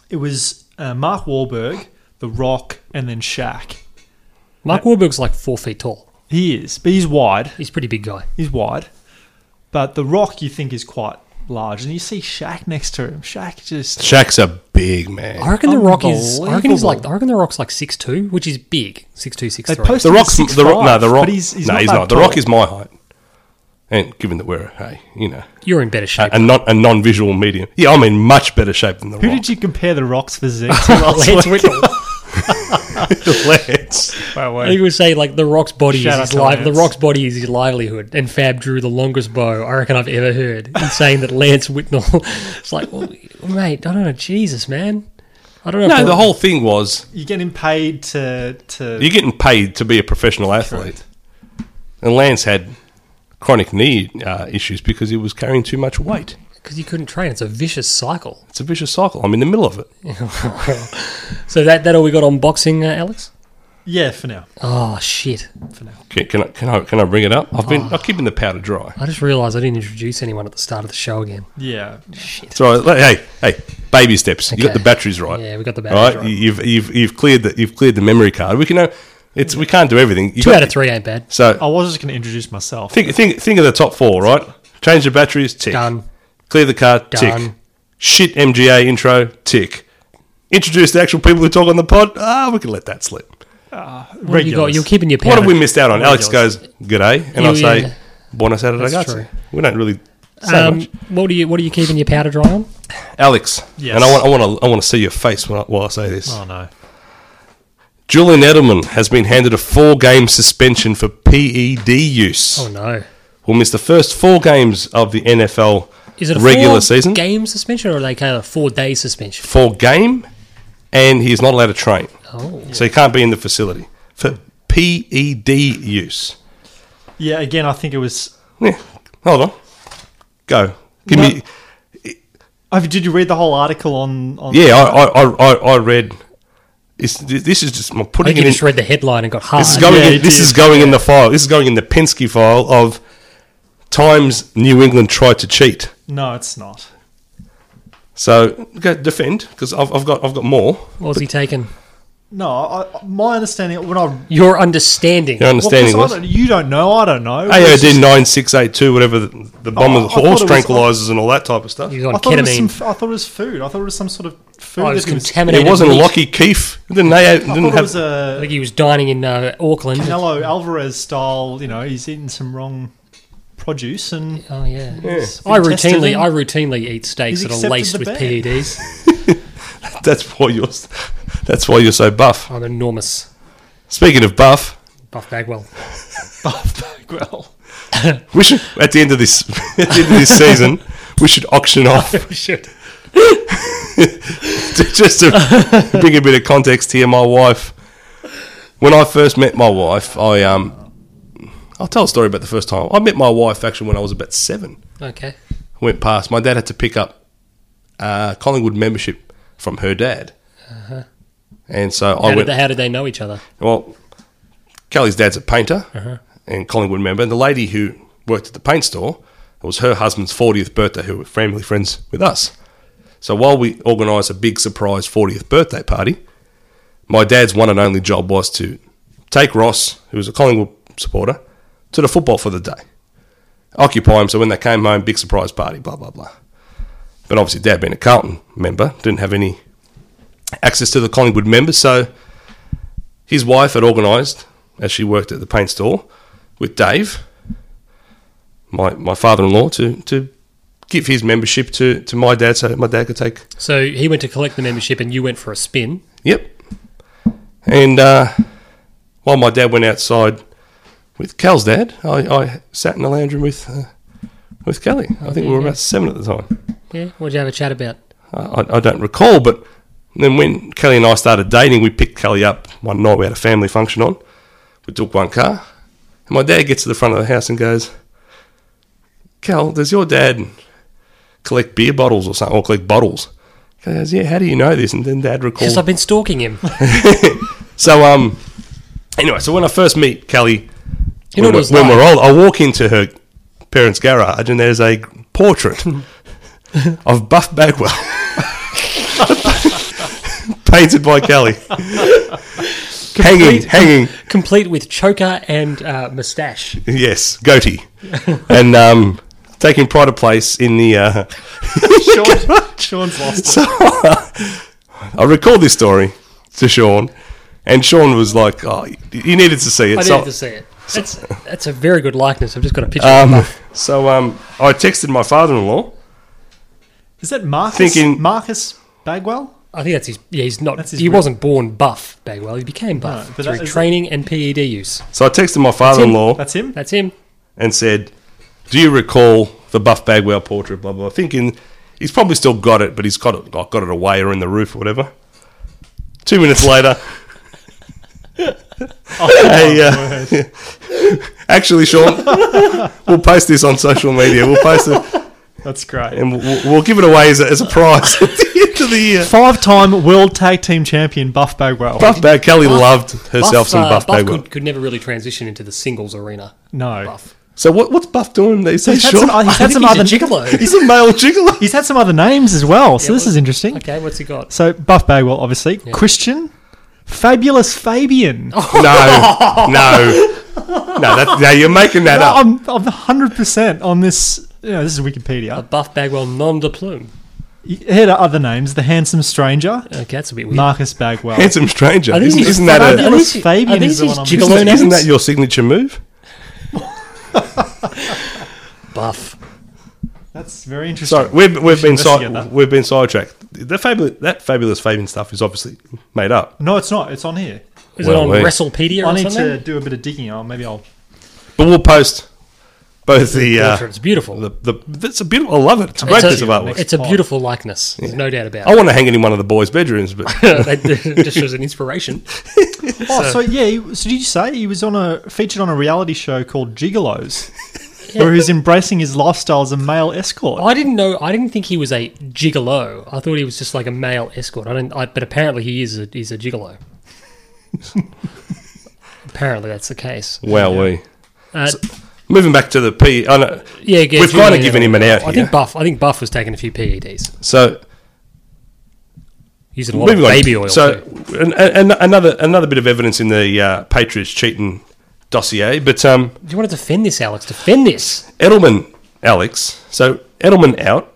S3: it was uh, Mark Wahlberg, The Rock, and then Shaq.
S2: Mark Wahlberg's like four feet tall.
S3: He is, but he's wide.
S2: He's a pretty big guy.
S3: He's wide, but The Rock you think is quite large, and you see Shaq next to him. Shaq just
S1: Shaq's a big man.
S2: I reckon The Rock is. I reckon he's
S3: Unbelievable.
S2: like. I reckon The Rock's like six two, which is big. Six two, six
S3: they
S2: three.
S3: posted
S1: the Rock's
S3: six
S1: the Rock. No,
S3: five,
S1: the Rock.
S3: But he's, he's
S1: no,
S3: not
S1: he's
S3: that
S1: not. The Rock
S3: tall.
S1: is my height. And given that we're, hey, you know,
S2: You're in better
S1: a,
S2: shape.
S1: a, non, a non-visual medium. Yeah, I'm in much better shape than the
S3: Who
S1: Rock.
S3: did you compare the Rock's physique to last
S2: Lance
S3: week?
S2: Whittle.
S1: the Lance.
S3: Wow,
S2: I think
S3: wait.
S2: we say like the Rock's body
S3: Shout out
S2: is his
S3: to
S2: life. The
S3: Lance.
S2: Rock's body is his livelihood, and Fab drew the longest bow I reckon I've ever heard. in saying that Lance Whitnell, it's like, well, mate, I don't know, Jesus, man, I don't know.
S1: No,
S2: if
S1: the whole thing was
S3: You're getting paid to to
S1: you're getting paid to be a professional athlete, and Lance had chronic knee uh, issues because he was carrying too much weight.
S2: because you couldn't train. It's a vicious cycle.
S1: It's a vicious cycle. I'm in the middle of it.
S2: So that that all we got on boxing, uh, Alex.
S3: yeah for now.
S2: Oh shit!
S1: Can, can I can I can I bring it up? I've
S3: Oh.
S1: been I'm keeping the powder dry.
S2: I just realised I didn't introduce anyone at the start of the show again.
S3: Yeah,
S1: It's all right. Hey, hey, baby steps. You got
S2: Okay.
S1: the batteries right.
S2: Yeah, we got the
S1: All right,
S2: batteries
S1: you've
S2: right.
S1: you've you've cleared the you've cleared the memory card. We can know it's we can't do everything. You
S2: Two
S1: got-
S2: out of three ain't bad.
S3: I
S1: So
S3: was just going to introduce myself.
S1: think think think of the top four. Right, change the batteries. Tick.
S2: Done.
S1: Clear the card. Tick.
S2: Done.
S1: Shit MGA intro. Tick. Introduce the actual people who talk on the pod. Ah, we can let that slip.
S2: What have you got?
S3: Regulars.
S2: You're keeping your powder.
S1: What have we missed out on?
S2: Well,
S1: Alex
S2: yours.
S1: goes, "G'day," and
S2: You-
S1: I say,
S2: yeah.
S1: "Buenos Aires,
S2: That's true.
S1: ragazzi." We don't really say
S2: Um,
S1: much.
S2: what are you What are you keeping your powder dry on?
S1: Alex,
S3: Yes.
S1: and I want I want to I want to see your face while I, while I say this.
S3: Oh no.
S1: Julian Edelman has been handed a four-game suspension for PED use.
S2: Oh no!
S1: Will miss the first four games of the NFL
S2: Is it a
S1: regular
S2: four
S1: season.
S2: game suspension or like a four day suspension?
S1: Four game, and he is not allowed to train,
S2: Oh,
S1: so he can't be in the facility for PED use.
S3: Yeah, again, I think it was.
S1: Yeah, hold on, go give
S3: No.
S1: me.
S3: Oh, did you read the whole article on? on
S1: Yeah, I I, I, I, I read. It's, this is just I'm
S2: I
S1: putting
S2: think you
S1: it in.
S2: just read the headline and got hard.
S1: This is going.
S3: Yeah,
S1: in,
S3: it
S1: this
S3: did,
S1: is going in the file. This is going in the Penske file of times New England tried to cheat.
S3: No, it's not.
S1: So go defend because I've, I've got I've got more.
S2: What was he taking?
S3: No, I, my understanding when I well,
S2: Your understanding.
S1: Your
S3: 'cause
S1: understanding Oh,
S3: I
S1: was
S3: don't- you don't know, I don't know. It was
S1: AOD
S3: just-
S1: nine six eight two whatever the, the bomb
S3: Oh,
S1: is
S3: I thought
S1: horse
S3: it was-
S1: tranquilizers and all that type of stuff.
S2: He was on
S3: I thought, it was some,
S2: ketamine.
S3: f- I thought it was food. I thought it was some sort of food.
S2: Oh, it
S3: that
S2: was
S3: he
S2: contaminated.
S1: It wasn't
S2: meat.
S1: Lockie Keefe. Didn't they?
S3: I
S1: Didn't
S3: thought it was
S1: have.
S2: I
S3: a
S2: think he was dining in uh, Auckland.
S3: Canelo Alvarez style. You know, he's eating some wrong produce, and
S2: Oh yeah.
S1: Yes.
S2: I
S3: Been tested
S2: routinely
S3: in-
S2: I routinely eat steaks
S3: He's
S2: that are
S3: accepted
S2: laced
S3: the
S2: with
S3: ban.
S2: PEDs.
S1: That's why you're. s- That's why you're so buff.
S2: I'm enormous.
S1: Speaking of buff,
S2: Buff Bagwell.
S3: well,
S1: we should at the end of this at the end of this season we should auction off
S3: Oh,
S2: Shit.
S1: to- just to bring a bit of context here, my wife. When I first met my wife, I um, I'll tell a story about the first time I met my wife. Actually, when I was about seven,
S2: Okay.
S1: went past. My dad had to pick up uh, Collingwood membership from her dad, and so
S2: How
S1: I
S2: did,
S1: went.
S2: they, how did they know each other?
S1: Well, Kelly's dad's a painter and Collingwood member. And the lady who worked at the paint store, it was her husband's 40th birthday, who were family friends with us. So while we organised a big surprise 40th birthday party, my dad's one and only job was to take Ross, who was a Collingwood supporter, to the football for the day. Occupy him so when they came home, big surprise party, blah, blah, blah. But obviously, Dad being a Carlton member, didn't have any access to the Collingwood members, so his wife had organised, as she worked at the paint store, with Dave, my my father-in-law, to to give his membership to to my dad, so my dad could take.
S2: So he went to collect the membership and you went for a spin.
S1: Yep. And uh, while my dad went outside with Cal's dad, I, I sat in the lounge room with uh, with Kelly. I think we were about seven at the time.
S2: Yeah. What'd you have a chat about?
S1: I, Uh, I- I don't recall, but then when Kelly and I started dating, we picked Kelly up one night. We had a family function on. We took one car. And my dad gets to the front of the house and goes, Cal, does your dad collect beer bottles or something, or collect bottles? Kelly goes, yeah, how do you know this? And then dad recalls.
S2: Because I've been stalking him.
S1: So, um, anyway, so when I first meet Kelly,
S2: You
S1: when,
S2: know what it
S1: we're,
S2: was
S1: when
S2: like?
S1: we're old, I walk into her parents' garage and there's a portrait of Buff Bagwell. Painted by Kelly, hanging, hanging,
S2: Complete with choker and uh, moustache.
S1: yes, goatee, and um, taking pride of place in the uh,
S3: Sean, Sean's lost.
S1: So I recall this story to Sean, and Sean was like, "Oh, you needed to see it."
S2: I
S1: so
S2: needed to see it. That's that's a very good likeness. I've just got a picture. of
S1: Um,
S2: it.
S1: so um, I texted my father-in-law.
S3: Is that Marcus?
S1: Thinking-
S3: Marcus Bagwell?
S2: I think that's his. Yeah, he's not.
S3: That's his
S2: he
S3: real-
S2: wasn't born buff, Bagwell. He became buff
S3: No, but
S2: through
S3: that is-
S2: training and PED use.
S1: So I texted my father-in-law
S3: That's him.
S2: That's him.
S1: and said, "Do you recall the Buff Bagwell portrait?" Blah blah. blah. Thinking he's probably still got it, but he's got it like, got it away or in the roof or whatever. Two minutes later,
S2: Oh,
S1: hey, uh, actually, Sean, we'll post this on social media. We'll post it
S3: That's great.
S1: and we'll, we'll give it away as a, as a prize at the end of the year.
S3: Five-time world tag team champion Buff Bagwell.
S1: Buff Bag Kelly loved herself
S2: Buff,
S1: some
S2: uh,
S1: Buff,
S2: buff
S1: Bagwell.
S2: could, could never really transition into the singles arena.
S3: no,
S2: Buff.
S1: So what, what's Buff doing these days?
S3: He's had
S1: Sean?
S3: some- he's
S2: I
S3: had
S2: think
S3: some
S2: he's
S3: other.
S2: a gigolo.
S1: He's a male gigolo.
S3: He's had some other names as well, so
S2: Yeah,
S3: this
S2: well-
S3: is interesting.
S2: Okay, what's he got?
S3: So Buff Bagwell, obviously Christian, fabulous Fabian.
S1: No, no, no. That, now you're making that up.
S3: I'm I'm hundred percent on this. You know, this is Wikipedia.
S2: Buff Bagwell nom de plume.
S3: Here are other names: the handsome stranger,
S2: Okay, that's a bit weird.
S3: Marcus Bagwell.
S1: Handsome stranger.
S2: I think
S1: Isn't,
S2: he's
S1: isn't that a,
S2: I think
S3: Fabulous
S2: he-
S3: Fabian
S2: I think
S3: is the
S2: he's
S3: one I'm
S2: gigolo
S1: isn't, isn't that
S2: nouns.
S1: your signature move?
S2: Buff.
S3: That's very interesting.
S1: Sorry, we've, we've
S3: should
S1: been
S3: investigate
S1: side,
S3: that.
S1: we've been sidetracked. The fabulous that fabulous Fabian stuff is obviously made up.
S3: No, it's not. It's on here.
S2: Is
S1: Well,
S2: it on
S1: wait.
S2: Wrestlepedia or
S3: I need
S2: something?
S3: to do a bit of digging. I'll maybe I'll.
S1: But we'll post both the uh,
S2: Portrait. It's beautiful.
S1: the the. That's a beautiful. I love it. It's Oh. a great
S2: It's a-
S1: piece of artwork.
S2: It's a beautiful likeness. There's no doubt about
S1: I
S2: it.
S1: want to hang it in one of the boys' bedrooms, but
S2: that just shows an inspiration.
S3: Oh, so, yeah. He, so did you say he was on a featured on a reality show called Gigolos, where he's embracing his lifestyle as a male escort?
S2: I didn't know. I didn't think he was a gigolo. I thought he was just like a male escort. I didn't. I, but apparently he is. A, he's a gigolo. apparently that's the case.
S1: wow, we
S2: Uh,
S1: moving back to the P. Oh, no,
S2: yeah, yeah,
S1: we've
S2: Julian
S1: kind of
S2: Edelman.
S1: given him an out
S2: I
S1: here.
S2: think Buff. I think Buff was taking a few PEDs,
S1: so
S2: using a lot of
S1: Moving on.
S2: baby oil.
S1: So,
S2: too.
S1: an, an, another another bit of evidence in the uh, Patriots cheating dossier, but um,
S2: do you want to defend this, Alex? Defend this.
S1: Edelman, Alex. So Edelman out.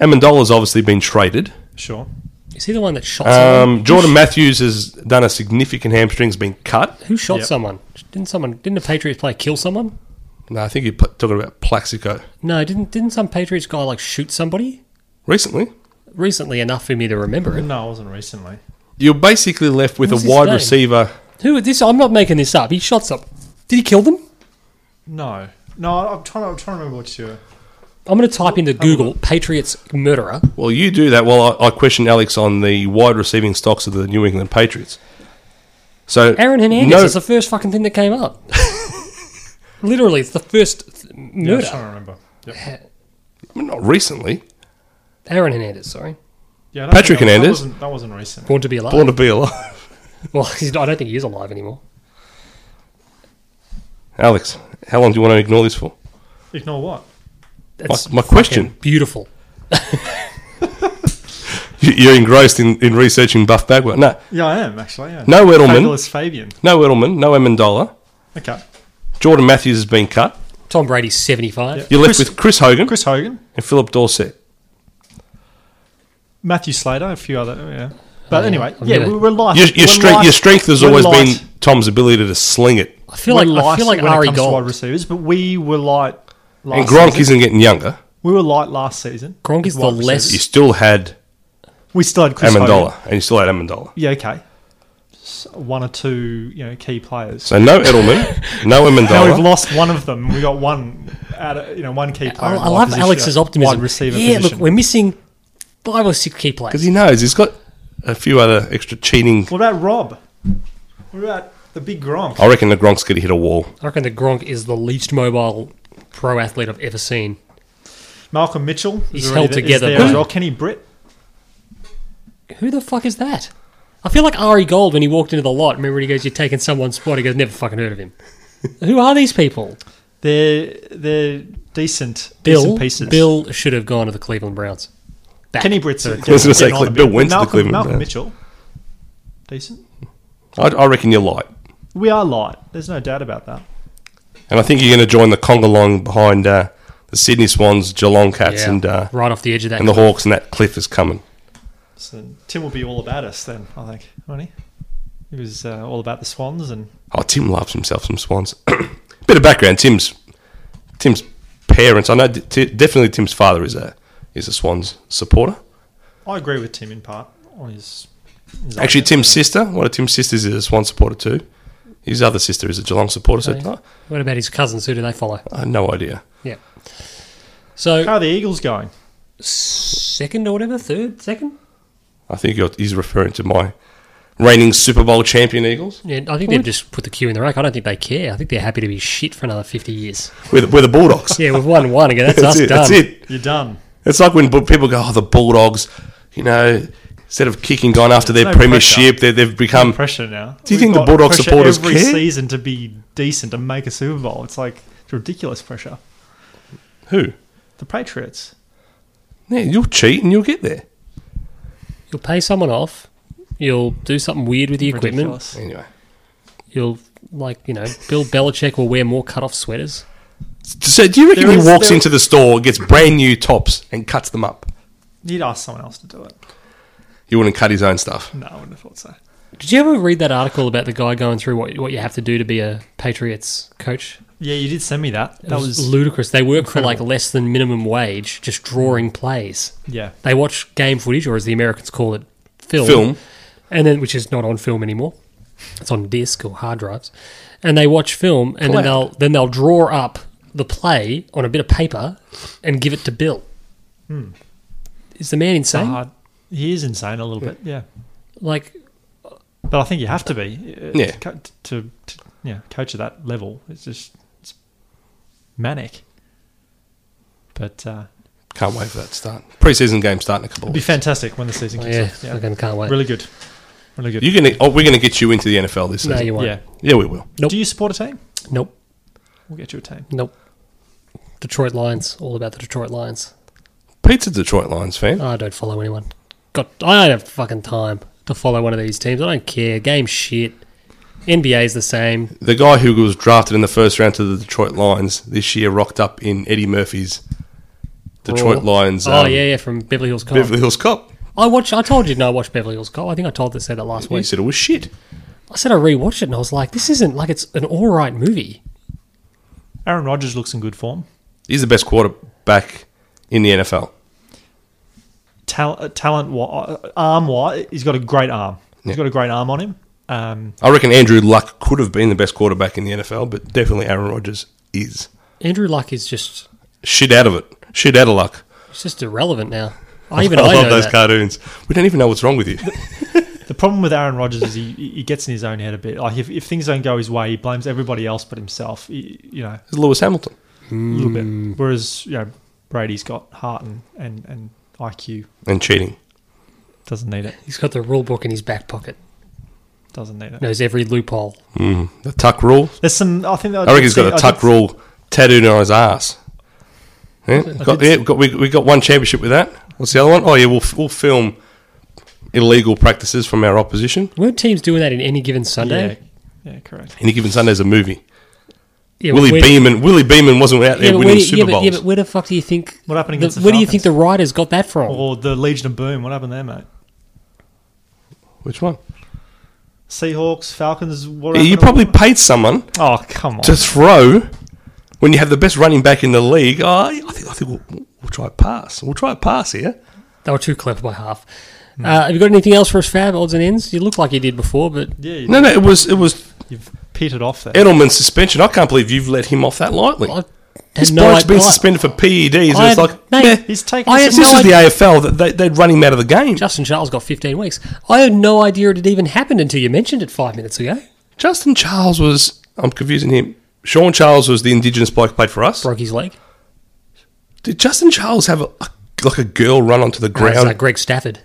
S1: Amendola's obviously been traded.
S3: sure.
S2: Is he the one that shot someone?
S1: Um, Jordan Matthews has done a significant hamstring's been cut.
S2: Who shot
S3: Yep.
S2: someone? Didn't someone? Didn't a Patriots player kill someone?
S1: No, I think you're pl- talking about Plaxico
S2: No, didn't. Didn't some Patriots guy like shoot somebody
S1: recently.
S2: recently enough for me to remember it?
S3: No, it wasn't recently.
S1: You're basically left with
S2: What's
S1: a
S2: his
S1: wide
S2: name?
S1: receiver.
S2: Who? This I'm not making this up. He shot some. Did he kill them?
S3: No, no. I'm trying. To, I'm trying to remember what you.
S2: I'm going to type into Google Patriots murderer.
S1: Well, you do that while I, I question Alex on the wide receiving stocks of the New England Patriots. So
S2: Aaron Hernandez
S1: no-
S2: is the first fucking thing that came up. Literally, it's the first th-
S3: Yeah, I'm
S2: murder.
S3: trying to remember. Yep.
S1: not recently.
S2: Aaron Hernandez, sorry.
S3: Yeah, I don't
S1: Patrick
S3: think that-
S1: Hernandez?
S3: That wasn't, that wasn't recent.
S2: Born to be alive.
S1: Born to be alive.
S2: well, he's not, I don't think he is alive anymore.
S1: Alex, how long do you want to ignore this for?
S3: Ignore what?
S2: That's
S1: my question.
S2: fucking Beautiful.
S1: You- You're engrossed in, in researching Buff Bagwell. No,
S3: Yeah, I am actually. Yeah.
S1: No Edelman.
S3: Fabulous Fabian.
S1: no Edelman, no Amendola.
S3: Okay.
S1: Jordan Matthews has been cut.
S2: Tom Brady's 75.
S3: Yeah.
S1: You're left
S3: Chris-
S1: with Chris Hogan
S3: Chris Hogan,
S1: and Philip Dorset.
S3: Matthew Slater, a few other. Yeah. But
S2: yeah.
S3: anyway,
S2: I'm
S3: yeah,
S2: gonna-
S3: we we're light.
S1: Oh, Your, your,
S3: we're
S1: strength,
S3: light-
S1: your strength has
S3: we're
S1: always
S3: light- Oh,
S1: been Tom's ability to sling it.
S2: I feel
S3: we're
S2: like I
S3: light
S2: feel like
S3: when it
S2: Ari
S3: comes to wide
S2: Gold.
S3: receivers, but we were light. Last
S1: And Gronk
S3: season.
S1: isn't getting younger.
S3: We were light last season.
S2: Gronk is
S3: with wide
S2: the less-
S1: You
S3: receivers.
S1: still had
S3: We still had Chris Hogan.
S1: Amendola, and you still had Amendola.
S3: Yeah. Okay. S one or two, you know, key players.
S1: So no Edelman, no
S3: now we've
S1: Amendola.
S3: lost one of them. We got one out of you know one key player.
S2: I,
S3: in
S2: I
S3: wide
S2: love
S3: position,
S2: Alex's
S3: uh,
S2: optimism.
S3: Wide receiver
S2: yeah,
S3: position.
S2: look, we're missing five or six key players.
S1: Because he knows he's got a few other extra cheating.
S3: What about Rob? What about the big
S2: Oh.
S3: Gronk?
S1: I reckon the Gronk's going to hit a wall.
S2: I reckon the Gronk is the least mobile pro athlete I've ever seen.
S3: Malcolm Mitchell. is
S2: He's
S3: already
S2: held
S3: there- is
S2: together
S3: there
S2: by-
S3: as well. Kenny Britt.
S2: Who the fuck is that? I feel like Ari Gold when he walked into the lot. Remember when he goes, "You're taking someone's spot." He goes, "Never fucking heard of him." Who are these people?
S3: They're they're decent,
S2: Bill.
S3: decent pieces.
S2: Bill should have gone to the Cleveland Browns. Back.
S3: Kenny Britt's. I
S1: was gonna say Cle- Bill went to the
S3: Malcolm,
S1: Cleveland
S3: Malcolm
S1: Browns.
S3: Mitchell. Decent.
S1: I, I reckon you're light.
S3: We are light. There's no doubt about that.
S1: And I think you're going to join the conga line behind uh, the Sydney Swans, Geelong Cats,
S2: Yeah,
S1: and uh,
S2: right off the edge of that.
S1: and the Hawks, and that cliff is coming.
S3: So Tim will be all about us then. I think, won't he? He was uh, all about the Swans and
S1: Oh, Tim loves himself some swans. Bit of background: Tim's Tim's parents. I know t- definitely Tim's father is a is a Swans supporter.
S3: I agree with Tim in part on his. his
S1: Actually,
S3: argument.
S1: Tim's sister, one of Tim's sisters, is a Swan supporter too. His other sister is a Geelong supporter. So
S2: Okay. What about his cousins? Who do they follow?
S1: I have no idea.
S2: Yeah. So
S3: How are the Eagles going?
S2: second or whatever, third, second.
S1: I think you're, he's referring to my reigning Super Bowl champion Eagles.
S2: Yeah, I think they've just put the queue in the rack. I don't think they care. I think they're happy to be shit for another fifty years.
S1: We're the, we're the Bulldogs.
S2: Yeah, we've won one again. That's,
S1: that's
S2: us
S1: it.
S2: done.
S1: That's it.
S3: You're done.
S1: It's like when bu- people go, "Oh, the Bulldogs," you know, instead of kicking gone after their
S3: No
S1: premiership, they, they've become
S3: pressure now.
S1: Do you
S3: We've
S1: think the
S3: got
S1: Bulldog
S3: pressure
S1: supporters
S3: every
S1: care?
S3: season to be decent and make a Super Bowl? It's like it's ridiculous pressure.
S1: who?
S3: The Patriots.
S1: Yeah, you'll cheat and you'll get there.
S2: You'll pay someone off. You'll do something weird with the equipment.
S3: Ridiculous.
S1: Anyway,
S2: You'll like you know, Bill Belichick will wear more cut-off sweaters.
S1: so do you reckon
S3: There
S1: he
S3: is-
S1: walks
S3: there-
S1: into the store, gets brand new tops, and cuts them up?
S3: You'd ask someone else to do it.
S1: He wouldn't cut his own stuff.
S3: No, I wouldn't have thought so.
S2: Did you ever read that article about the guy going through what what you have to do to be a Patriots coach?
S3: Yeah, you did send me that.
S2: It
S3: That
S2: was,
S3: was
S2: ludicrous. They work for like less than minimum wage, just drawing plays.
S3: yeah.
S2: They watch game footage, or as the Americans call it, film.
S1: Film.
S2: and then which is not on film anymore. It's on disk or hard drives, and they watch film, and
S1: Cloud.
S2: then they'll then they'll draw up the play on a bit of paper and give it to Bill. Is the man insane?
S3: Hard. He is insane a little bit. Yeah,
S2: Like
S3: but I think you have to be. uh,
S1: Yeah.
S3: to, co- to, to yeah coach at that level. It's just it's manic. But uh,
S1: Can't wait for that to start. Preseason game starting in a couple.
S3: it'd
S1: of
S3: be
S1: weeks.
S3: fantastic when the season
S2: oh,
S3: kicks
S2: yeah,
S3: off.
S2: I fucking can't wait.
S3: Really good. Really good.
S1: You're gonna, oh, we're gonna get you into the NFL this
S2: No,
S1: season.
S2: you won't.
S3: yeah.
S1: yeah, we will.
S2: Nope.
S3: Do you support a team?
S2: Nope.
S3: We'll get you a team.
S2: Nope. Detroit Lions, all about the Detroit Lions.
S1: Pete's a Detroit Lions fan.
S2: I don't follow anyone. God, I don't have fucking time to follow one of these teams. I don't care. Game shit. NBA's the same.
S1: The guy who was drafted in the first round to the Detroit Lions this year rocked up in Eddie Murphy's Detroit
S2: Raw.
S1: Lions.
S2: Oh
S1: um,
S2: yeah, yeah, from Beverly Hills Cop.
S1: Beverly Hills Cop.
S2: I watch. I told you, no, I watched Beverly Hills Cop. I think I told that said that last
S1: He
S2: week.
S1: said it was shit.
S2: I said I rewatched it and I was like, this isn't like it's an all right movie.
S3: Aaron Rodgers looks in good form.
S1: He's the best quarterback in the NFL.
S3: Tal- uh, talent, wa- uh, arm wise, he's got a great arm. He's
S1: Yeah.
S3: got a great arm on him. Um,
S1: I reckon Andrew Luck could have been the best quarterback in the NFL, but definitely Aaron Rodgers is.
S2: Andrew Luck is just
S1: Shit out of it. Shit out of luck.
S2: it's just irrelevant now. I even I,
S1: I love
S2: know
S1: those
S2: that.
S1: cartoons. We don't even know what's wrong with you.
S3: the problem with Aaron Rodgers is he, he gets in his own head a bit. Like if, if things don't go his way, he blames everybody else but himself. He- you know,
S1: It's Lewis Hamilton.
S3: a little
S1: Mm.
S3: bit. Whereas you know, Brady's got heart and, and, and IQ.
S1: And cheating.
S3: Doesn't need it.
S2: He's got the rule book in his back pocket.
S3: Doesn't need it.
S2: Knows every loophole.
S1: Mm. The tuck rule.
S3: There's some. I think.
S1: I reckon he's got a tuck
S3: rule.
S1: rule tattooed on his ass. Yeah, got, yeah, got, we, we got one championship with that. What's the other one? Oh, yeah, we'll, we'll film illegal practices from our opposition.
S2: Weren't teams doing that in any given
S3: Yeah,
S2: Sunday?
S3: yeah, correct.
S1: Any given Sunday's a movie.
S2: Yeah,
S1: Willie
S2: where-
S1: Beeman Willie Beeman wasn't out there
S2: Yeah, but
S1: winning
S2: where, yeah,
S1: Super
S2: but,
S1: Bowls.
S2: yeah, but where the fuck do you think?
S3: What happened
S2: the-
S3: against the
S2: where do you think the
S3: Falcons?
S2: writers got that from?
S3: Or the Legion of Boom. What happened there, mate?
S1: Which one?
S3: Seahawks, Falcons. What
S1: Yeah, you
S3: happened?
S1: probably paid someone
S3: Oh come on.
S1: to throw when you have the best running back in the league. Oh, I think, I think we'll, we'll try a pass. We'll try a pass here.
S2: They were too clever by half.
S3: Hmm.
S2: Uh, have you got anything else for us, Fab? Odds and ends. You look like you did before, but
S3: yeah, you,
S1: No, no, it was it was
S3: you've petered off there.
S1: Edelman's suspension. I can't believe you've let him off that lightly.
S2: I
S1: This
S2: had no
S1: bloke's been
S2: idea.
S1: suspended for PEDs, and
S2: I
S1: it's
S2: had-
S1: like,
S2: mate,
S1: meh.
S3: He's taken.
S2: I had
S1: this
S2: no
S1: is the AFL that they, they'd run him out of the game.
S2: Justin Charles got 15 weeks. I had no idea it had even happened until you mentioned it five minutes ago.
S1: Justin Charles was. I'm confusing him. Sean Charles was the Indigenous bloke who played for us.
S2: Broke his leg.
S1: Did Justin Charles have a, a- like a girl run onto the
S2: It's
S1: ground
S2: like Uh, Greg Stafford.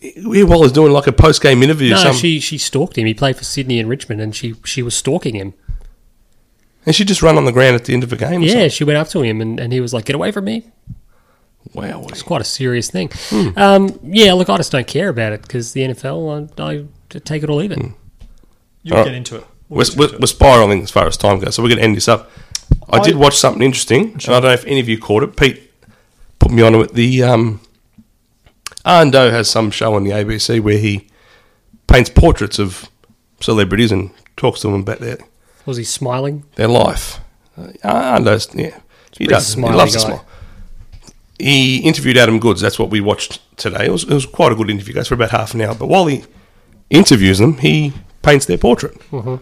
S1: Yeah, while he was doing like a post game interview? or
S2: No,
S1: some,
S2: she, she stalked him. He played for Sydney and Richmond, and she, she was stalking him.
S1: and she just ran on the ground at the end of the game. Or
S2: Yeah, she went up to him, and, and he was like, Get away from me.
S1: something? Wow.
S2: It's quite a serious thing.
S1: Hmm.
S2: Um, yeah, look, I just don't care about it because the NFL, I, I take it or leave it.
S1: Hmm.
S3: You'll
S1: Alright.
S3: get into it. We'll
S1: We're,
S3: get into
S1: we're,
S3: it.
S1: we're spiraling as far as time goes, so we're going to end this up. I, did watch something interesting, and I don't know if any of you caught it. Pete put me onto it. The um, Arndo has some show on the ABC where he paints portraits of celebrities and talks to them about their,
S2: Was he smiling?
S1: their life. Uh, I those, yeah, he
S2: pretty
S1: does. He
S2: smiley
S1: loves to
S2: guy.
S1: smile. He interviewed Adam Goods. That's what we watched today. It was, it was quite a good interview, guys, for about half an hour. But while he interviews them, he paints their portrait.
S2: Mm-hmm.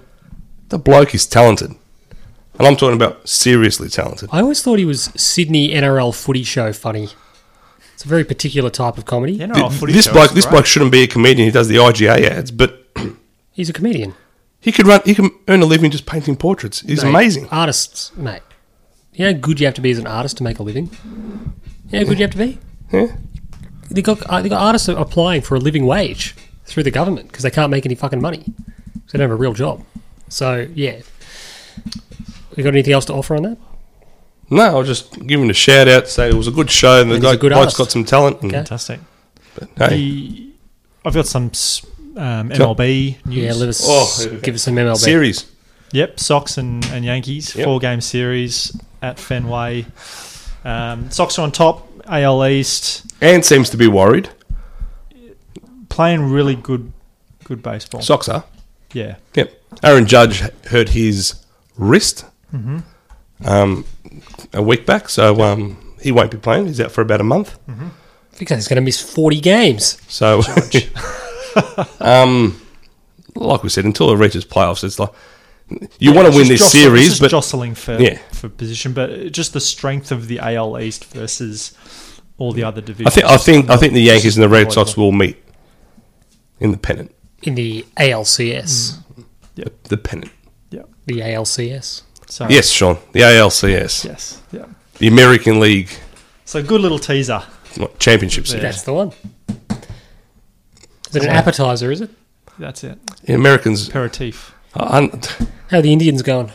S1: The bloke is talented. And I'm talking about seriously talented.
S2: I always thought he was Sydney NRL footy show funny. It's a very particular type of comedy.
S3: You
S1: Th-
S3: know, footy
S1: this
S3: show
S1: bloke,
S3: is
S1: this
S3: great.
S1: bloke shouldn't be a comedian. He does the IGA ads, but
S2: He's a comedian.
S1: he could run. He can earn a living just painting portraits. He's
S2: Mate,
S1: amazing.
S2: Artists, mate. You know how good you have to be as an artist to make a living? You know how good you have to be?
S1: Yeah.
S2: They got, uh, they got artists are applying for a living wage through the government because they can't make any fucking money. 'Cause they don't have a real job. So, yeah. We got anything else to offer on that?
S1: No, I'll just give him a shout out. Say it was a good show, and the
S2: And he's
S1: guy,
S2: a good
S1: bloke's
S2: artist.
S1: got some talent. And,
S2: Okay.
S3: Fantastic.
S1: hey,
S3: The- I've got some s- um, MLB news.
S2: Yeah, live us,
S1: Oh,
S2: give us some MLB.
S1: series.
S3: Yep, Sox and, and Yankees,
S1: Yep.
S3: four game series at Fenway. Um, Sox are on top, AL East,
S1: Anne seems to be worried.
S3: playing really good good baseball.
S1: Socks are.
S3: yeah.
S1: Yep. Aaron Judge hurt his wrist
S3: Mm-hmm.
S1: um, a week back, so um, he won't be playing. He's out for about a month.
S2: I think he's going to miss 40 games.
S1: So, um, like we said, until it reaches playoffs, it's like you want to
S3: It's
S1: win this
S3: just jostling- it's
S1: series,
S3: just
S1: but
S3: jostling for
S1: Yeah.
S3: for position, but just the strength of the AL East versus all the other
S1: I
S3: divisions.
S1: think I think I think the Yankees and the Red
S3: Unbelievable.
S1: Sox will meet in the pennant.
S2: In the ALCS.
S1: The pennant.
S2: The ALCS.
S3: So,
S1: Yes, Sean. The ALCS,
S3: yes, yeah.
S1: the American League
S3: So good little teaser.
S1: what, Championship Series.
S2: That's the one. Is it an appetizer, is it?
S3: That's it.
S1: The Americans.
S3: Aperitif.
S1: are un-
S2: How are the Indians going?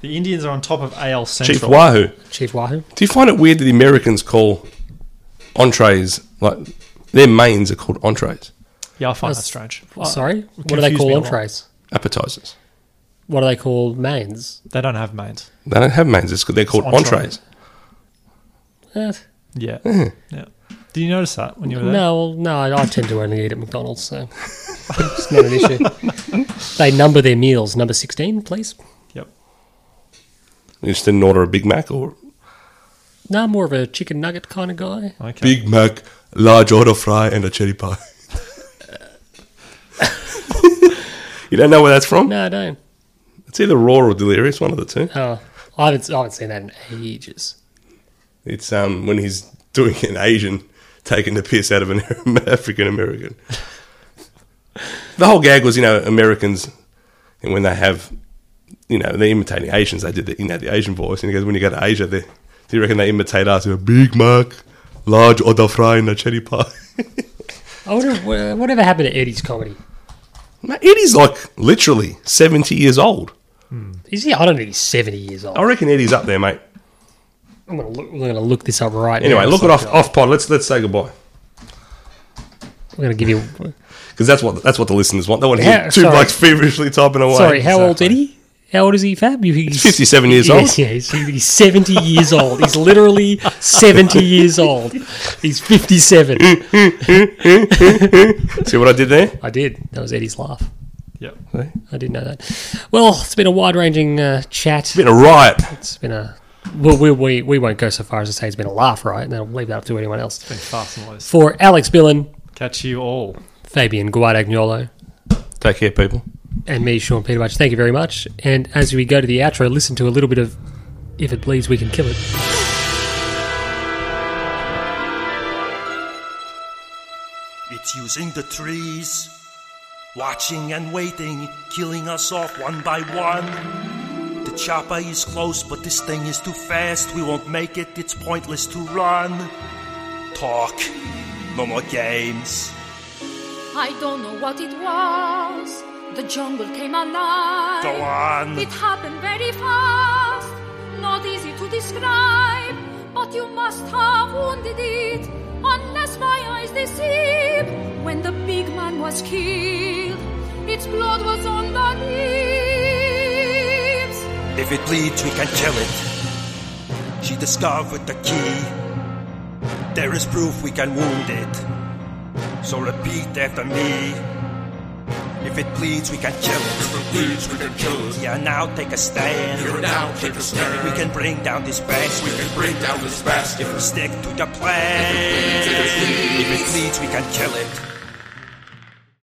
S3: The Indians are on top of AL Central.
S1: Chief Wahoo.
S2: Chief Wahoo?
S1: Do you find it weird that the Americans call entrees like their mains are called entrees,
S3: Yeah, I find that
S2: That's-
S3: strange.
S2: Sorry?
S3: It
S2: What do they
S3: Uh, confused me
S2: call
S3: a lot.
S2: entrees?
S1: appetizers?
S2: What do they call mains?
S3: They don't have mains.
S1: They don't have mains. It's, they're called
S3: entree.
S1: entrees.
S2: Eh,
S3: Yeah. yeah. Did you notice that when you were there?
S2: no, well, no, I I tend to only eat at McDonald's, so it's not an issue. they number their meals. Number 16, please.
S3: Yep.
S1: You just didn't order a Big Mac or
S2: No, I'm more of a chicken nugget kind of guy.
S3: Okay.
S1: Big Mac, large order fry, and a cherry pie. you don't know where that's from?
S2: No, I don't.
S1: It's either raw or delirious, one of the two.
S2: Oh, I haven't, I haven't seen that in ages.
S1: It's um when he's doing an Asian taking the piss out of an African American. the whole gag was, you know, Americans and when they have you know, they're imitating Asians, they did the you know, the Asian voice and he goes, When you go to Asia they do you reckon they imitate us with a Big Mac, large order fry and a cherry pie?
S2: I wonder wh- whatever happened to Eddie's comedy.
S1: Mate, it is like literally seventy years old.
S2: Is he? I don't think he's seventy years old.
S1: I reckon Eddie's up there, mate.
S2: I'm gonna look, we're gonna look this up right now.
S1: Anyway, look
S2: So
S1: it off off pod. Let's let's say goodbye
S2: We're gonna give you.
S1: because that's what that's what the listeners want. They want to
S2: Yeah,
S1: hear two
S2: sorry.
S1: blokes feverishly typing away.
S2: Sorry, how old's Eddie? How old is he, Fab? You, he's
S1: 57 years
S2: Yes,
S1: old.
S2: Yeah, he's, he's seventy years old. He's literally seventy years old. He's fifty-seven.
S1: See what I did there?
S2: I did. That was Eddie's laugh.
S3: Yep.
S2: I didn't know that. Well, it's been a wide-ranging uh, chat.
S1: been a riot.
S2: It's been a. Well, we, we, we won't go so far as to say it's been a laugh, right? And I'll leave that up to anyone else.
S3: Been fast and loose.
S2: For Alex Billen,
S3: Catch you all.
S2: Fabian Guadagnolo,
S1: Take care, people.
S2: and me, Sean Peterwatch. Thank you very much. And as we go to the outro, listen to a little bit of If It Bleeds, We Can Kill It.
S5: It's using the trees, watching and waiting, killing us off one by one. The chopper is close, but this thing is too fast. We won't make it, it's pointless to run. Talk, no more games.
S6: I don't know what it was. The jungle came alive.
S5: Go on.
S6: It happened very fast. Not easy to describe, but you must have wounded it. Unless my eyes deceive. When the big man was killed, its blood was on the leaves.
S5: If it bleeds, we can kill it. She discovered the key. There is proof we can wound it. So repeat after me. If it bleeds, we can kill it.
S7: Please, we can kill it.
S5: Here now, take a stand.
S7: Here now, take a stand.
S5: We can bring down this best.
S7: we can break down this basket.
S5: Stick to the plan. If it bleeds, we can kill it.